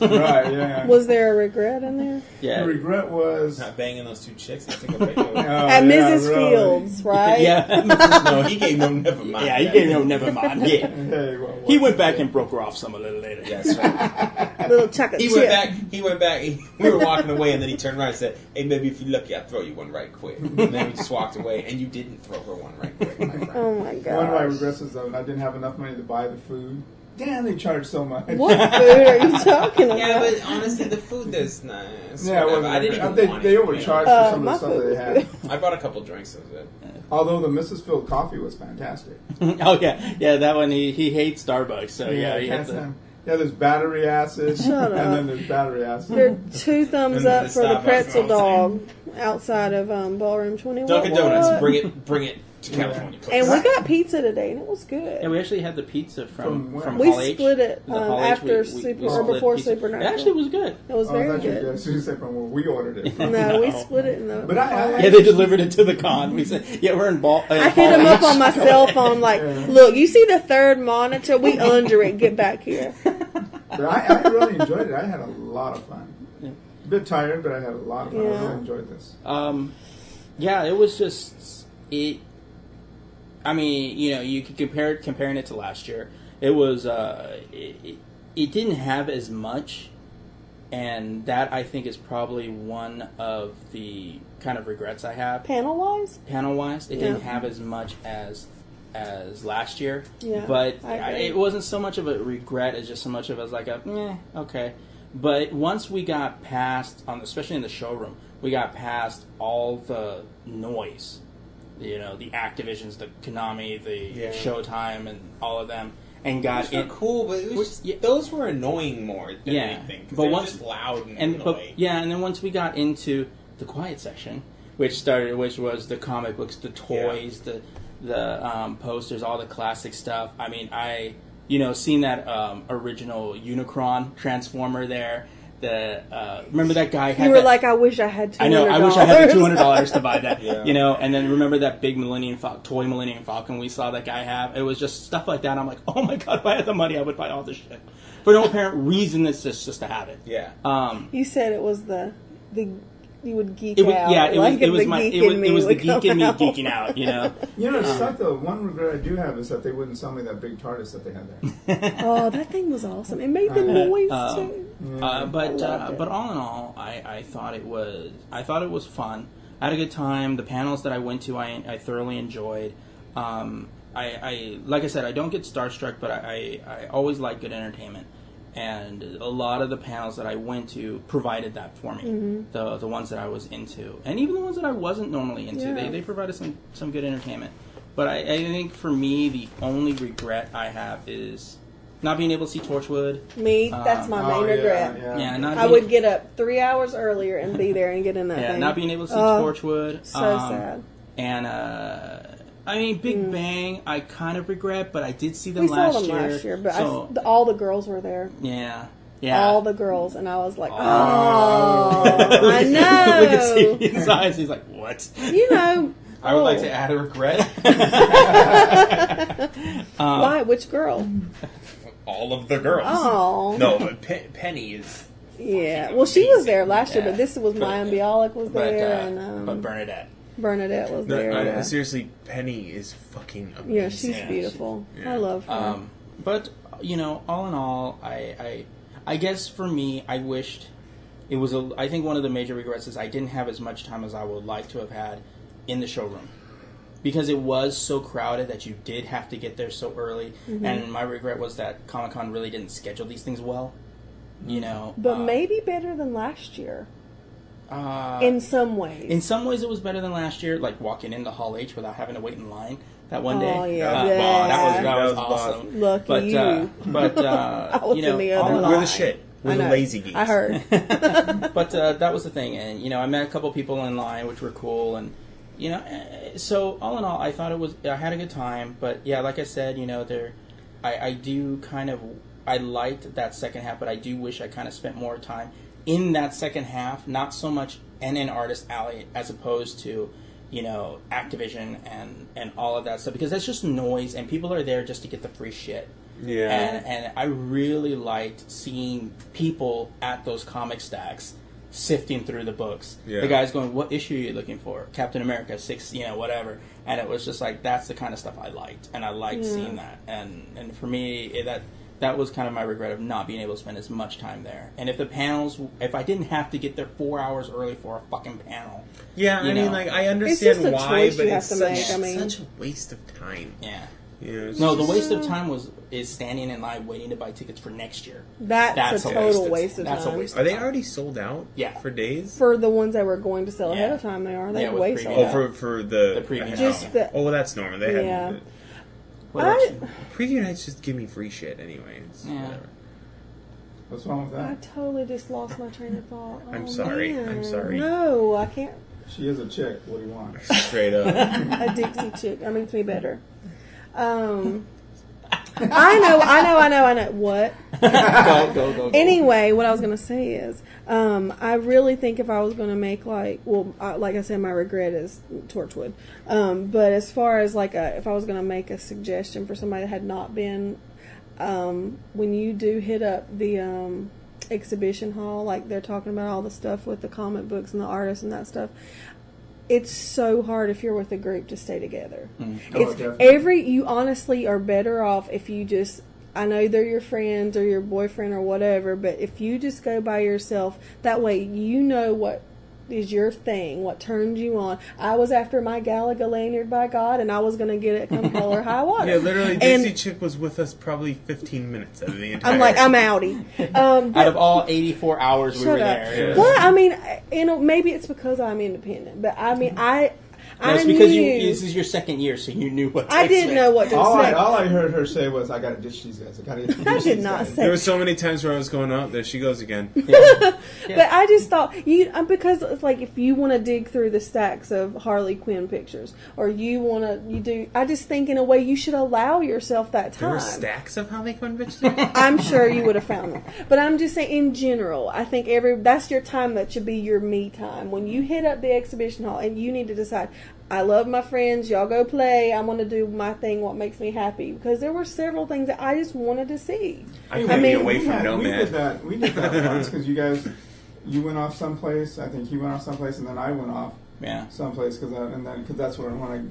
<laughs>
right. Yeah.
Was there a regret in there?
the
Yeah.
regret was.
Not banging those two chicks. I took a picture.
Oh,
At
yeah,
Mrs.
really.
Fields, right?
<laughs> Yeah.
no, he gave no never mind.
yeah. He gave no. Never mind. <laughs> Yeah.
Hey, well,
He
what-
went back and broke her off some a little later. <laughs>
That's right.
Little E.
<laughs>
chocolate
He
chip.
went back. He went back. He, we were walking away, and then he turned around and said, "Hey, maybe if you're lucky, I'll throw you one right quick." And then we just walked away, and you didn't throw her one right quick, my friend.
Oh my
One of my
god.
regrets is um, I didn't have enough money to buy the food. Damn, they charge so much.
What food are you talking about?
Yeah, but honestly, the food there's nice.
<laughs> Yeah, it
Whatever.
wasn't
I didn't
very-
even
they,
want
they
it.
overcharged
Uh,
for some of
my
the stuff
food
that they
was
had.
I bought a couple drinks of it.
Although the Mrs. Field coffee was fantastic.
Oh yeah. Yeah. That one. He, he hates Starbucks. So yeah. he
yeah,
had
can't
the,
stand- yeah, there's battery
<laughs>
acid,
Shut
and
up.
then there's battery acid.
There are two thumbs
And then
up
the
for the
Starbucks
pretzel dog
mountain.
outside of um, Ballroom 21.
Dunkin' Donuts, bring it, bring it to
Yeah.
California, please.
And we got pizza today, and it was good.
Yeah, we actually had the pizza from
From
from,
where?
We
Hall H.
split it,
The
um,
Hall H,
after Super- or
split
before
pizza.
Supernatural.
It actually was good.
it was
oh,
very
that's
good.
yeah, she said from where we ordered it.
<laughs>
From.
No, we
No.
split it in the.
But I, I
Yeah, they delivered it to the con. We said, yeah, we're in ball. Uh,
I hit
Hall
him up
H.
on my cell phone, like,
Yeah.
look, you see the third monitor?
<laughs>
We under it. Get back here.
but I, I really enjoyed it. I had a lot of fun. A bit tired, but I had a lot of fun. I
Yeah.
really enjoyed this.
Um, yeah, it was just it. I mean, you know, you could compare it comparing it to last year. It was uh, it, it- it didn't have as much, and that I think is probably one of the kind of regrets I have.
Panel wise?
panel wise, it
Yeah.
didn't have as much as as last year.
Yeah,
but
I
I-
agree.
it wasn't so much of a regret as just so much of as like a eh, okay. But once we got past on especially in the showroom, we got past all the noise. You know, the Activisions, the Konami, the Showtime and all of them and got
Those were
in
cool, but it was just,
Yeah.
those were annoying more than
Yeah.
anything.
But
But
once-
once just loud and,
and but,
annoying.
yeah, and then once we got into the quiet section, which started, which was the comic books, the toys, the the um, posters, all the classic stuff. I mean, I you know seen that um, original Unicron Transformer there. The uh, remember that guy had
You were
that-
like, I wish I had $200.
I know. I wish I had the two hundred
<laughs>
dollars to buy
<laughs>
that.
Yeah.
You know, and then remember that big Millennium Fal- toy Millennium Falcon we saw that guy have. It was just stuff like that. I'm like, oh my god, if I had the money, I would buy all this shit for no apparent reason. It's just just to have it.
yeah.
Um,
You said it was the. the you would geek
it was
out.
yeah, it was
like
it was
the
my
geek
it
in
was,
me
it was the
would
geek in
come
me
out.
geeking out, you know.
You know, it's like the one regret I do have is that they wouldn't sell me that big TARDIS that they had
<laughs>
there.
<laughs> Oh, that thing was awesome. It made the noise
Um,
too.
Uh, but
I loved
uh,
it.
but all in all, I, I thought it was I thought it was fun. I had a good time. The panels that I went to, I, I thoroughly enjoyed. Um, I, I like I said, I don't get starstruck, but I, I, I always like good entertainment. And a lot of the panels that I went to provided that for me.
Mm-hmm.
The the ones that I was into, and even the ones that I wasn't normally into, they,
Yeah.
they provided some some good entertainment. But I, I think for me, the only regret I have is not being able to see Torchwood.
Me, that's my
Oh,
main
yeah,
regret.
yeah.
uh, Yeah, not
I
being-
would get up three hours earlier and be there and get in that Uh,
Yeah,
thing.
not being able to see
Oh,
Torchwood.
so sad.
And um, uh, I mean, Big Bang, I kind of regret, but I did see them,
Mm. We
last,
saw them
year,
last year, but I
so,
s the all the girls were there.
yeah, yeah. <laughs>
All the girls, and I was like, oh, I know.
Look at
<laughs>
Steve's eyes. He's like, what?
You know,
I would like
Oh.
to add a regret.
<laughs> Uh,
why? Which girl?
All of the girls.
Oh,
No, but Pe- Penny is.
yeah. Well, she was there last year,
Yeah.
but this was Maya Bialik was
But,
there,
uh,
and um,
but Bernadette.
Bernadette was
No,
there.
I-
yeah.
seriously, Penny is fucking amazing.
yeah, she's
Yeah, she-
beautiful.
yeah.
I love her.
Um, but you know, all in all, I, I, I guess for me, I wished it was a. I think one of the major regrets is I didn't have as much time as I would like to have had in the showroom because it was so crowded that you did have to get there so early.
Mm-hmm.
And my regret was that Comic Con really didn't schedule these things well. You know,
Mm-hmm. but
um,
maybe better than last year
uh,
in some ways.
in some ways it was better than last year, like walking into Hall H without having to wait in line. That one day,
Oh, yeah.
Uh,
Yeah.
that was that
That
was,
was
awesome.
Lucky
but uh,
you.
but uh,
<laughs> I was
you know,
in the
all
other
in
line.
all-
We're the shit.
I
We're the
know.
lazy geeks.
I
<laughs>
heard.
but uh, that was the thing, and you know, I met a couple people in line, which were cool, and you know, eh, so all in all, I thought it was I had a good time, but yeah, like I said, you know, there, I, I do kind of I liked that second half, but I do wish I kind of spent more time in that second half, not so much in an artist alley as opposed to you know Activision and and all of that stuff because that's just noise, and people are there just to get the free shit.
Yeah.
And, and I really liked seeing people at those comic stacks sifting through the books.
Yeah.
The guy's going, "What issue are you looking for? Captain America six, you know, whatever." And it was just like that's the kind of stuff I liked, and I liked seeing that. And and for me, it, that that was kind of my regret of not being able to spend as much time there. And if the panels, if I didn't have to get there four hours early for a fucking panel,
Yeah, I
You
mean,
know.
like I
It's just
understand
a
why,
choice
but
you have
it's
to
such,
make, I mean-
such a waste of time.
yeah.
You know, it's
No, the
just-
waste of time was is standing in line waiting to buy tickets for next year.
That's,
That's
a
a
total
waste.
waste of
That's a
time.
waste.
Are they already sold out?
Yeah.
For days.
For the ones that were going to sell ahead
Yeah.
of time, they are. They
Yeah, with
waste
preview.
all
Oh,
Yeah.
for for the,
The preview
I-
Just the-
Oh, well, that's normal. They had
Yeah.
What
I-
else?
preview nights. Just give me free shit, anyways.
Yeah.
Whatever.
What's wrong with
I
that?
totally just lost my train of thought.
I'm
Oh,
sorry. I'm
man.
sorry.
No, I can't.
She is a chick. What do you want?
Straight up.
A Dixie chick. That makes me better. Um, I know. I know. I know. I know. What?
go go go. go.
Anyway, what I was gonna say is, um, I really think if I was gonna make like, well, I, like I said, my regret is Torchwood. Um, but as far as like, a, if I was gonna make a suggestion for somebody that had not been, um, when you do hit up the um, exhibition hall, like they're talking about all the stuff with the comic books and the artists and that stuff. It's so hard if you're with a group to stay together.
Mm. Oh,
It's
definitely.
every you honestly are better off if you just I know they're your friends or your boyfriend or whatever, but if you just go by yourself, that way you know what is your thing, what turns you on. I was after my Galaga lanyard by God, and I was going to get it
<laughs>
come hell or high
<laughs>
water.
yeah, literally.
And-
Dixie Chick was with us probably 15 minutes out of the entire.
I'm like, I'm outie.
<laughs>
Um, but
Out of all 84 hours we were
Shut up.
there, it was-
Well, I mean, you know, maybe it's because I'm independent, but I mean, I, I
That's
knew
because you, this is your second year, so you knew what. to
I didn't
expect.
know what to
All I,
expect.
all I heard her say was, "I gotta ditch these guys. I
<laughs>
gotta." ditch
I
these
did not
guys."
say
There were so many times where I was going, oh, there she goes again.
But I just thought you uh, because it's like if you want to dig through the stacks of Harley Quinn pictures, or you want to you do. I just think in a way you should allow yourself that
There were
time.
stacks of Harley Quinn
<laughs>
bitches.
I'm sure you would have found them, but I'm just saying in general. I think every that's your time that should be your me time when you hit up the exhibition hall and you need to decide. I love my friends. Y'all go play. I want to do my thing. What makes me happy? Because there were several things that I just wanted to see.
I
Hey,
couldn't
mean-
be away
we
from
had- We did
Nomad.
that. We
<laughs>
did that once because you guys, you went off someplace. I think he went off someplace, and then I went off
Yeah.
someplace because and then because that's when when I,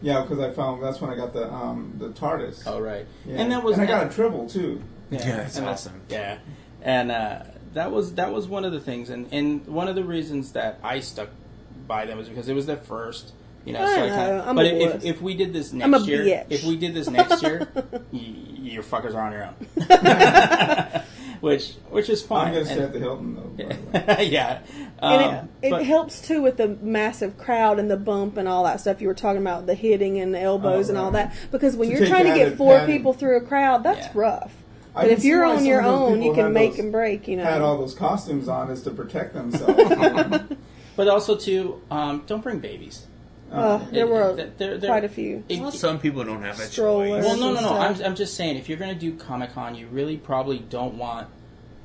yeah, because I found that's when I got the um the TARDIS.
Oh right.
Yeah.
And that was.
and I got a triple too.
Yeah,
Yeah, that's
and that-
awesome.
Yeah, and uh, that was that was one of the things, and and one of the reasons that I stuck by them is because it was their first. You know,
I
so I
know,
kinda-
I'm
but
a
if,
wuss.
if we did this next
I'm a
year,
bitch.
if we did this
<laughs>
next year, y- your fuckers are on your own,
<laughs>
<laughs> which which is fine.
I'm gonna stay at
And-
the Hilton though. by the way.
<laughs> yeah,
And
um,
it, it
but-
helps too with the massive crowd and the bump and all that stuff you were talking about, the hitting and the elbows
Oh,
and all
right.
that. Because when
To
you're
take
trying to
added
get four
padding.
people through a crowd, that's
Yeah.
rough. But
I can
if
see
you're
why
on
some
your
of those
own, you
people
can
had
make
those-
and break. You know,
Had all
<laughs>
those costumes on is to protect themselves.
but also too, um, don't bring babies.
Uh, there were
Th- there- there-
quite a few.
it-
Well, some people don't have a choice.
Strollers.
Well, no, no, no.
Stuff.
I'm, I'm just saying, if you're going to do Comic Con, you really probably don't want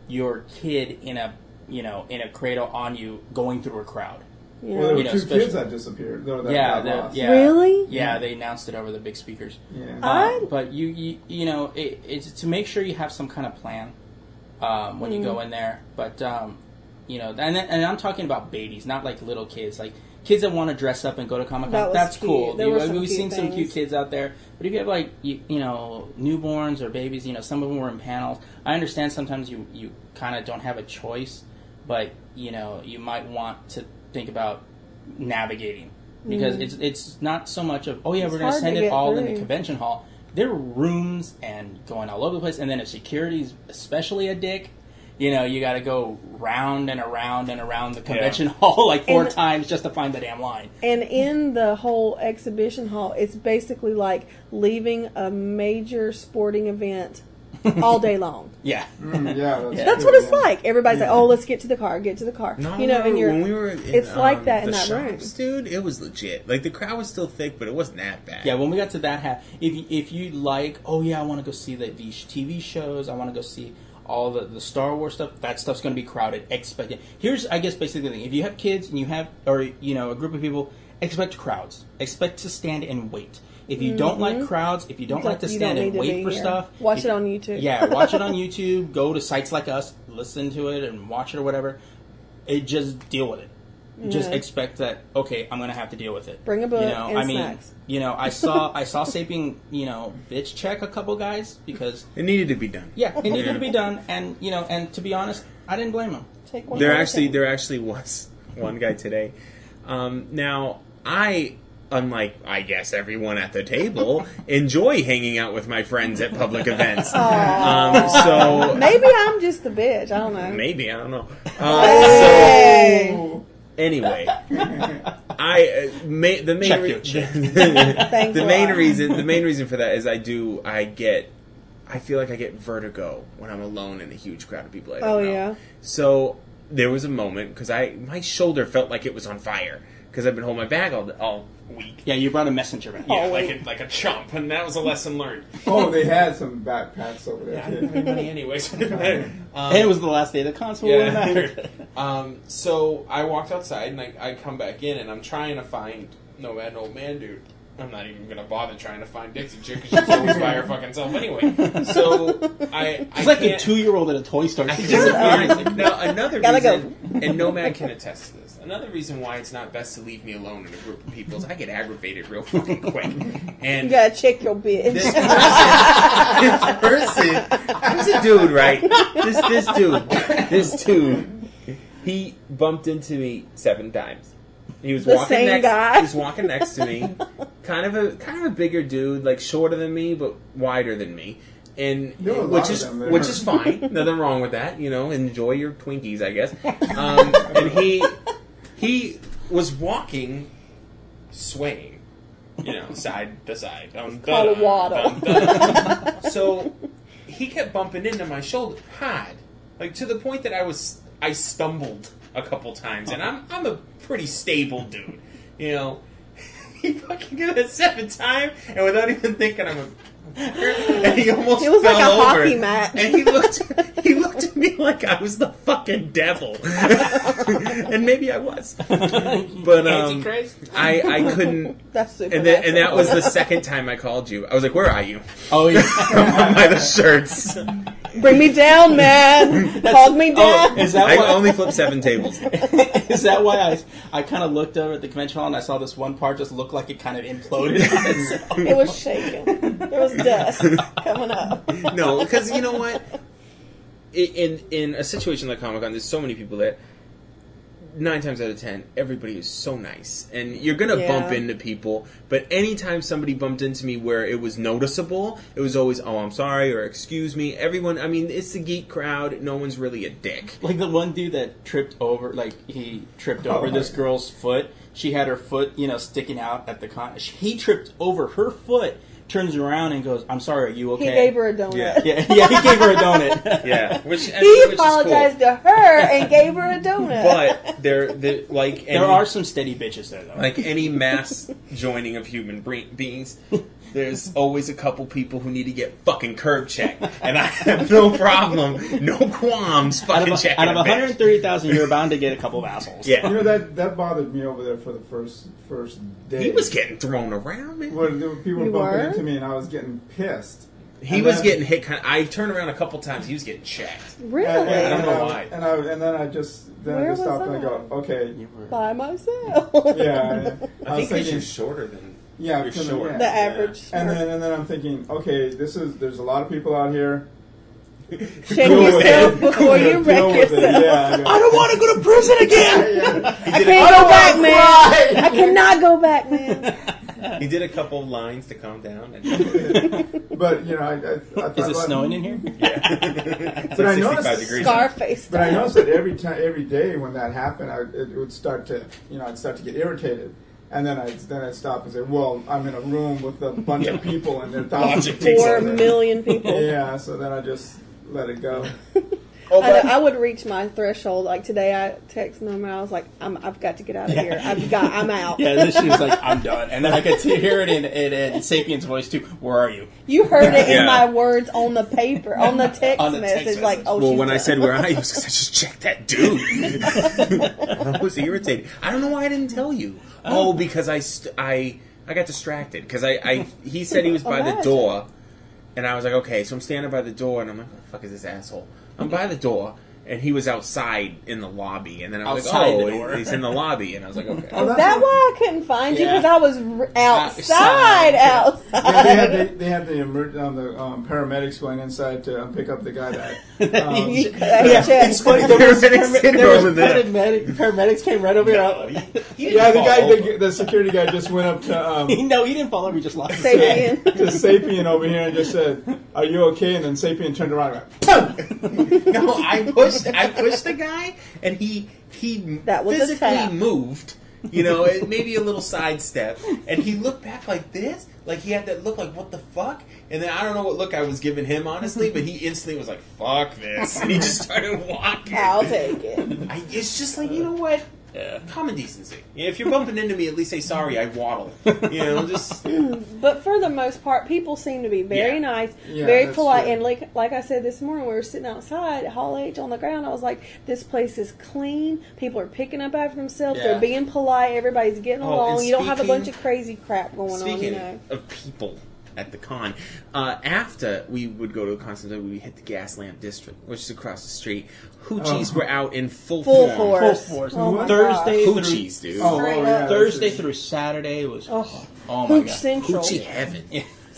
your kid in a you know in a cradle on you going through a crowd.
Yeah.
Well, there were
You know,
two
especially-
kids that disappeared. though, that
yeah,
got
the-
lost.
yeah,
Really?
Yeah, they announced it over the big speakers.
Yeah.
I-
Um, but you, you, you know, it, it's to make sure you have some kind of plan um, when you
Mm-hmm.
go in there. But um, you know, and and I'm talking about babies, not like little kids, like kids that want to dress up and go to Comic
That
Con.
was
That's
cute.
cool.
There
You-
were some
we've
cute
seen some cute
things.
kids out there. But if you have like you, you know newborns or babies, you know, some of them were in panels. I understand sometimes you you kind of don't have a choice, but you know, you might want to think about navigating. Because it's it's not so much of oh
Mm-hmm.
yeah
It's
we're gonna
hard
send
to
it
get
all in the
through.
convention convention hall, there are rooms and going all over the place. And then if security's especially a dick, you know, you got to go round and around and around the convention <laughs> hall like four
And-
times just to find the damn line.
And in the whole exhibition hall, it's basically like leaving a major sporting
<laughs>
event all day long.
Yeah.
Mm, yeah, that's,
That's
true,
what it's
yeah.
like. Everybody's like, "Oh, let's get to the car, get to the car."
No, I
you know,
remember
and you're
when we were in,
it's like
um,
that
the
in that
shops, dude. It was legit. Like the crowd was still thick, but it wasn't that bad.
Yeah, when we got to that half, if you, if you like, oh yeah, I want to go see the, the TV shows, I want to go see all the, the Star Wars stuff, that stuff's going to be crowded. Expect it. Here's, I guess, basically the thing. If you have kids and you have, or, you know, a group of people, expect crowds. Expect to stand and wait. If you don't like crowds, if you don't
Mm-hmm. Don't-
like to
you don't
stand
need
and
to
wait
be
for
here.
stuff,
Watch
if-
it on YouTube. <laughs>
Yeah, watch it on YouTube. Go to sites like us, listen to it, and watch it or whatever. It just deal with it. Just
Yeah.
expect that. Okay, I'm gonna have to deal with it.
Bring a book
You know,
and
I mean,
snacks.
you know,
<laughs>
I saw I saw Saping, you know, bitch check a couple guys because
It needed to be done.
yeah, it needed to be done, and you know, and to be honest, I didn't blame him.
Take one
There
for the
actually
team.
there actually was <laughs> one guy today. Um, now I unlike I guess everyone at the table enjoy hanging out with my friends at public events. Um, so
Maybe I'm just the bitch. I don't know.
maybe I don't know. Uh, so anyway, I uh, ma- the main
Check
re-
your chick.
Thanks
the
a
main
lot.
reason
<laughs>
the main reason for that is I do I get I feel like I get vertigo when I'm alone in a huge crowd of people. I don't
Oh,
know.
yeah.
So there was a moment because I my shoulder felt like it was on fire because I've been holding my bag all all week.
Yeah, you brought a messenger back.
Yeah, like a, like a chump, and that was a lesson
<laughs>
learned.
Oh, they had some backpacks over there.
I didn't have
too.
money <laughs> anyways. um,
And it was the last day of the concert. Yeah.
Yeah.
<laughs>
<laughs> um, so I walked outside and I, I come back in and I'm trying to find no man, old man, dude. I'm not even gonna bother trying to find Dixie Chick because she's always by her fucking self
<laughs>
anyway. So I, I
It's like a
can't.
two-year-old at a toy store.
I
She
can't
doesn't
find
realize it.
it. now <laughs> another
Gotta go.
reason, and Nomad can attest to this. Another reason why it's not best to leave me alone in a group of people is I get aggravated real fucking
<laughs>
quick. And
You gotta check your bitch.
this person, this person, there's a dude, right? This this dude, this dude, he bumped into me seven times. He was
The
walking
same
next.
guy?
He was walking next to me, kind of a kind of a bigger dude, like shorter than me but wider than me, and
There were a lot
which
of
is
them there.
which is fine. Nothing wrong with that. You know, enjoy your Twinkies, I
<laughs>
guess. Um, and he he was walking, swaying, you
<laughs>
know, side to side. Dum,
called a
dum,
waddle.
dum, dum.
<laughs>
so he kept bumping into my shoulder hard, like to the point that I was I stumbled a couple times, and I'm
Uh-huh.
I'm a pretty stable dude, you know. <laughs> He fucking did it seven time, and without even thinking, I'm a. And he almost
It was like
fell
a hockey
over.
match.
And he looked, he looked at me like I was the fucking devil, and maybe I
<laughs>
was. But um, I I couldn't.
<laughs> That's super.
And then, and that
natural.
was the second time I called you. I was like, "Where are <laughs> you?"
<laughs> Oh <laughs> yeah.
I'm by the shirts.
bring me down,
<laughs>
man. Hog me
Oh,
down.
is that
I
what?
only flipped seven tables.
Is that why I I kind of looked over at the convention hall and I saw this one part just look like it kind of imploded on <laughs> itself?
it was shaking. There was
<laughs>
dust coming up.
<laughs> No, because you know what? I- In in a situation like Comic Con, there's so many people that nine times out of ten, everybody is so nice, and you're gonna
Yeah.
bump into people. But anytime somebody bumped into me where it was noticeable, it was always, "Oh, I'm sorry," or "Excuse me." Everyone, I mean, it's the geek crowd. No one's really a dick.
Like the one dude that tripped over, like he tripped over
Oh,
this
right.
girl's foot. She had her foot, you know, sticking out at the con. He tripped over her foot, turns around and goes, "I'm sorry, are you okay?"
He gave her a donut.
Yeah.
<laughs> yeah, yeah, he gave her a donut.
Yeah, <laughs> which
<laughs> He
which is cool.
apologized to her and gave her
<laughs>
a donut.
But there, there like any,
There are some steady bitches there, though.
like any mass joining of human bre- beings. There's always a couple people who need to get fucking curb checked, and I have no problem, no qualms,
out
fucking <laughs>
of,
checking
out of
a bitch.
130,000, you're bound to get a couple of assholes.
Yeah,
You know that that bothered me over there for the first first day.
he was getting thrown around, man.
Where the people were
You
bumping
were?
into me, and I was getting pissed.
He
And
was
then-
getting hit. Kind of, I turned around a couple times. He was getting checked.
really?
And, and,
I don't
and
know
I,
why.
And I and then I just then
Where
I just
was
stopped and I
I?
go, okay,
By myself. <laughs>
yeah.
I, think
was
because you're
thinking,
shorter than
yeah,
you're
because of-
short.
yeah.
the average.
and then and then I'm thinking, okay, this is there's a lot of people out here. <laughs>
Check
Cool
yourself
it.
before you
<laughs> Deal
wreck
with it.
yourself.
<laughs>
Yeah, I go,
don't want to go to prison again.
I can't
Oh,
go back, man. I cannot go
<laughs>
back, man.
He did a couple lines to calm down. And
<laughs>
but you know, I, I, I thought,
Is it
well,
snowing in here?
it's
But I
like
noticed
65 degrees.
Scarface.
But I noticed that every time, every day when that happened, I, it would start to, you know, I'd start to get irritated, and then I would then I would stop and say, "Well, I'm in a room with a bunch of people, and there are thousands of
Logic takes
people."
Four
there."
million people.
<laughs> Yeah, so then I just let it go. Oh,
I, know, I would reach my threshold. Like today, I text them and I was like, I'm, "I've got to get out of here. I've got.
<laughs>
I'm out."
Yeah, this she was like, I'm done. And then I could hear it in, in, in Sapien's voice too. Where are you?
You heard it
Yeah.
in my words on the paper, on the text,
<laughs> On the text
message, Like,
message.
oh,
Well,
she's
when I
done.
said where
<laughs>
I was, 'cause I just checked that dude. <laughs> I was irritated. I don't know why I didn't tell you. Oh, because I st- I I got distracted because I, I he said he was by the
Imagine.
door, and I was like, okay, so I'm standing by the door, and I'm like, what the fuck is this asshole? I'm by the door. And he was outside in the lobby, and then I was
Outside the
like, "Oh,
door.
he's in the lobby," and I was like,
<laughs>
"Okay."
Oh,
Is
that's
that
what-
why I couldn't find you?
Yeah.
Because I was r-
Outside.
outside,
Yeah, they
outside.
had the, they had the emer- um, the um, paramedics going inside to um, pick up the guy that. Um,
<laughs> You- I checked.
paramedics did
There was
roll in there.
paramedic, paramedics came right over here.
yeah, the guy, the, the security guy, just went up to um,
no, he didn't fall over. He just lost his
Say
head.
it
to Sapien over here and just said, "Are you okay?" And then Sapien turned around and went,
No, I
<laughs>
pushed. I pushed the guy, and he he
That was a
physically
tap.
moved. You know, it, maybe a little sidestep, and he looked back like this, like he had that look, like what the fuck. And then I don't know what look I was giving him, honestly, but he instantly was like, "Fuck this," and he just started walking.
in. I'll take it.
I, it's just like you know what, common decency. If you're bumping into me, at least say sorry. I waddle. You know, just
But for the most part, people seem to be very
Yeah.
nice,
Yeah,
very
that's
polite.
true.
And like, like I said this morning, we were sitting outside at Hall H on the ground. I was like, this place is clean. People are picking up after themselves.
Yeah.
They're being polite. Everybody's getting
Oh,
along.
and
You don't have a
speaking-
bunch of crazy crap going on, you
Speaking
know.
of people at the con, uh, after we would go to the concert, we would hit the Gas Lamp District, which is across the street. Hoochies
Oh.
were out in full,
Full
form.
force.
Full force.
Oh my
Thursday through
Hoochies, dude.
"Oh,
Straight
oh,
up.
yeah,
Thursday
through."
through Saturday was
gosh.
oh,
Oh,
my
Hooch
god.
Central.
Hoochie heaven.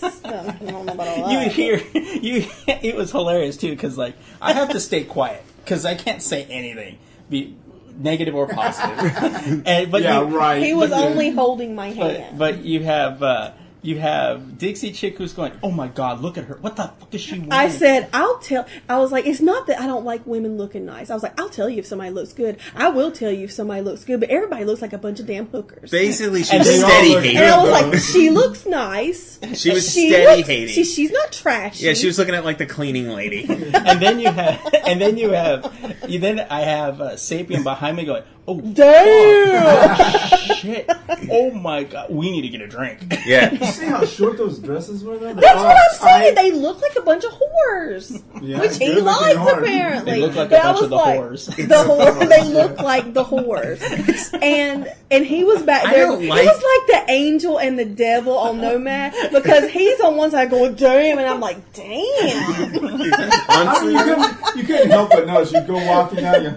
I don't know about all that.
<laughs> You would hear you. It was hilarious too because like I have to stay quiet because I can't say anything, be negative or
<laughs>
positive. and, but
Yeah,
you-
right.
He was
But then-
only holding my
But,
hand.
but you have uh, you have Dixie chick who's going. Oh my god, look at her! What the fuck is she wearing?
I said, I'll tell. I was like, it's not that I don't like women looking nice. I was like, I'll tell you if somebody looks good. I will tell you if somebody looks good, but everybody looks like a bunch of damn hookers.
Basically, she
And
was
they all
steady
look
hating.
and I was like, she looks nice.
She was
She
steady
looks,
hating.
She, she's not trashy.
yeah, she was looking at like the cleaning lady.
and then you have, <laughs> and then you have, you then I have uh, Sapien behind me going,
<laughs>
"Oh
Damn.
shit! Oh my god, we need to get a drink."
<laughs>
yeah.
See how short those dresses were? Though?
That's what I'm saying. they look like a bunch of whores,
Yeah,
which he
good-looking
likes
whores.
apparently.
They look like a
But I
bunch
was
of the
like-
whores.
The whore, they look like the whores, and and he was back
I
there.
don't
He
like-
was like the angel and the devil on Nomad because he's on one side going damn, and I'm like damn.
I mean, you, couldn't, you couldn't help but notice. You go walking out, you,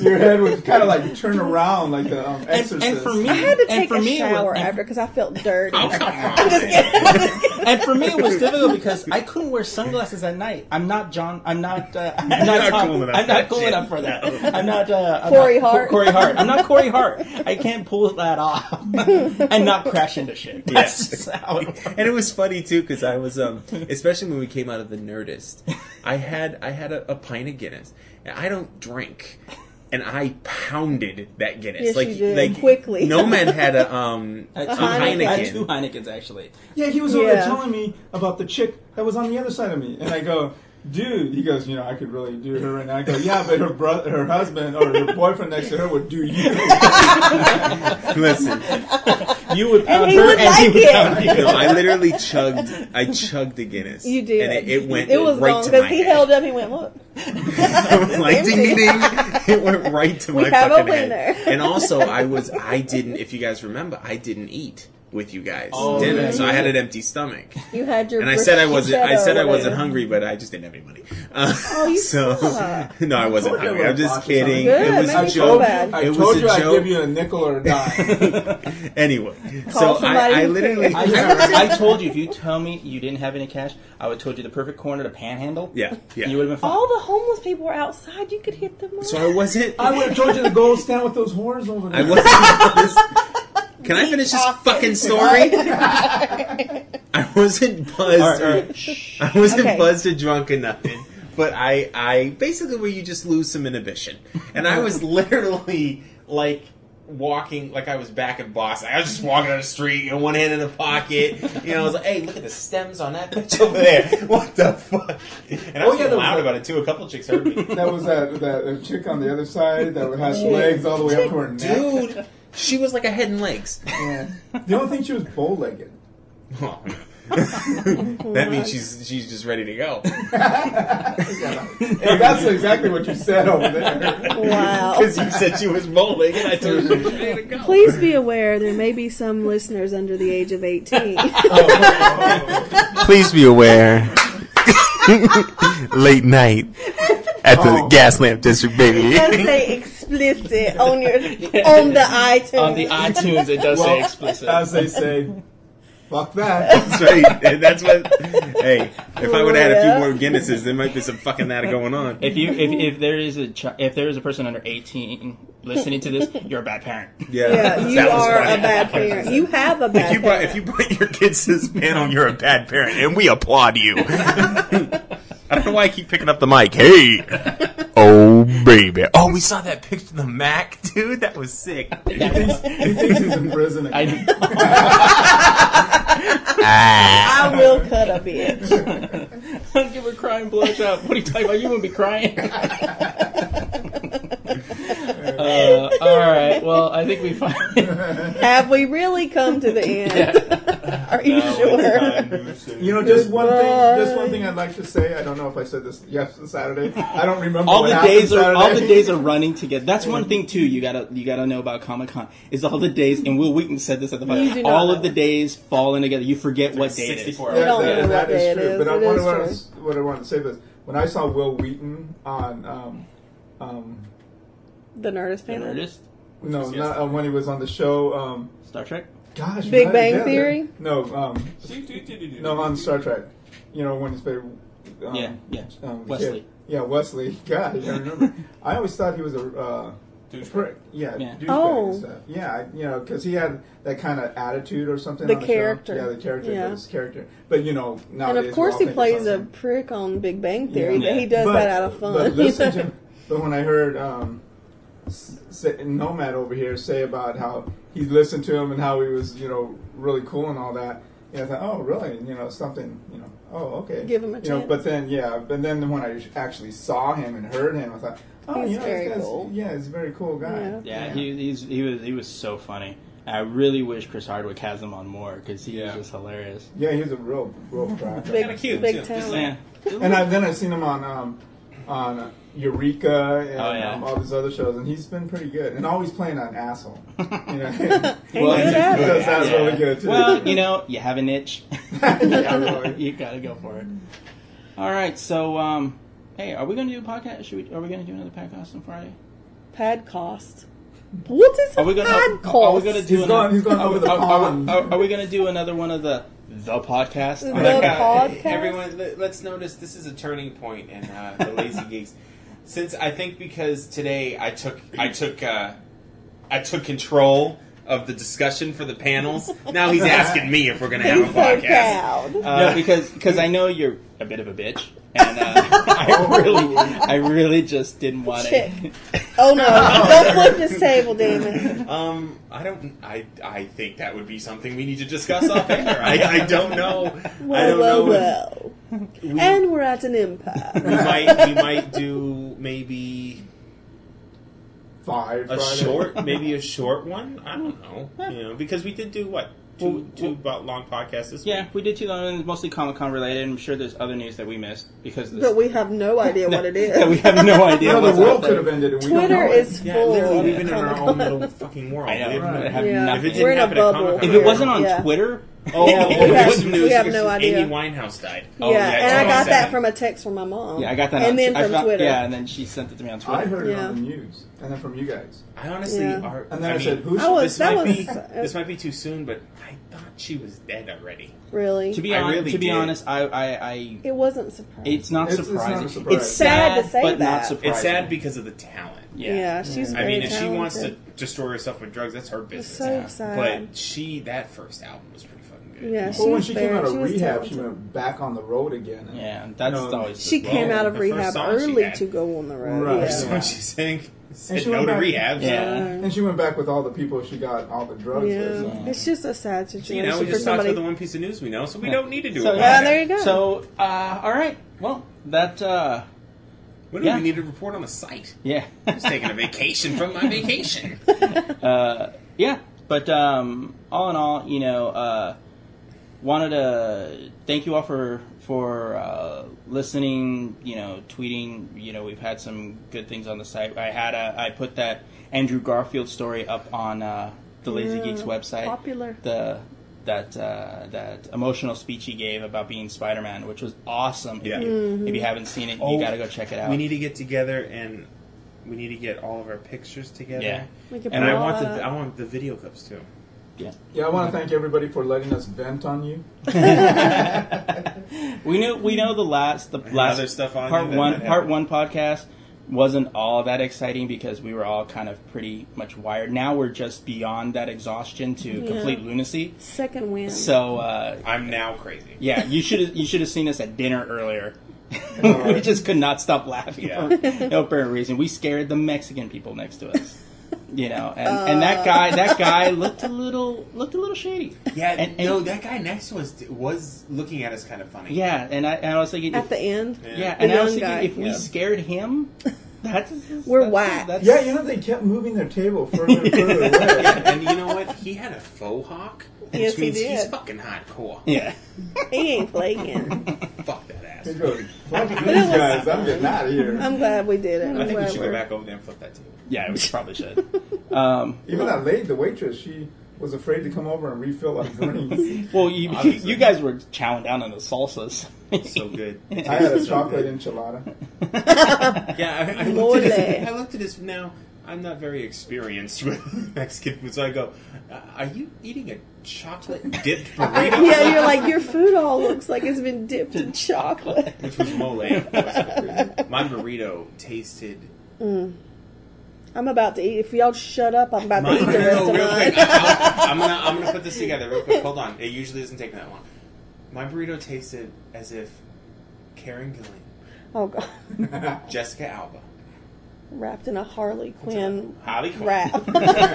your head was kind of like turn around like the um,
And,
exorcist.
and for me,
I had to
and
take
for
a
me, it was-
shower
and-
after because I
<laughs>
felt dirty.
and for me, it was difficult because I couldn't wear sunglasses at night. I'm not John. I'm not. Uh, I'm not, Tom-
cool enough
I'm
for
not
that
cool
shit.
enough for that.
<laughs>
I'm not uh, I'm
Corey
not Co-
Hart.
Corey Hart. I'm not Corey Hart. I can't pull that off <laughs> and not crash into shit. That's <laughs>
Yes.
just how it-
and it was funny too because I was, um, especially when we came out of the Nerdist, I had I had a, a pint of Guinness, and I don't drink, and I pounded that Guinness.
Yes,
like
you did.
like
Quickly.
No man had a um
<laughs> I
a
had two-
Heineken.
I had two Heinekens actually.
Yeah, he was over there
Yeah.
telling me about the chick that was on the other side of me, and I go, "Dude," he goes, "You know, I could really do her." right now." I go, "Yeah, but her brother, her husband, or her boyfriend next to her would do you."
<laughs>
Listen,
You would
And
pound
he
her,
would
and
like
he would
it.
pound you.
no, I literally chugged. I chugged the Guinness.
You did.
and it, it went.
It was
right
gone
to my
because he
head. <laughs>
held up. He went, look.
like
Empty.
ding ding ding. <laughs> It went right to
We
my
have a
fucking head.
winner.
And also, I was I didn't. If you guys remember, I didn't eat with you guys
Oh,
dinner,
yeah,
so I
yeah.
had an empty stomach.
You had your.
And I said I wasn't. I
bruschetta or
said I wasn't
whatever.
hungry, but I just didn't have any money. Uh,
Oh, you
<laughs> so <laughs>
suck.
no, <laughs> I wasn't
told you
hungry.
I
I'm
would've
just
bought you something.
kidding.
Good,
it was
made
a
I
me feel
told
joke.
you,
bad.
I
It was
told
a
you I'd
joke.
give you a nickel or a dime.
Anyway,
Call
so
somebody
I, I
who
literally.
<laughs>
I, remember, I told you if you tell me you didn't have any cash, I would told you the perfect corner to panhandle.
Yeah, yeah.
you would have been fine.
All the homeless people were outside. You could hit them.
<laughs>
Up.
so I wasn't.
I would have told you to go stand with those whores over there.
I wasn't. this- can I finish this fucking story? I wasn't buzzed.
All right, all
or-
right. Shh.
I wasn't
Okay.
buzzed or drunk or nothing. But I, I basically where you just lose some inhibition, and I was literally like walking, like I was back in Boston. I was just walking on the street, you know, one hand in the pocket. You know, I was like, "Hey, look at the stems on that bitch over there. <laughs> What the fuck?" And I was getting
yeah, there was
loud
a-
about it too. A couple chicks heard me.
That was that that uh, chick on the other side that has legs all the way up to her neck.
Dude, she was like a head and legs.
Yeah. The only thing she was bow-legged.
Oh. that means she's she's just ready to go.
And that's exactly what you said
<laughs>
over there.
Wow.
Because you said she was bowling, and I told her she was ready to go.
Please be aware there may be some listeners under the age of 18.
<laughs>
Please be aware. Late night at the gas lamp district, baby.
Does say explicit on your on the iTunes.
On the iTunes, it does say explicit.
As they say, fuck that.
That's right. And that's what. Hey, if I would have had a few more Guinnesses, there might be some fucking that going on.
If you if, if there is a chi- if there is a person under eighteen listening to this, you're a bad parent.
Yeah,
Yeah, you
That was
are
funny.
a bad parent. You have a
If
bad
you brought
parent.
if you brought your kids to this panel, you're a bad parent, and we applaud you. I don't know why I keep picking up the mic. Hey, oh baby, oh we saw that picture of the Mac, dude. That was sick.
He thinks he's in prison again.
I,
Ah.
I will cut a bitch.
<laughs> don't give her crying blowjob. What are you talking about? You wouldn't
<laughs>
be crying. uh, all right. Well, I think we finally.
Have we really come to the
<laughs>
end? Are you sure?
You know, just one thing. Just one thing I'd like to say. I don't know if I said this yes Saturday. I don't remember.
all
what
the
happened
days are all
Saturday.
the days are running together. That's one thing too. You gotta you gotta know about Comic Con is all the days. And Will Wheaton said this at the
You do
podcast.
not
All
know.
of the days falling together. You forget what day it is.
64
Yeah,
We don't
that-
know what
that
day
is
it
true.
is.
But I
It
wanted
is
what, I
true.
was- what I wanted to say was when I saw Will Wheaton on um, um,
The Nerdist
The
panel.
Nerdist?
no, not uh, when he was on the show. Um,
Star Trek.
gosh,
Big
what-
Bang
yeah,
Theory?
the- No, um, no, on Star Trek. You know when he's played. Um,
Yeah, yeah.
um, the
Wesley.
kid. Yeah, Wesley. <laughs> God, I
<laughs>
can't remember. I always thought he was a. Uh, prick. Yeah,
Yeah.
douchebag
Oh.
and stuff. Yeah, I- you know, because he had that kind of attitude or something.
The
on the
character.
Show. Yeah, the character.
Yeah.
His character. But you know,
And
nowadays
of course,
we
he
all think it's
plays a
awesome.
prick on Big Bang Theory,
Yeah.
but he does
But-
that out of
But
fun. <laughs>
listen to. But when I heard um, s- say, Nomad over here say about how he listened to him and how he was, you know, really cool and all that. And I thought, oh, really? You know, something, you know, oh, okay.
Give him a
you know,
chance.
But then, yeah, but then when I actually saw him and heard him, I thought, oh,
He's
you know,
very
this guy's-
cool.
yeah, he's a very cool guy.
Yeah.
Yeah, He, he's, he was he was so funny. I really wish Chris Hardwick has him on more because he was
Yeah.
just hilarious.
Yeah, he's a real,
<laughs>
real crack.
big,
Kinda cute,
big
too.
talent.
Yeah.
and I've, then I've seen him on um, on uh, Eureka and
Oh, yeah.
um, all these other shows, and he's been pretty good. And always playing
<laughs>
an asshole. You know,
Ain't
<laughs>
good at it.
because that's really good too.
Well, you know, you have an itch.
<laughs>
<laughs>
yeah, really.
you gotta go for it. All right, so um, hey, are we gonna do a podcast? Should we? Are we gonna do another podcast on Friday?
Pad cost. What is
Are we gonna?
pad
Are, are we
cost?
gonna do?
He's
another,
gone- he's gone
are,
over the
are- are-
pond.
are- are we gonna do another one of the the podcast?
The
Oh my God.
podcast?
Everyone, let, let's notice this is a turning point in uh, the Lazy Geeks. Since I think because today I took I took uh, I took control
of the discussion for the panels. Now he's asking me if we're going to have a
so
podcast.
proud.
no, Uh, because because I know you're a bit of a bitch, and uh, <laughs> I really, I really just didn't want <laughs>
Shit.
to.
Oh no! Don't flip this table, Damon.
Um, I don't. I I think that would be something we need to discuss off air. I, I don't know. I
Well,
don't
well,
know. if-
well. And we're at an
we
<laughs>
impasse.
might we might do maybe
Five.
a
Friday.
short maybe a short one. I don't know. You know because we did do what two
Well,
two
well-
about long podcasts this
Yeah, we did too long, and it's mostly Comic Con related. I'm sure there's other news that we missed because of this,
but we have no idea what it
<laughs> that we
is. <laughs>
have no idea.
No,
what's
the world
out there.
could have ended, and we don't
Twitter
know it.
is
Yeah,
full.
literally,
of
we've been in our own
Comic-Con. <laughs>
little fucking world.
I know.
We have-
I have
Yeah.
nothing.
If it didn't
We're in a
happen at Comic-Con,
bubble.
If it wasn't
Yeah.
on
Yeah.
Twitter,
Oh,
<laughs>
we have-
there's news
we have
because
no idea.
Amy Winehouse died.
yeah, and I
it's
got
on
that
Saturday.
from a text from my mom.
yeah, I got that.
And
on,
then
I
from
forgot-
Twitter.
Yeah, and then she sent it to me on Twitter.
I heard it
Yeah.
on the news, and then from you guys.
I honestly
Yeah.
are.
And then I,
mean,
said, "Who's
I was-
this
that
might
was-
be
<laughs>
this might be too soon, but I thought she was dead already.
Really,
To be,
I
hon-
really
to be
did.
honest, I, I, I,
it wasn't surprising.
it's not
It's- it's not a
surprising.
surprise.
Sad to say
but
that.
not
It's
surprising.
It's sad because of the talent.
yeah. she's.
I
Very
mean, if she wants to
talented.
destroy herself with drugs, that's her business.
so Yeah. sad.
But she, that first album was pretty fucking good.
Yeah, she
Well, when
was
she
very-
came out of
she was
rehab,
talented.
she went back on the road again. And
Yeah, that's
No.
always.
She
Well,
came out of
the first
rehab
song she
early
had.
to go on the road.
Right.
Yeah.
First <laughs>
Yeah.
one she sang said
she
no
went
to
back-
rehab. so,
yeah.
And she went back with all the people she got all the drugs with.
Yeah.
so-
It's just a sad
You
situation
know, we
for
just talked
somebody.
about the one piece of news we know, so we don't need to do
So,
it.
yeah, there you go.
So, uh, all right. Well, that, uh,
What do
Yeah.
we need to report on the site?
yeah, <laughs>
I'm just taking a vacation from my vacation.
yeah. But um, all in all, you know, uh, wanted to thank you all for for uh, listening. You know, tweeting. You know, we've had some good things on the site. I had a, I put that Andrew Garfield story up on uh, the Lazy
Yeah,
Geeks website.
popular.
The that uh, that emotional speech he gave about being Spider Man, which was awesome. If
Yeah.
you- If you haven't seen it,
Oh,
you got to go check it out.
We need to get together and we need to get all of our pictures together.
Yeah.
We could
And I
pull
want
that
the
up.
I want the video clips too.
yeah.
Yeah, I want to thank everybody for letting us vent on you.
We know we know the last the last
there's stuff on
part
you that
one
might
part
happen.
one podcast wasn't all that exciting because we were all kind of pretty much wired. Now we're just beyond that exhaustion to complete lunacy.
Second win.
So uh,
I'm now crazy.
yeah, you should you should have seen us at dinner earlier. we just could not stop laughing
Yeah.
for no apparent reason. We scared the Mexican people next to us. You know, and, and
Uh.
that guy that guy looked a little looked a little shady.
Yeah,
and, and-
no, that guy next to us d- was looking at us kind of <laughs> funny.
yeah, and I, and I was thinking
at the end,
Yeah,
The
and I was
young
thinking
guy.
if we
Yeah. <laughs>
scared him, that's
We're
that's,
whack.
That's,
Yeah, you know they kept moving their table further and
<laughs>
further away.
And you know what? He had a faux hawk, which
<laughs> Yes, he
means he's
did.
fucking hardcore.
yeah.
he ain't playing.
Fuck that ass.
They go, "Fuck these guys, I'm getting out of here."
I'm glad we did it. I'm
I think we
glad
should
we're-
go back over there and flip that table.
Yeah, we probably should. Um,
Even that lady, the waitress, she was afraid to come over and refill
<laughs>
our drinks.
well, you, you
Obviously.
you guys were chowing down on the salsas. <laughs>
So <laughs> good.
I had a chocolate enchilada.
Yeah, I, I, looked at
Mole.
this, I looked at this now. I'm not very experienced <laughs> with Mexican food, so I go, uh, "Are you eating a chocolate dipped burrito?"
<laughs> yeah, you're like your food all looks like it's been dipped in chocolate.
Which was mole. of course. <laughs> My burrito tasted.
I'm about to eat. If y'all shut up, I'm about
My,
to eat the rest
no,
of
real
mine.
quick, I, am gonna I'm gonna put this together real quick. Hold on, it usually doesn't take that long. My burrito tasted as if Karen Gillan,
Oh god,
Jessica Alba,
wrapped in a Harley Quinn
Holly Quinn,
wrap.
<laughs> all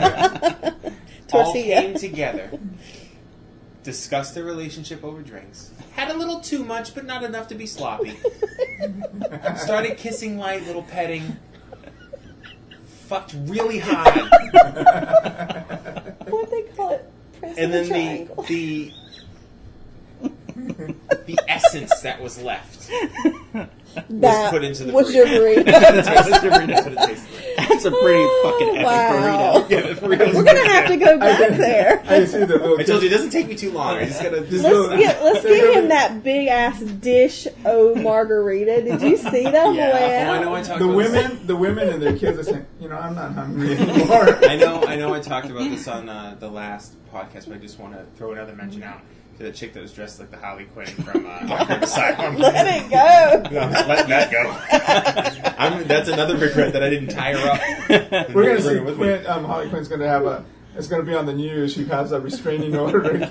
came
Tortilla.
together, discussed their relationship over drinks, had a little too much, but not enough to be sloppy. Started kissing light, little petting. Fucked really hard,
What they call it? Press
and then
triangle.
the the <laughs> the essence that was <laughs> left
that
put into the
was your
burrito. <laughs>
burrito.
tasted that's what it tasted like.
That's a pretty fucking epic
Oh, Wow.
burrito.
Yeah, the burrito's
We're gonna have to go back there.
I see the
<laughs>
little.
I told you it doesn't take me too long. I just gotta.
Oh,
Just, <laughs>
Let's get let's give him that big ass dish o margarita. Did you see that on the way
oh, I
out?
know. I talked
The
about this-
women, the women and their kids are saying, "You know, I'm not hungry
<laughs>
anymore." <laughs>
I know, I know. I talked about this on uh, the last podcast, but I just want to throw another mention out to the chick that was dressed like the Holly Quinn from <laughs> uh, Doctor Asylum.
Let it
<laughs>
go.
Let that go. <laughs> I'm, that's another regret that I didn't tie her up. <laughs>
We're gonna
Bring
see
her with me.
Quinn. Um, Holly Quinn's gonna have a it's going to be on the news. She has a restraining order.
<laughs>
Breaking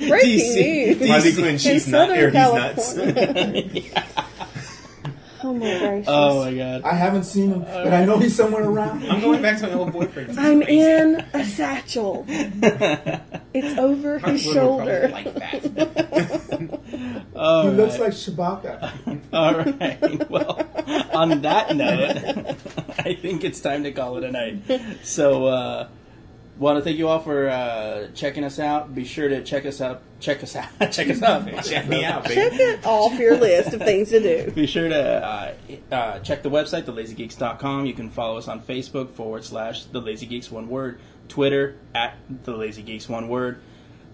DC.
news.
Harley Quinn, she's
In
not
Southern
here. He's nuts.
California. Oh my gracious.
Oh my god.
I haven't seen him, but I know he's somewhere around.
<laughs> I'm going back to my old boyfriend.
I'm in
<laughs>
a satchel. it's over
Wood would
his
probably
shoulder.
Like
<laughs>
that. Oh,
he looks like Chewbacca.
<laughs> All right. Well, on that note, <laughs> I think it's time to call it a night. So, uh, want to thank you all for uh, checking us out. Be sure to check us out. Check us out. <laughs> check us out.
<laughs> Check me out, baby.
<laughs> Check out all for your list of things to do.
Be sure to uh, uh, check the website, thelazygeeks.com. You can follow us on Facebook forward slash the Lazy Geeks one word, Twitter at the Lazy Geeks one word.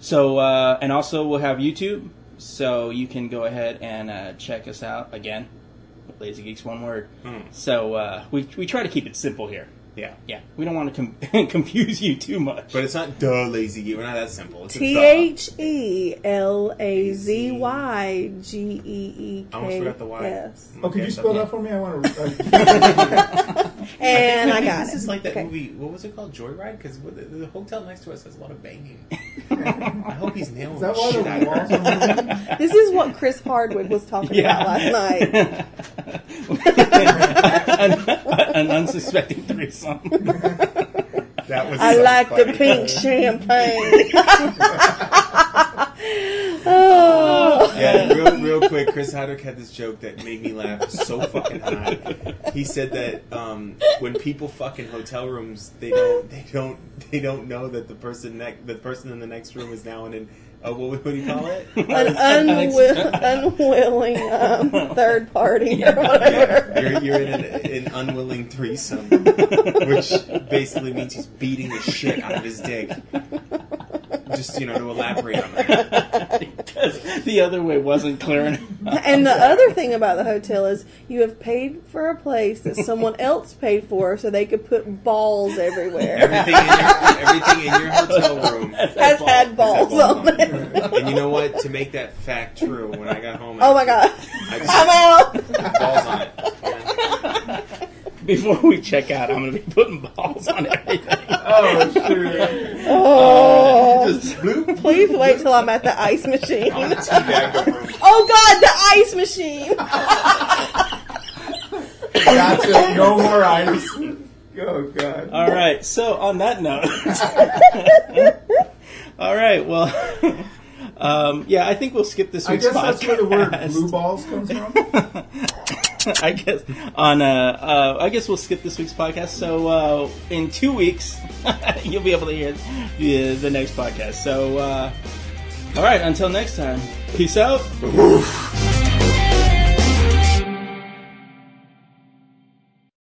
So, uh, and also we'll have YouTube, so you can go ahead and uh, check us out again, Lazy Geeks one word.
Hmm.
So uh, we we try to keep it simple here.
Yeah.
Yeah, we don't want to com- <laughs> confuse you too much.
But it's not duh lazy geek. We're not that simple. <laughs> It's a
T
duh.
H E L A Z Y G E E
I almost forgot the
K
Y. Mm,
S.
Oh, could you
Okay,
spell
so-
that for me? I uh, <laughs> want to.
And
<laughs>
I got
this
it.
is like that
Okay.
movie. What was it called? Joyride? Because the, the hotel next to us has a lot of banging. I hope he's nailing
is that
the
why
shit out
the
of her.
walls are moving?
This is what Chris Hardwick was talking about last
<laughs>
night.
<laughs> An unsuspecting threesome.
That was.
I
so
like the
funny.
pink champagne.
<laughs>
<laughs> oh,
Yeah, real, real quick, Chris Hardwick had this joke that made me laugh so fucking high. He said that um, when people fuck in hotel rooms, they don't, they don't, they don't know that the person next, the person in the next room is now in an, uh, what, what do you call it?
an unwi- unwilling um, third party or whatever.
Yeah, you're, you're in an, an unwilling threesome, which basically means he's beating the shit out of his dick. Just you know to elaborate on that.
Because <laughs> the other way wasn't clear enough. <laughs>
And the other thing about the hotel is you have paid for a place that someone else paid for so they could put balls everywhere.
Everything in your, everything in your hotel room
Has had balls on it.
And you know what? To make that fact true, when I got home,
Oh my god.
I just
I'm out.
had balls on it. Yeah.
Before we check out, I'm going to be putting balls on everything.
Oh, shoot.
Oh.
Just bloop.
Please wait till I'm at the ice
<laughs>
machine.
On the teabag over.
Oh god, the ice machine.
That's <laughs> it. No more ice. Oh, God.
All right. So on that note, <laughs> all right. Well, <laughs> um, yeah, I think we'll skip this
I
week's
guess that's where the word
podcast.
blue balls comes from.
<laughs> I guess on uh, uh, I guess we'll skip this week's podcast. So uh, in two weeks, <laughs> you'll be able to hear the, the next podcast. So uh, all right. Until next time. Peace out.